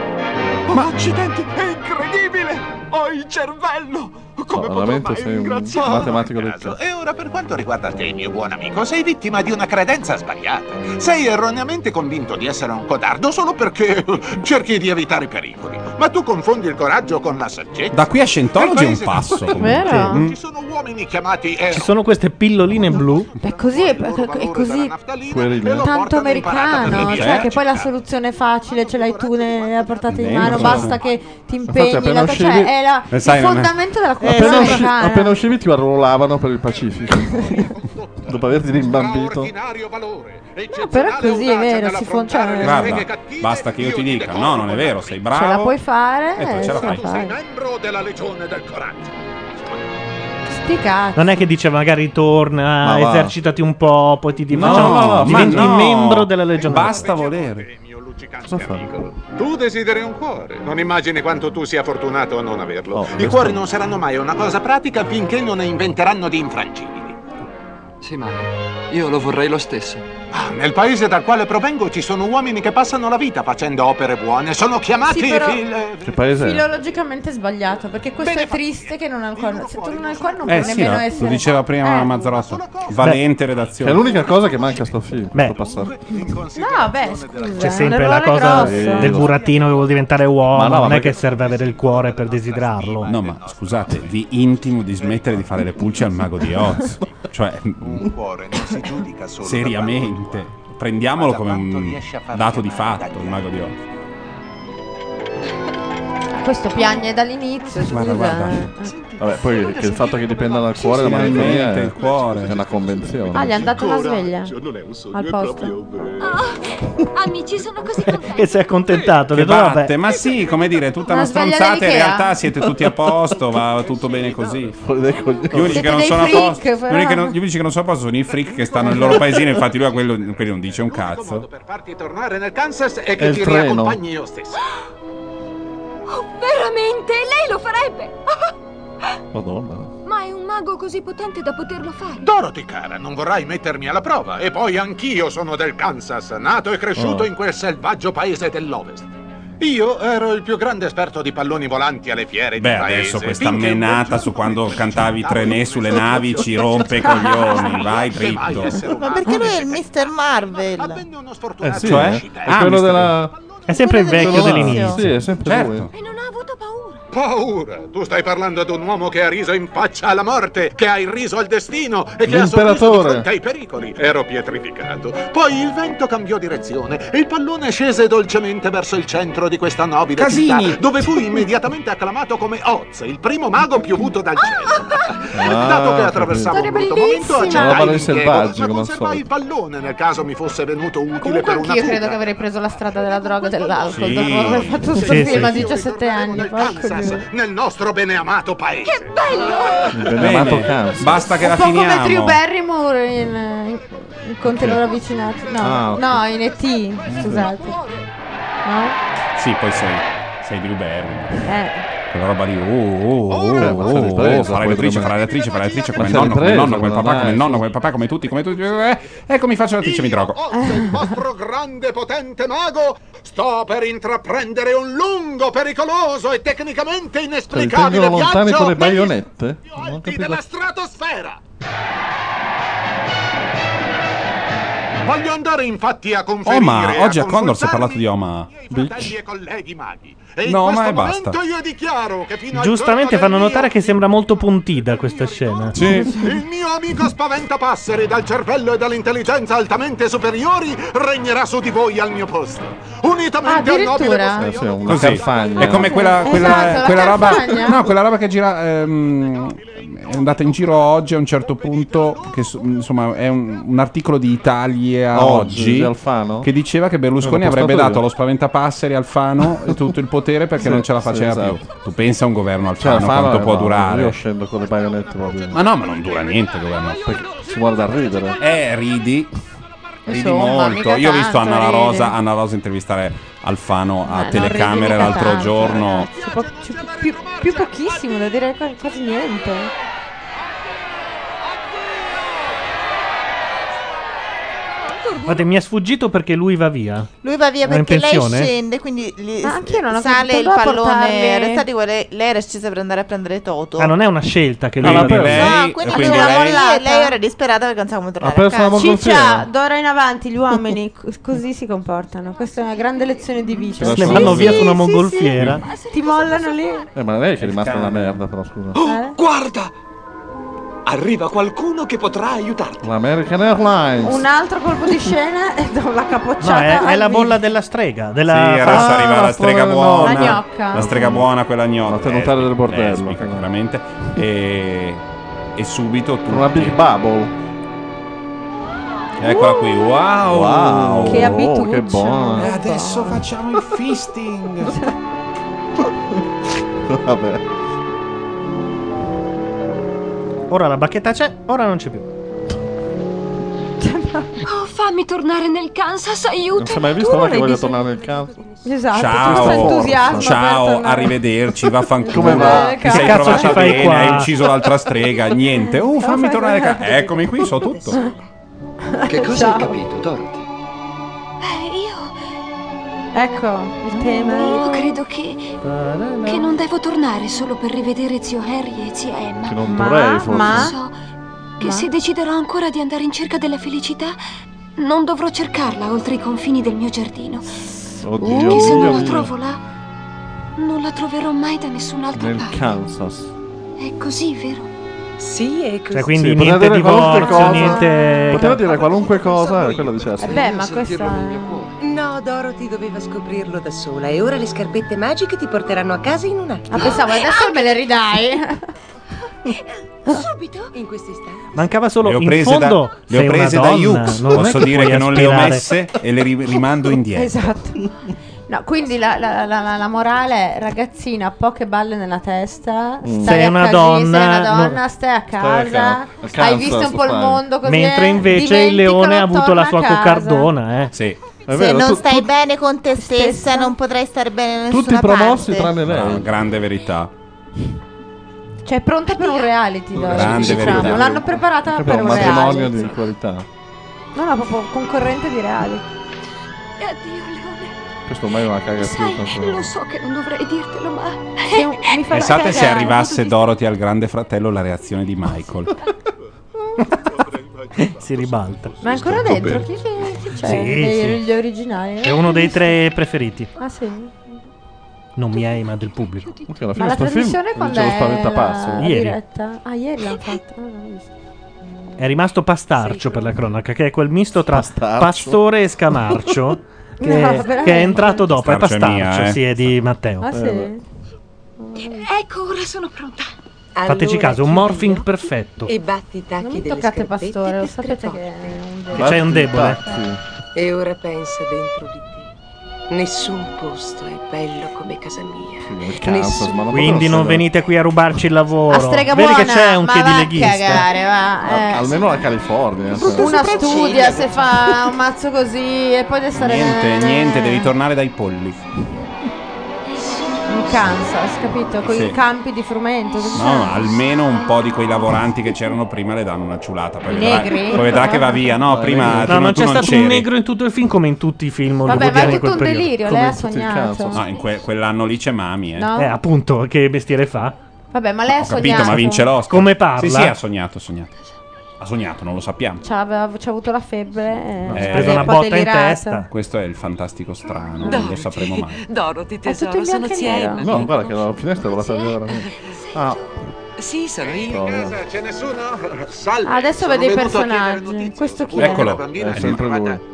Speaker 10: Ma accidenti, è incredibile! Ho il cervello!
Speaker 5: No,
Speaker 10: Come potrò
Speaker 5: veramente
Speaker 10: mai
Speaker 5: sei un
Speaker 10: ringraziare?
Speaker 5: matematico del cazzo.
Speaker 14: E ora per quanto riguarda te, mio buon amico, sei vittima di una credenza sbagliata. Sei erroneamente convinto di essere un codardo solo perché cerchi di evitare i pericoli. Ma tu confondi il coraggio con la saggezza.
Speaker 1: Da qui a Scientology è un
Speaker 14: Nel paese-
Speaker 1: passo. comunque.
Speaker 17: Vero?
Speaker 1: Mm.
Speaker 14: Ci sono uomini chiamati eh,
Speaker 2: Ci
Speaker 14: eroi.
Speaker 2: sono queste pilloline blu.
Speaker 17: È così, è, è così tanto
Speaker 14: portano imparata
Speaker 17: americano.
Speaker 14: per
Speaker 17: Cioè,
Speaker 14: via.
Speaker 17: che poi la soluzione è facile ce l'hai tu nella portata di mano.
Speaker 5: Dentro.
Speaker 17: Basta che ti impegni.
Speaker 5: appena
Speaker 17: La,
Speaker 5: uscivi-
Speaker 17: cioè, è la-
Speaker 5: Eh, sai,
Speaker 17: il
Speaker 5: non è-
Speaker 17: fondamento della cultura
Speaker 5: Appena, usci-
Speaker 17: americana.
Speaker 5: appena uscivi ti arruolavano per il Pacifico. Dopo averti rimbambito.
Speaker 17: No, però è così, è vero. Si fon- cioè,
Speaker 1: Guarda, basta che io ti dica, no, non è vero, sei bravo.
Speaker 17: ce la puoi fare.
Speaker 1: E tu
Speaker 17: eh,
Speaker 1: ce la
Speaker 17: ce la
Speaker 1: fai.
Speaker 17: fai.
Speaker 14: Membro della legione del coraggio.
Speaker 17: Sti cazzi.
Speaker 2: Non è che dice magari torna,
Speaker 1: Ma va.
Speaker 2: esercitati un po', poi ti diventi,
Speaker 1: No, ma
Speaker 2: diventi
Speaker 1: no.
Speaker 2: membro della legione.
Speaker 1: Basta volere.
Speaker 2: Cosa fa?
Speaker 14: Tu desideri un cuore. Non immagini quanto tu sia fortunato a non averlo. I questo- cuori non saranno mai una cosa pratica finché non ne inventeranno di infrangibili.
Speaker 23: Sì, ma io lo vorrei lo stesso.
Speaker 14: Ah, Nel paese dal quale provengo ci sono uomini che passano la vita facendo opere buone. Sono chiamati
Speaker 17: Sì, però-
Speaker 14: fil- eh,
Speaker 5: Che paese è?
Speaker 17: Filologicamente sbagliato, perché questo è triste che non ha il cuore. Se tu non hai il cuore non
Speaker 1: Eh
Speaker 17: puoi
Speaker 1: sì,
Speaker 17: nemmeno
Speaker 1: no, lo
Speaker 17: essere. Eh.
Speaker 1: diceva prima Mazzarotto.
Speaker 5: Che
Speaker 1: Valente redazione.
Speaker 5: è l'unica cosa che manca a sto film. Beh,
Speaker 17: No, beh, scusa.
Speaker 2: C'è
Speaker 17: è
Speaker 2: sempre
Speaker 17: un
Speaker 2: la
Speaker 17: errore
Speaker 2: cosa
Speaker 17: grosso.
Speaker 2: del burattino che vuol diventare uomo.
Speaker 1: Ma no, ma
Speaker 2: non è
Speaker 1: perché-
Speaker 2: che serve avere il cuore per desiderarlo.
Speaker 1: No, ma scusate, vi intimo di smettere di fare le pulce al mago di Oz. Cioè,
Speaker 14: Un cuore non si giudica solo da
Speaker 1: seriamente, prendiamolo come un dato di fatto, il mago di Oz.
Speaker 17: Questo piange dall'inizio. Scusa.
Speaker 5: Guarda, Vabbè, poi che il fatto che dipenda dal cuore, la malinconia
Speaker 1: Finalmente
Speaker 5: è,
Speaker 1: il cuore.
Speaker 5: è una convenzione.
Speaker 17: Ah, gli è andata una sveglia.
Speaker 11: Cioè,
Speaker 14: è
Speaker 17: Al posto.
Speaker 7: Ah,
Speaker 16: Amici, sono così
Speaker 2: E si è accontentato.
Speaker 1: Che
Speaker 2: detto, vabbè.
Speaker 1: batte, ma sì, come dire, tutta
Speaker 16: Una
Speaker 1: una
Speaker 16: sveglia
Speaker 1: stronzata. In
Speaker 16: dell'Ikea.
Speaker 1: realtà siete tutti a posto, va tutto bene così. Gli unici
Speaker 16: Siete
Speaker 1: che non
Speaker 16: dei
Speaker 1: sono a
Speaker 16: freak,
Speaker 1: posto,
Speaker 16: però.
Speaker 1: gli unici che non- gli unici che non sono a posto sono i freak che stanno nel loro paesino. Infatti, lui a quello, quelli non dice un cazzo.
Speaker 14: farti tornare nel Kansas e
Speaker 1: È
Speaker 14: che
Speaker 1: il
Speaker 14: ti
Speaker 1: treno.
Speaker 14: riaccompagni io stesso.
Speaker 7: Oh, Veramente, lei lo farebbe!
Speaker 5: Madonna.
Speaker 7: Ma è un mago così potente da poterlo fare.
Speaker 14: Dorothy, cara, non vorrai mettermi alla prova. E poi anch'io sono del Kansas, nato e cresciuto
Speaker 5: Oh.
Speaker 14: in quel selvaggio paese dell'Ovest. Io ero il più grande esperto di palloni volanti alle fiere
Speaker 1: Beh,
Speaker 14: di paese.
Speaker 1: adesso questa
Speaker 14: finché un
Speaker 1: menata su quando cantavi Trenè sulle navi ci rompe i coglioni. Vai dritto.
Speaker 4: Ma perché lui è il Mr. Marvel?
Speaker 1: Eh
Speaker 5: sì,
Speaker 1: cioè?
Speaker 5: eh. È
Speaker 1: Ah,
Speaker 5: quello
Speaker 1: mister.
Speaker 5: della...
Speaker 2: È sempre il vecchio
Speaker 5: Quello là.
Speaker 2: dell'inizio.
Speaker 5: Sì, è sempre
Speaker 14: Certo.
Speaker 5: lui.
Speaker 14: Paura! Tu stai parlando ad un uomo che ha riso in faccia alla morte, che ha irriso al destino e che ha sorriso di
Speaker 5: L'imperatore.
Speaker 14: fronte ai pericoli. Ero pietrificato. Poi il vento cambiò direzione e il pallone scese dolcemente verso il centro di questa nobile
Speaker 1: Casini!
Speaker 14: città, dove fu immediatamente acclamato come Oz, il primo mago piovuto dal cielo. Dato che
Speaker 5: Ah,
Speaker 14: attraversavo un
Speaker 7: Storia
Speaker 14: brutto
Speaker 5: La
Speaker 7: bellissima!
Speaker 14: momento, accettai
Speaker 5: roba dei
Speaker 14: l'impiego,
Speaker 5: selvaggi,
Speaker 14: ma
Speaker 5: come al
Speaker 14: conservai il pallone nel caso mi fosse venuto utile
Speaker 17: Comunque
Speaker 14: per una
Speaker 17: anch'io
Speaker 14: fuga.
Speaker 17: credo che avrei preso la strada della droga e dell'alcol
Speaker 14: Sì.
Speaker 17: dopo aver fatto questo
Speaker 14: Sì,
Speaker 17: film a
Speaker 14: sì.
Speaker 17: 17 anni. porco
Speaker 14: Kansas,
Speaker 17: Dio.
Speaker 14: nel nostro beneamato paese. Che
Speaker 5: Il
Speaker 14: bello!
Speaker 5: benamato Kansas.
Speaker 1: Basta che
Speaker 17: Un
Speaker 1: la
Speaker 17: po' come Drew
Speaker 1: finiamo.
Speaker 17: Barrymore in, eh, in, in Conte loro avvicinato. No,
Speaker 1: Ah, ok.
Speaker 17: no, in E.T. Scusate. No?
Speaker 1: Sì, poi sei, sei Drew Barry.
Speaker 17: Eh.
Speaker 1: Quella roba lì, oh, oh, oh,
Speaker 5: Ora,
Speaker 1: oh,
Speaker 5: ma sei
Speaker 1: oh,
Speaker 5: ripreso,
Speaker 1: farai
Speaker 5: poi
Speaker 1: l'attrice,
Speaker 5: come-
Speaker 1: farai l'attrice, farai l'attrice,
Speaker 5: Ma
Speaker 1: come il
Speaker 5: sei
Speaker 1: nonno, come il
Speaker 5: ripreso,
Speaker 1: nonno, come il
Speaker 5: ma
Speaker 1: papà, come il
Speaker 5: dai.
Speaker 1: nonno, come il papà, come tutti, come tutti. eh, Ecco, mi faccio l'attrice, mi drogo.
Speaker 14: Il vostro grande potente mago sto per intraprendere un lungo, pericoloso e tecnicamente
Speaker 5: Cioè, li
Speaker 14: inesplicabile
Speaker 5: tengono lontani
Speaker 14: viaggio
Speaker 5: con le
Speaker 14: negli
Speaker 5: baionette? Non ho
Speaker 14: alti
Speaker 5: capito.
Speaker 14: della stratosfera. Voglio andare infatti a conferire
Speaker 1: Oma, Oh, oggi a
Speaker 14: a
Speaker 1: Condor si è
Speaker 14: consultarmi
Speaker 1: parlato di Oma.
Speaker 14: fratelli e colleghi maghi. E in
Speaker 1: No, ma
Speaker 14: questo
Speaker 1: e basta.
Speaker 14: momento io dichiaro che fino al
Speaker 2: Giustamente fanno notare che sembra molto puntida questa scena.
Speaker 14: Il mio amico spaventapasseri dal cervello e dall'intelligenza altamente superiori regnerà su di voi al mio posto. Unitamente al nobile
Speaker 5: Eh,
Speaker 14: posto.
Speaker 5: sì, è una
Speaker 1: Così.
Speaker 5: carfagna.
Speaker 1: È come quella, quella,
Speaker 17: Esatto, la
Speaker 1: quella roba.
Speaker 17: carfagna.
Speaker 1: No, quella roba che gira. ehm, è andata in giro oggi a un certo punto. Che su- insomma, è un, un articolo di Italia
Speaker 5: Oggi,
Speaker 1: oggi.
Speaker 5: di Alfano?
Speaker 1: Che diceva che Berlusconi
Speaker 5: L'ho postato
Speaker 1: avrebbe dato
Speaker 5: io.
Speaker 1: allo spaventapasseri Alfano tutto il potere perché
Speaker 5: Sì,
Speaker 1: non ce la
Speaker 5: sì,
Speaker 1: faceva
Speaker 5: esatto.
Speaker 1: più. Tu pensa a un governo Alfano,
Speaker 5: Cioè, Alfano,
Speaker 1: quanto può
Speaker 5: no,
Speaker 1: durare?
Speaker 5: Io scendo con le baionette proprio.
Speaker 1: Ma no, ma non dura niente il governo
Speaker 5: Si vuole da ridere.
Speaker 1: Eh, ridi. Ridi
Speaker 5: Insomma,
Speaker 1: molto.
Speaker 5: mica
Speaker 1: Io ho visto
Speaker 5: tanto
Speaker 1: Anna La
Speaker 5: ridi.
Speaker 1: Rosa, Anna Rosa intervistare Alfano a
Speaker 17: Ma non eh. ridi
Speaker 1: telecamere
Speaker 17: mica
Speaker 1: l'altro
Speaker 17: tanto,
Speaker 1: giorno.
Speaker 17: ragazzi, po- ci- più, più pochissimo, da dire qua- quasi niente.
Speaker 2: Guardate, mi è sfuggito perché lui va via.
Speaker 4: Lui va via
Speaker 2: Va in
Speaker 4: perché lei
Speaker 2: pensione?
Speaker 4: scende, quindi gli-
Speaker 17: Ma anch'io non ho
Speaker 4: sale
Speaker 17: capito,
Speaker 4: il
Speaker 17: doveva
Speaker 4: pallone.
Speaker 17: portarle-
Speaker 4: Restate con lei, lei era scesa per andare a prendere Toto.
Speaker 2: Ah, non è una scelta che
Speaker 1: No,
Speaker 2: lui
Speaker 1: ma
Speaker 2: va
Speaker 1: per
Speaker 2: via.
Speaker 1: lei-
Speaker 4: Quindi
Speaker 1: quindi
Speaker 4: aveva
Speaker 1: lei-
Speaker 4: mollato e lei era disperata perché non sa come tornare a
Speaker 5: perso la
Speaker 4: casa.
Speaker 5: Col
Speaker 17: Ciccia,
Speaker 5: fieno.
Speaker 17: d'ora in avanti gli uomini c- così si comportano. Questa è una grande lezione di
Speaker 5: Ce
Speaker 17: vita.
Speaker 5: la
Speaker 2: Se ne
Speaker 5: sono.
Speaker 2: vanno via
Speaker 5: Sì,
Speaker 2: su una
Speaker 5: sì,
Speaker 2: mongolfiera.
Speaker 17: Ti mollano lì.
Speaker 5: Eh, ma lei che è rimasta una merda, però scusa.
Speaker 17: eh?
Speaker 10: Guarda! Arriva qualcuno che potrà aiutarti.
Speaker 5: L'American Airlines.
Speaker 17: Un altro colpo di scena e do la
Speaker 2: No,
Speaker 17: capocciata.
Speaker 2: è, è
Speaker 17: al
Speaker 2: la
Speaker 17: mio-
Speaker 2: bolla della strega. Della
Speaker 1: Sì, adesso
Speaker 2: Ah,
Speaker 1: arriva la strega
Speaker 2: povera
Speaker 1: buona.
Speaker 17: La
Speaker 2: nonna.
Speaker 17: gnocca.
Speaker 1: La strega buona, quella gnocca. La
Speaker 5: tenutare del bordello.
Speaker 1: veramente. E, e subito tu.
Speaker 5: Una Big Bubble.
Speaker 1: Eccola qui. Wow.
Speaker 5: Wow,
Speaker 1: Che
Speaker 5: oh,
Speaker 1: abituccia.
Speaker 5: che buona.
Speaker 1: E adesso facciamo il fisting.
Speaker 5: Vabbè.
Speaker 2: Ora la bacchetta c'è, ora non c'è più.
Speaker 7: Oh, fammi tornare nel Kansas, aiuto.
Speaker 5: Non si è mai visto una che voglia tornare nel campo. Ah,
Speaker 7: Esatto,
Speaker 1: Ciao,
Speaker 7: entusiasmo
Speaker 1: ciao, arrivederti, vaffanculo.
Speaker 5: Come va?
Speaker 1: Ti sei
Speaker 5: cazzo ci
Speaker 1: trovata
Speaker 5: fai
Speaker 1: bene,
Speaker 5: qua?
Speaker 1: hai ucciso l'altra strega, niente. Uh, fammi tornare a casa. Eccomi qui, so tutto.
Speaker 23: Che cosa hai capito, Dorothy?
Speaker 17: Ecco il tema.
Speaker 7: Io credo che. che non devo tornare solo per rivedere zio Harry e zia Emma.
Speaker 5: Che non dovrei, forse.
Speaker 7: So che se deciderò ancora di andare in cerca della felicità, non dovrò cercarla oltre i confini del mio giardino.
Speaker 5: Oddio,
Speaker 7: Perché se
Speaker 5: oddio,
Speaker 7: non la
Speaker 5: oddio.
Speaker 7: trovo là, non la troverò mai da nessun'altra
Speaker 5: Nel
Speaker 7: parte.
Speaker 5: Kansas.
Speaker 7: È così, vero? Sì, è così.
Speaker 2: Cioè, quindi
Speaker 5: Sì, poteva
Speaker 2: niente
Speaker 5: dire qualunque
Speaker 2: divorzio,
Speaker 5: cosa.
Speaker 2: niente. Eh
Speaker 5: Poteva dire qualunque cosa e quello diceva sì.
Speaker 15: Beh, ma questo. No, Dorothy doveva scoprirlo da sola e ora le scarpette magiche ti porteranno a casa in un attimo.
Speaker 17: Ah, pensavo, adesso me le ridai.
Speaker 15: Subito? In questo istante.
Speaker 2: Mancava solo
Speaker 1: Le ho
Speaker 2: in
Speaker 1: prese,
Speaker 2: fondo.
Speaker 1: da, le ho
Speaker 2: sei una
Speaker 1: prese da
Speaker 2: donna,
Speaker 1: Yux,
Speaker 2: non è
Speaker 1: posso dire
Speaker 2: puoi
Speaker 1: che non le ho
Speaker 2: aspirare.
Speaker 1: messe e le ri- rimando indietro.
Speaker 17: Esatto. No, quindi la, la- la- la- la morale è ragazzina, poche balle nella testa,
Speaker 2: Mm.
Speaker 17: stai
Speaker 2: Sei
Speaker 17: a
Speaker 2: una
Speaker 17: casa-
Speaker 2: donna,
Speaker 17: sei una donna,
Speaker 2: no.
Speaker 17: stai a
Speaker 2: a
Speaker 17: casa,
Speaker 2: casa.
Speaker 17: hai visto un po' il
Speaker 2: Stai.
Speaker 17: mondo così.
Speaker 2: Mentre
Speaker 17: eh,
Speaker 2: invece il
Speaker 17: dimenticalo,
Speaker 2: leone ha avuto la sua
Speaker 17: torna a casa.
Speaker 2: cocardona, eh.
Speaker 1: Sì.
Speaker 22: bene con te stessa, non potrai stare bene da
Speaker 1: Tutti promossi
Speaker 5: tranne lei.
Speaker 1: grande verità.
Speaker 17: Cioè, è pronta per un reality, Dora,
Speaker 1: Grande
Speaker 17: diciamo.
Speaker 1: verità.
Speaker 17: L'hanno preparata
Speaker 5: Proprio
Speaker 17: per
Speaker 5: un
Speaker 17: un
Speaker 5: matrimonio
Speaker 17: reality.
Speaker 5: di qualità.
Speaker 17: No, no, proprio concorrente di reality.
Speaker 5: Questo ormai non la caga più. tanto.
Speaker 7: Lo so che non dovrei dirtelo, ma.
Speaker 17: mi farà
Speaker 1: Pensate se
Speaker 17: cagare.
Speaker 1: arrivasse Dorothy al grande fratello la reazione di Michael.
Speaker 2: si ribalta.
Speaker 17: Ma è ancora dentro? Chi, chi- chi c'è?
Speaker 2: Sì,
Speaker 17: Dei-
Speaker 2: sì.
Speaker 17: Gli originali? eh?
Speaker 2: È uno dei tre preferiti.
Speaker 17: Ah, sì.
Speaker 2: Non miei, ma del pubblico.
Speaker 17: Ma la trasmissione quando è? la
Speaker 2: Ieri.
Speaker 17: diretta? Ah, ieri l'hanno fatta. Ah, non l'ho vista.
Speaker 2: È rimasto pastarcio per la cronaca, che è quel misto tra pastore e scamarcio. Che,
Speaker 7: veramente?
Speaker 2: che è entrato dopo, è
Speaker 1: Pastarcio è
Speaker 2: pastarcio,
Speaker 1: mia, eh.
Speaker 2: sì, è di Matteo.
Speaker 7: Ah, sì?
Speaker 2: Eh,
Speaker 7: Ecco, ora sono pronta.
Speaker 2: Fateci caso, un morphing perfetto.
Speaker 15: E batti i tacchi
Speaker 17: Non mi
Speaker 15: delle
Speaker 17: toccate
Speaker 15: scarpette
Speaker 17: Pastore, lo
Speaker 15: per
Speaker 17: sapete
Speaker 15: tre
Speaker 17: che è un
Speaker 2: Che c'è un debole.
Speaker 15: volte. E ora pensa dentro di te. Nessun posto è bello come casa mia. Nessun-
Speaker 2: Quindi non venite qui a rubarci il lavoro.
Speaker 17: A strega
Speaker 2: Vedi che
Speaker 17: buona,
Speaker 2: c'è un
Speaker 17: ma
Speaker 2: che di
Speaker 17: va a
Speaker 2: leghista.
Speaker 17: cagare, va. eh.
Speaker 5: Almeno la California. cioè.
Speaker 17: Una studia, se fa un mazzo così e poi deve stare
Speaker 1: Niente, niente, devi tornare dai polli.
Speaker 17: in Kansas, capito? Con
Speaker 1: Sì.
Speaker 17: i campi di frumento. così.
Speaker 1: No, ma almeno un po' di quei lavoranti che c'erano prima le danno una ciulata. Poi
Speaker 17: I
Speaker 1: vedrai,
Speaker 17: negri?
Speaker 1: poi vedrà che va via. No, prima tu
Speaker 2: No, non
Speaker 1: tu
Speaker 2: c'è stato un
Speaker 1: c'eri.
Speaker 2: negro in tutto il film come in tutti i film
Speaker 17: Vabbè, ma
Speaker 2: hollywoodiani
Speaker 17: è
Speaker 2: in
Speaker 17: tutto
Speaker 2: quel
Speaker 17: un
Speaker 2: periodo.
Speaker 17: delirio, lei ha sognato.
Speaker 1: No, in que- quell'anno lì c'è Mami, eh.
Speaker 17: No?
Speaker 2: Eh, appunto, che mestiere fa?
Speaker 17: Vabbè, ma lei ha
Speaker 1: Ho capito,
Speaker 17: sognato.
Speaker 1: ma vince l'Oscar.
Speaker 2: Come parla?
Speaker 1: Sì, sì, ha sognato, ha sognato. Ha sognato, non lo sappiamo.
Speaker 17: C'ha, aveva- c'ha avuto la febbre.
Speaker 1: Eh,
Speaker 17: Eh, un po' delirata.
Speaker 1: Questo è il fantastico strano, non lo
Speaker 15: Dai.
Speaker 1: sapremo mai.
Speaker 15: Dorothy,
Speaker 17: tutto
Speaker 15: tesoro,
Speaker 17: in
Speaker 15: sono
Speaker 17: bianco e
Speaker 15: zia
Speaker 2: Eh,
Speaker 17: nero.
Speaker 15: Emma.
Speaker 5: No, guarda che la finestra è volata via veramente. Ah,
Speaker 15: Sì, sono io.
Speaker 5: Oh.
Speaker 9: C'è nessuno? Salve.
Speaker 17: Adesso
Speaker 9: sono
Speaker 17: vede i
Speaker 9: venuto a chiedere
Speaker 17: personaggi. Questo chi è?
Speaker 1: Eccolo.
Speaker 5: è sempre lui.
Speaker 15: Eh,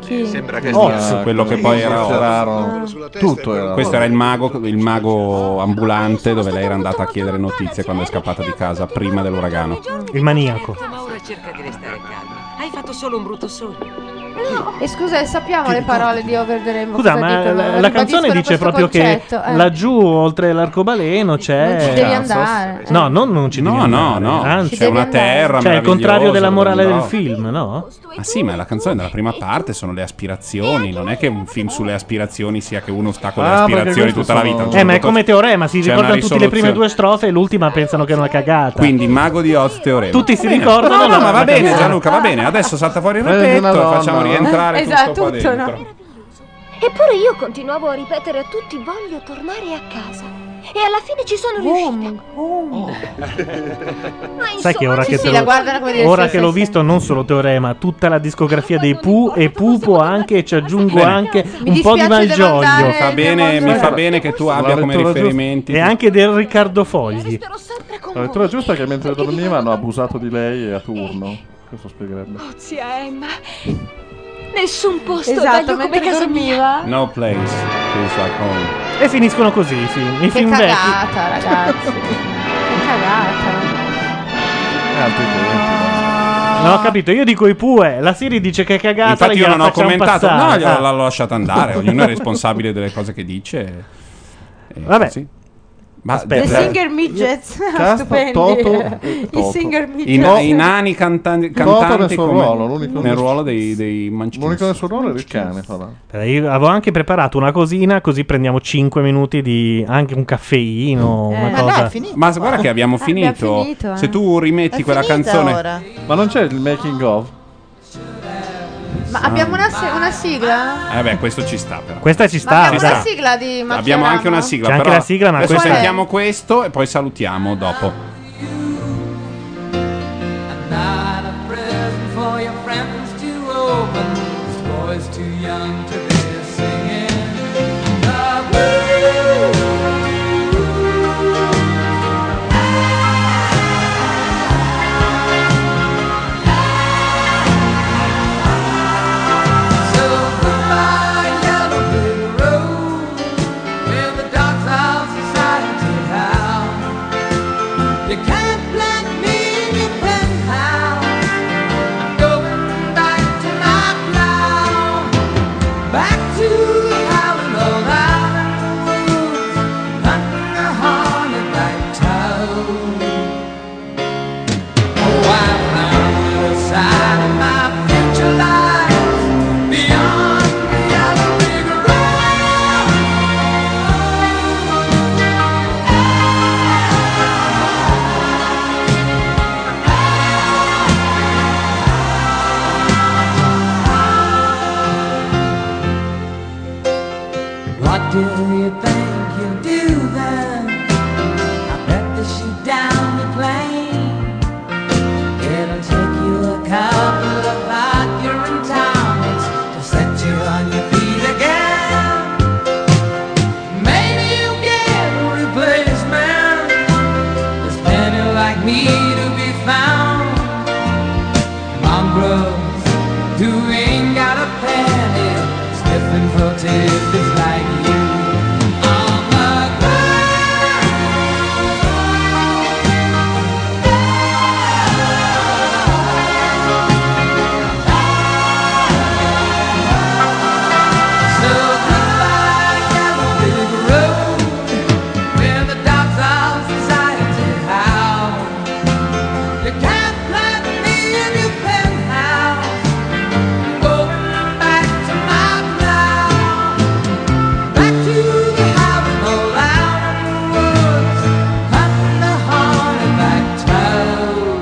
Speaker 17: Chi?
Speaker 9: Sembra che
Speaker 1: Oh,
Speaker 9: sia-
Speaker 1: quello che poi
Speaker 5: Era
Speaker 1: era
Speaker 2: Ah.
Speaker 1: raro.
Speaker 5: Tutto Ah, era
Speaker 1: Questo era il mago, il mago ambulante dove lei era andata a chiedere notizie quando è scappata di casa prima dell'uragano.
Speaker 2: Il maniaco.
Speaker 15: Ma ora cerca di restare calma. Hai fatto solo un brutto sogno.
Speaker 17: E scusa, e sappiamo le parole di Over the Rainbow.
Speaker 2: Scusa,
Speaker 17: cosa
Speaker 2: ma
Speaker 17: dicono?
Speaker 2: la, la
Speaker 17: Ribadiscono
Speaker 2: canzone dice
Speaker 17: questo
Speaker 2: proprio
Speaker 17: concetto,
Speaker 2: che
Speaker 17: eh.
Speaker 2: laggiù oltre l'arcobaleno c'è.
Speaker 17: Non ci devi andare,
Speaker 2: No, non, non ci devi
Speaker 1: No, no,
Speaker 2: andare.
Speaker 1: no,
Speaker 2: Anzi,
Speaker 1: c'è una terra
Speaker 2: Cioè, il contrario della morale del
Speaker 1: meravigliosa,
Speaker 2: film, no?
Speaker 1: Ma Ah, sì, ma la canzone della prima parte sono le aspirazioni, non è che un film sulle aspirazioni sia che uno sta con le
Speaker 2: Ah, perché
Speaker 1: aspirazioni
Speaker 2: queste
Speaker 1: tutta la
Speaker 2: sono-
Speaker 1: vita. A un
Speaker 2: Eh,
Speaker 1: certo
Speaker 2: ma è
Speaker 1: punto
Speaker 2: come teorema, si
Speaker 1: c'è una
Speaker 2: ricordano tutte le prime
Speaker 1: risoluzione.
Speaker 2: due strofe e l'ultima pensano che è una cagata.
Speaker 1: Quindi Mago di Oz teorema.
Speaker 2: Tutti si
Speaker 1: Va bene.
Speaker 2: ricordano
Speaker 1: No, no,
Speaker 2: la-
Speaker 1: ma
Speaker 2: la
Speaker 1: va bene
Speaker 2: canzone.
Speaker 1: Gianluca, va bene. Adesso salta fuori il
Speaker 2: Prendi
Speaker 1: rapetto
Speaker 2: una
Speaker 1: e
Speaker 2: donna,
Speaker 1: facciamo
Speaker 2: no?
Speaker 1: rientrare
Speaker 7: Eh,
Speaker 22: Esatto,
Speaker 1: Eh, tutto qua
Speaker 22: tutto, no?
Speaker 1: dentro.
Speaker 22: Eppure io continuavo a ripetere a tutti voglio tornare a casa. E alla fine ci sono riuscita. Ma
Speaker 2: Sai che ora
Speaker 22: insomma, sì,
Speaker 2: che, te
Speaker 22: sì,
Speaker 2: lo-
Speaker 22: la guardano come dire,
Speaker 2: ora
Speaker 22: sì,
Speaker 2: che
Speaker 22: sì,
Speaker 2: l'ho
Speaker 22: sì.
Speaker 2: visto, non solo Teorema, tutta la discografia dei Pooh e Pupo anche, e ci aggiungo
Speaker 1: Bene.
Speaker 2: anche un po' di Malgioglio.
Speaker 1: Mi fa bene, mi fa bene che tu abbia come riferimenti.
Speaker 2: E anche del Riccardo Fogli.
Speaker 5: La lettura giusta è che mentre dormiva hanno abusato di lei
Speaker 1: Eh.
Speaker 5: e a turno. Questo spiegherebbe.
Speaker 7: Zia Emma. Nessun posto
Speaker 17: Esatto,
Speaker 7: esatto, come
Speaker 17: mentre
Speaker 7: casa mia.
Speaker 1: No place, feels like home.
Speaker 2: E finiscono così i film. I
Speaker 17: Che
Speaker 2: film vecchi.
Speaker 17: cagata, ragazzi. Che cagata.
Speaker 2: Non ho capito, io dico i Pooh, la Siri dice che è cagata.
Speaker 1: Infatti io
Speaker 2: gliela
Speaker 1: non ho
Speaker 2: facciamo
Speaker 1: commentato, no,
Speaker 2: passare.
Speaker 1: gliela-
Speaker 2: Ah.
Speaker 1: l'ho lasciata andare, ognuno è responsabile delle cose che dice.
Speaker 2: Vabbè.
Speaker 1: Eh, Ma
Speaker 17: The Singer Midgets,
Speaker 1: Cazzo,
Speaker 17: stupendi. I
Speaker 1: Toto e Toto.
Speaker 17: Singer
Speaker 1: I,
Speaker 17: Midgets.
Speaker 1: no- i nani cantanti,
Speaker 5: Toto
Speaker 1: cantanti
Speaker 5: nel suo
Speaker 1: come-
Speaker 5: ruolo, l'unico-
Speaker 1: nel ruolo dei, dei mancini.
Speaker 5: L'unico del suo ruolo era il cane, fra l'altro.
Speaker 2: Però Eh, Io avevo anche preparato una cosina, così prendiamo 5 minuti di anche un caffeino.
Speaker 1: Eh,
Speaker 2: una
Speaker 1: ma
Speaker 2: cosa.
Speaker 1: dai, è finito. Ma guarda che abbiamo Ah, abbiamo finito. finito, eh. Se tu rimetti È quella finita canzone- ora.
Speaker 5: Ma non c'è il making of?
Speaker 17: Ma abbiamo una, si- una sigla?
Speaker 1: Eh beh, questo ci sta però.
Speaker 2: Questa ci
Speaker 17: Ma
Speaker 1: sta.
Speaker 17: abbiamo una sigla di Macchiarama?
Speaker 1: Abbiamo anche una sigla.
Speaker 2: C'è anche
Speaker 1: però
Speaker 2: la sigla, ma
Speaker 1: adesso
Speaker 2: questa è-
Speaker 1: sentiamo questo e poi salutiamo dopo.
Speaker 11: Not a present for your friends to open. This boy's too young to be singing. The blues. So goodbye, yellow brick road, where the dark clouds are starting to howl. You can't plant me in your penthouse. I'm going back to my plow, back to howling all out, hunting a hornet like toad. Oh, I found the side of my future life beyond the yellow brick road. What do you think you'll do then? I bet they shoot down the plane. It'll take you a couple of accurate towns to set you on your feet again. Maybe you'll get a replacement. There's plenty like me to be found. Mongrels who ain't got a penny, sniffing for tidbits like you. On the ground. So goodbye, yellow brick road, where the dark clouds decided to howl. You can't plant me in your penthouse. I'm going back to my plow, back to the howling old iron woods, hunting the hornet like toad.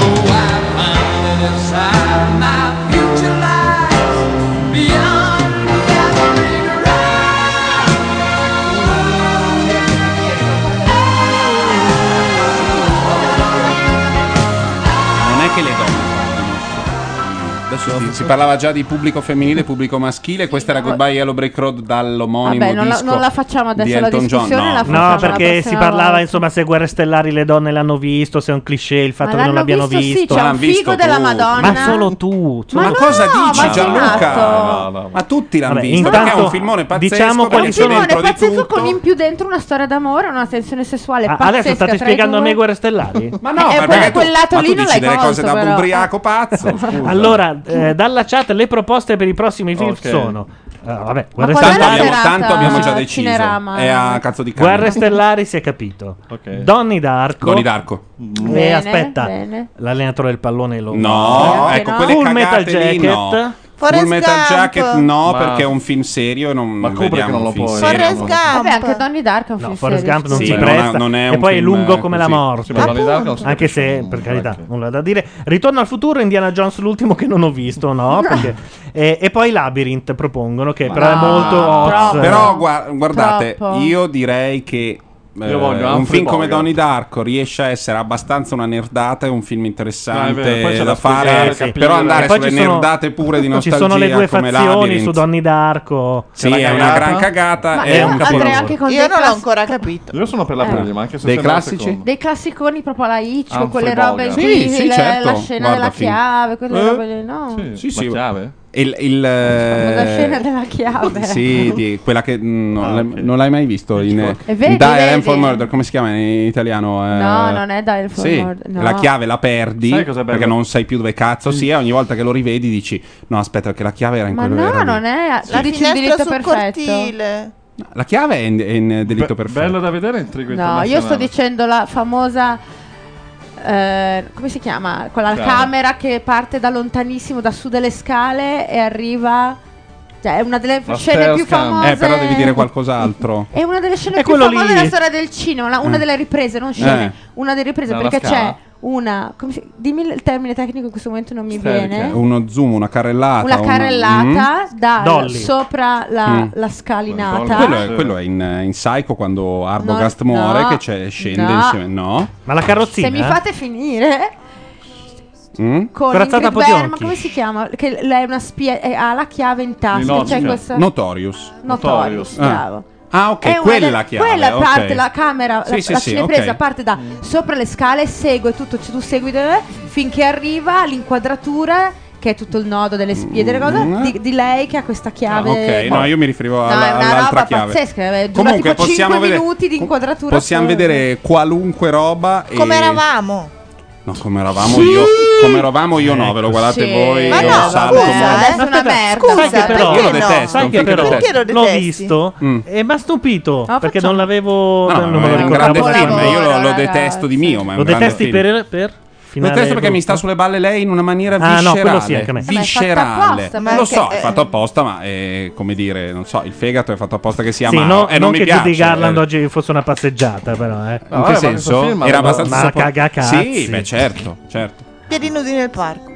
Speaker 11: Oh, I found it inside my future lies beyond the yellow brick
Speaker 1: Non è che le donne guardano. Adesso si, si parlava già di pubblico femminile e pubblico maschile. Questa era Goodbye Yellow Break Road dall'omonimo
Speaker 17: Vabbè, non la-
Speaker 1: disco
Speaker 17: non la facciamo adesso
Speaker 1: di
Speaker 17: la
Speaker 1: Elton John.
Speaker 17: discussione,
Speaker 1: No.
Speaker 17: la
Speaker 2: No, perché si parlava, insomma, se Guerre Stellari le donne l'hanno visto, se è un cliché il fatto
Speaker 17: Ma
Speaker 2: che non
Speaker 17: l'hanno
Speaker 2: l'abbiano
Speaker 17: visto, sì,
Speaker 2: visto.
Speaker 1: Ah,
Speaker 17: c'è un L'hanno figo visto della tutti. Madonna.
Speaker 2: Ma solo tu.
Speaker 17: Ma
Speaker 1: Ma
Speaker 17: no,
Speaker 1: cosa dici
Speaker 17: ma
Speaker 1: Gianluca?
Speaker 17: esatto.
Speaker 1: Ma tutti l'hanno
Speaker 2: Vabbè,
Speaker 1: visto perché è
Speaker 2: intanto
Speaker 1: un filmone pazzesco
Speaker 2: diciamo
Speaker 1: perché
Speaker 2: quali
Speaker 1: c'è
Speaker 2: sono-
Speaker 1: dentro di
Speaker 17: Pazzesco
Speaker 1: tutto.
Speaker 17: con in più dentro una storia d'amore, una tensione sessuale
Speaker 2: Ah,
Speaker 17: pazzesca.
Speaker 2: adesso
Speaker 17: tra
Speaker 2: state
Speaker 17: i
Speaker 2: spiegando a
Speaker 17: due.
Speaker 2: me Guerre Stellari?
Speaker 17: Ma no, Eh, ma quel- perché tu- quel lato ma tu lì non dici l'hai delle cose colto, da però. ubriaco
Speaker 1: pazzo. scusa.
Speaker 2: allora, eh, dalla chat le proposte per i prossimi film
Speaker 1: Ok.
Speaker 2: sono. eh, vabbè,
Speaker 1: Ma
Speaker 2: Guerre
Speaker 1: qual è la
Speaker 2: Stellari.
Speaker 1: Abbiamo- serata? eh. tanto abbiamo già deciso. Cinerama. È a cazzo di cane.
Speaker 2: Guerre Stellari si è capito. Donny d'Arco.
Speaker 1: Donnie d'Arco.
Speaker 2: E
Speaker 1: Bene,
Speaker 2: aspetta,
Speaker 1: bene.
Speaker 2: l'allenatore del pallone lo
Speaker 1: No, ecco, quelle
Speaker 2: Full Metal
Speaker 1: cagate
Speaker 2: Jacket.
Speaker 1: lì no. Full Metal Jacket no, perché è un film serio e non, non
Speaker 5: Kubrick
Speaker 1: vediamo
Speaker 5: non lo
Speaker 1: un film
Speaker 5: può-
Speaker 1: serio.
Speaker 5: Forrest
Speaker 1: Non-
Speaker 17: Vabbè, anche Donnie Dark è un film
Speaker 2: Forrest
Speaker 17: serio.
Speaker 2: Gump non
Speaker 1: Sì,
Speaker 2: si
Speaker 1: non è-
Speaker 2: presta
Speaker 1: non è
Speaker 2: e
Speaker 1: un
Speaker 2: poi è
Speaker 1: film,
Speaker 2: lungo
Speaker 1: eh,
Speaker 2: come la
Speaker 1: così.
Speaker 2: morte
Speaker 1: Sì, ma Donnie Darko non si
Speaker 2: anche se per carità nulla da dire Ritorno al futuro Indiana Jones l'ultimo che non ho visto no, Perché- e, e poi Labyrinth propongono che però è
Speaker 1: no,
Speaker 2: molto Oz.
Speaker 1: Però gua- guardate,
Speaker 2: Troppo.
Speaker 1: io direi che eh,
Speaker 5: Io voglio
Speaker 1: un
Speaker 5: Humphrey
Speaker 1: film come
Speaker 5: Bogart.
Speaker 1: Donnie Darko riesce a essere abbastanza una nerdata, è un film interessante
Speaker 5: Ah, è vero, poi c'è
Speaker 1: da,
Speaker 5: da
Speaker 1: fare,
Speaker 5: spiegare, capire.
Speaker 1: però
Speaker 2: Eh, E
Speaker 1: andare
Speaker 2: poi
Speaker 1: sulle
Speaker 2: ci sono-
Speaker 1: nerdate pure di
Speaker 2: ci
Speaker 1: nostalgia
Speaker 2: sono le due
Speaker 1: come
Speaker 2: fazioni
Speaker 1: Labyrinth.
Speaker 2: su Donnie D'Arco
Speaker 1: Sì, è una gran cagata, è un capolavoro.
Speaker 4: Io non
Speaker 17: con dei
Speaker 4: l'ho
Speaker 17: classi- Cioè,
Speaker 4: ancora capito.
Speaker 5: Io sono
Speaker 1: Eh.
Speaker 5: per la prima, anche se sembra
Speaker 1: Dei
Speaker 5: il
Speaker 1: classici?
Speaker 5: secondo.
Speaker 17: Dei classiconi proprio alla Hitchcock,
Speaker 2: Ah,
Speaker 5: Humphrey
Speaker 17: quelle robe
Speaker 5: Bogart. Sì,
Speaker 17: lì,
Speaker 5: sì,
Speaker 17: la-
Speaker 5: certo,
Speaker 17: la scena
Speaker 1: guarda
Speaker 17: della
Speaker 1: film.
Speaker 17: chiave, quelle
Speaker 1: Eh,
Speaker 17: robe lì, no?
Speaker 1: Sì,
Speaker 5: Ma
Speaker 1: sì.
Speaker 5: chiave?
Speaker 1: Il, il,
Speaker 17: La
Speaker 1: eh,
Speaker 17: scena della chiave.
Speaker 1: Sì, di quella che mm,
Speaker 5: Ah,
Speaker 1: non, l'hai- non l'hai mai visto in
Speaker 17: È vero,
Speaker 1: in Die
Speaker 17: vedi?
Speaker 1: Land for Murder, come si chiama in italiano? Eh,
Speaker 17: No, non è Dial for
Speaker 1: sì,
Speaker 17: Murder, no.
Speaker 1: la chiave la perdi
Speaker 5: Sai cos'è bello?
Speaker 1: perché non sai più dove cazzo sia. Ogni volta che lo rivedi dici: No, aspetta, perché la chiave era in
Speaker 17: Ma
Speaker 1: quello.
Speaker 17: no,
Speaker 1: era lì."
Speaker 17: non è...
Speaker 4: La
Speaker 17: dici il
Speaker 4: finestra
Speaker 17: diritto
Speaker 4: sul
Speaker 17: perfetto.
Speaker 4: cortile.
Speaker 1: La chiave è in, è in delitto perfetto.
Speaker 5: Bello da vedere, intrigo
Speaker 17: No, io sto
Speaker 5: internazionale.
Speaker 17: dicendo la famosa. eh, come si chiama? Quella
Speaker 5: Chiaro.
Speaker 17: camera che parte da lontanissimo, da su delle scale e arriva. Cioè, è una delle
Speaker 1: La
Speaker 17: scene più
Speaker 1: stealth cam.
Speaker 17: famose.
Speaker 1: Eh, però devi dire qualcos'altro.
Speaker 17: È una delle scene
Speaker 2: È
Speaker 17: più
Speaker 2: quello
Speaker 17: famose
Speaker 2: lì.
Speaker 17: della storia del cinema. la- una
Speaker 1: Eh.
Speaker 17: delle riprese, non scene.
Speaker 1: Eh.
Speaker 17: Una delle riprese
Speaker 1: Dalla
Speaker 17: perché
Speaker 1: scala.
Speaker 17: c'è una. come si- dimmi il termine tecnico in questo momento non mi viene.
Speaker 1: Uno zoom, una carrellata.
Speaker 17: Una
Speaker 1: un-
Speaker 17: carrellata
Speaker 1: Mm.
Speaker 17: da sopra la,
Speaker 1: Mm.
Speaker 17: la scalinata.
Speaker 1: Quello è, quello è in, in Psycho quando Arbogast
Speaker 17: No,
Speaker 1: muore
Speaker 17: no,
Speaker 1: che c'è- scende
Speaker 17: no.
Speaker 1: insieme. No.
Speaker 2: Ma la eh?
Speaker 17: Se
Speaker 1: eh.
Speaker 17: mi fate finire.
Speaker 1: Mm?
Speaker 17: con Ingrid Bergman, come si chiama? Che lei è una spia, eh, ha la chiave in tasca. C'è questa...
Speaker 1: Notorious.
Speaker 17: Notorious,
Speaker 1: Ah.
Speaker 17: bravo.
Speaker 1: Ah, ok,
Speaker 17: È una
Speaker 1: quella
Speaker 17: delle-
Speaker 1: chiave.
Speaker 17: quella
Speaker 1: ok.
Speaker 17: parte, la camera,
Speaker 1: Sì,
Speaker 17: la,
Speaker 1: sì,
Speaker 17: la
Speaker 1: sì,
Speaker 17: cinepresa
Speaker 1: ok. Mm.
Speaker 17: parte da sopra le scale, segue tutto, tu segui eh, finché arriva l'inquadratura che è tutto il nodo delle spie delle
Speaker 1: Mm.
Speaker 17: cose, di, di lei che ha questa chiave.
Speaker 1: Ah, Ok, no, io mi riferivo
Speaker 17: No,
Speaker 1: alla-
Speaker 17: è una
Speaker 1: all'altra
Speaker 17: roba
Speaker 1: chiave.
Speaker 17: pazzesca, eh, dura
Speaker 1: Comunque,
Speaker 17: tipo
Speaker 1: possiamo
Speaker 17: 5
Speaker 1: vedere-
Speaker 17: minuti di inquadratura.
Speaker 1: Possiamo
Speaker 17: solo.
Speaker 1: vedere qualunque roba. e-
Speaker 4: Come eravamo?
Speaker 1: No, come eravamo
Speaker 4: Sì.
Speaker 1: io. Come eravamo io no, ve lo guardate
Speaker 4: Sì.
Speaker 1: voi.
Speaker 4: Ma
Speaker 1: io
Speaker 4: no,
Speaker 1: salto
Speaker 4: scusa,
Speaker 1: molto.
Speaker 4: adesso una merda.
Speaker 2: Sai che però,
Speaker 1: Io lo detesto. Mm.
Speaker 2: sai che però l'ho visto e mi ha stupito perché non l'avevo.
Speaker 1: No,
Speaker 2: non me
Speaker 1: è
Speaker 2: lo
Speaker 1: un
Speaker 2: ricordavo
Speaker 1: grande film,
Speaker 2: prima.
Speaker 1: io lo, lo detesto di mio. Ma è
Speaker 2: Lo
Speaker 1: un grande
Speaker 2: detesti
Speaker 1: film.
Speaker 2: per. per
Speaker 1: Lo
Speaker 2: finale
Speaker 1: detesto perché mi
Speaker 2: brutto?
Speaker 1: sta sulle balle lei in una maniera
Speaker 2: Ah, no,
Speaker 1: viscerale.
Speaker 2: quello sì, anche a me. Vabbè, è
Speaker 1: Viscerale.
Speaker 2: fatto apposta, ma
Speaker 1: lo
Speaker 2: anche-
Speaker 1: so, è
Speaker 2: eh.
Speaker 1: fatto apposta, ma è come dire, non so, il fegato è fatto apposta che sia
Speaker 2: Sì,
Speaker 1: amaro.
Speaker 2: no,
Speaker 1: e non,
Speaker 2: non
Speaker 1: mi
Speaker 2: che
Speaker 1: piace.
Speaker 2: Judy Garland oggi fosse una passeggiata, però. Eh.
Speaker 1: In che senso? Era abbastanza
Speaker 2: Ma
Speaker 1: sapore-
Speaker 2: caga cazzi.
Speaker 1: Sì, beh, certo, certo.
Speaker 4: Piedi nudi nel parco.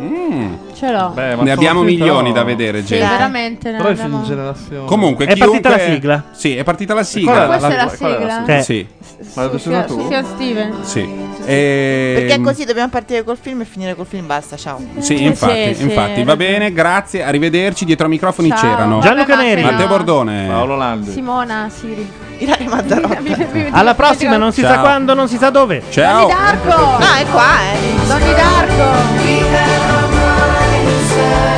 Speaker 1: Mm.
Speaker 17: Ce l'ho.
Speaker 1: ne abbiamo milioni da vedere,
Speaker 17: Sì,
Speaker 1: gente.
Speaker 17: veramente. ne
Speaker 5: Però è
Speaker 17: abbiamo-
Speaker 5: in generazione.
Speaker 1: Comunque,
Speaker 5: È partita
Speaker 1: chiunque-
Speaker 5: la sigla.
Speaker 1: Sì, è partita la sigla.
Speaker 5: qual
Speaker 17: è la- Questa è la qual è la sigla? sigla?
Speaker 1: Eh.
Speaker 17: Eh.
Speaker 1: Sì.
Speaker 5: Ma
Speaker 4: Su-
Speaker 5: solo
Speaker 4: su-
Speaker 5: tu?
Speaker 4: su-
Speaker 17: Signor Steven.
Speaker 1: Sì. Ehm,
Speaker 4: Perché così dobbiamo partire col film e finire col film, basta, ciao.
Speaker 1: Sì, infatti, infatti. va bene, grazie, arrivederci. Dietro ai microfoni
Speaker 4: Ciao.
Speaker 1: c'erano
Speaker 4: Gianluca Vabbè, ma Neri. se
Speaker 1: Matteo
Speaker 4: no-
Speaker 1: Bordone, Paolo Landi.
Speaker 17: Simona, Siri.
Speaker 2: Alla prossima, non si sa
Speaker 1: Ciao.
Speaker 2: quando, non si sa dove.
Speaker 1: Ciao.
Speaker 17: Darko! Ah, è qua, eh. Donny Darko!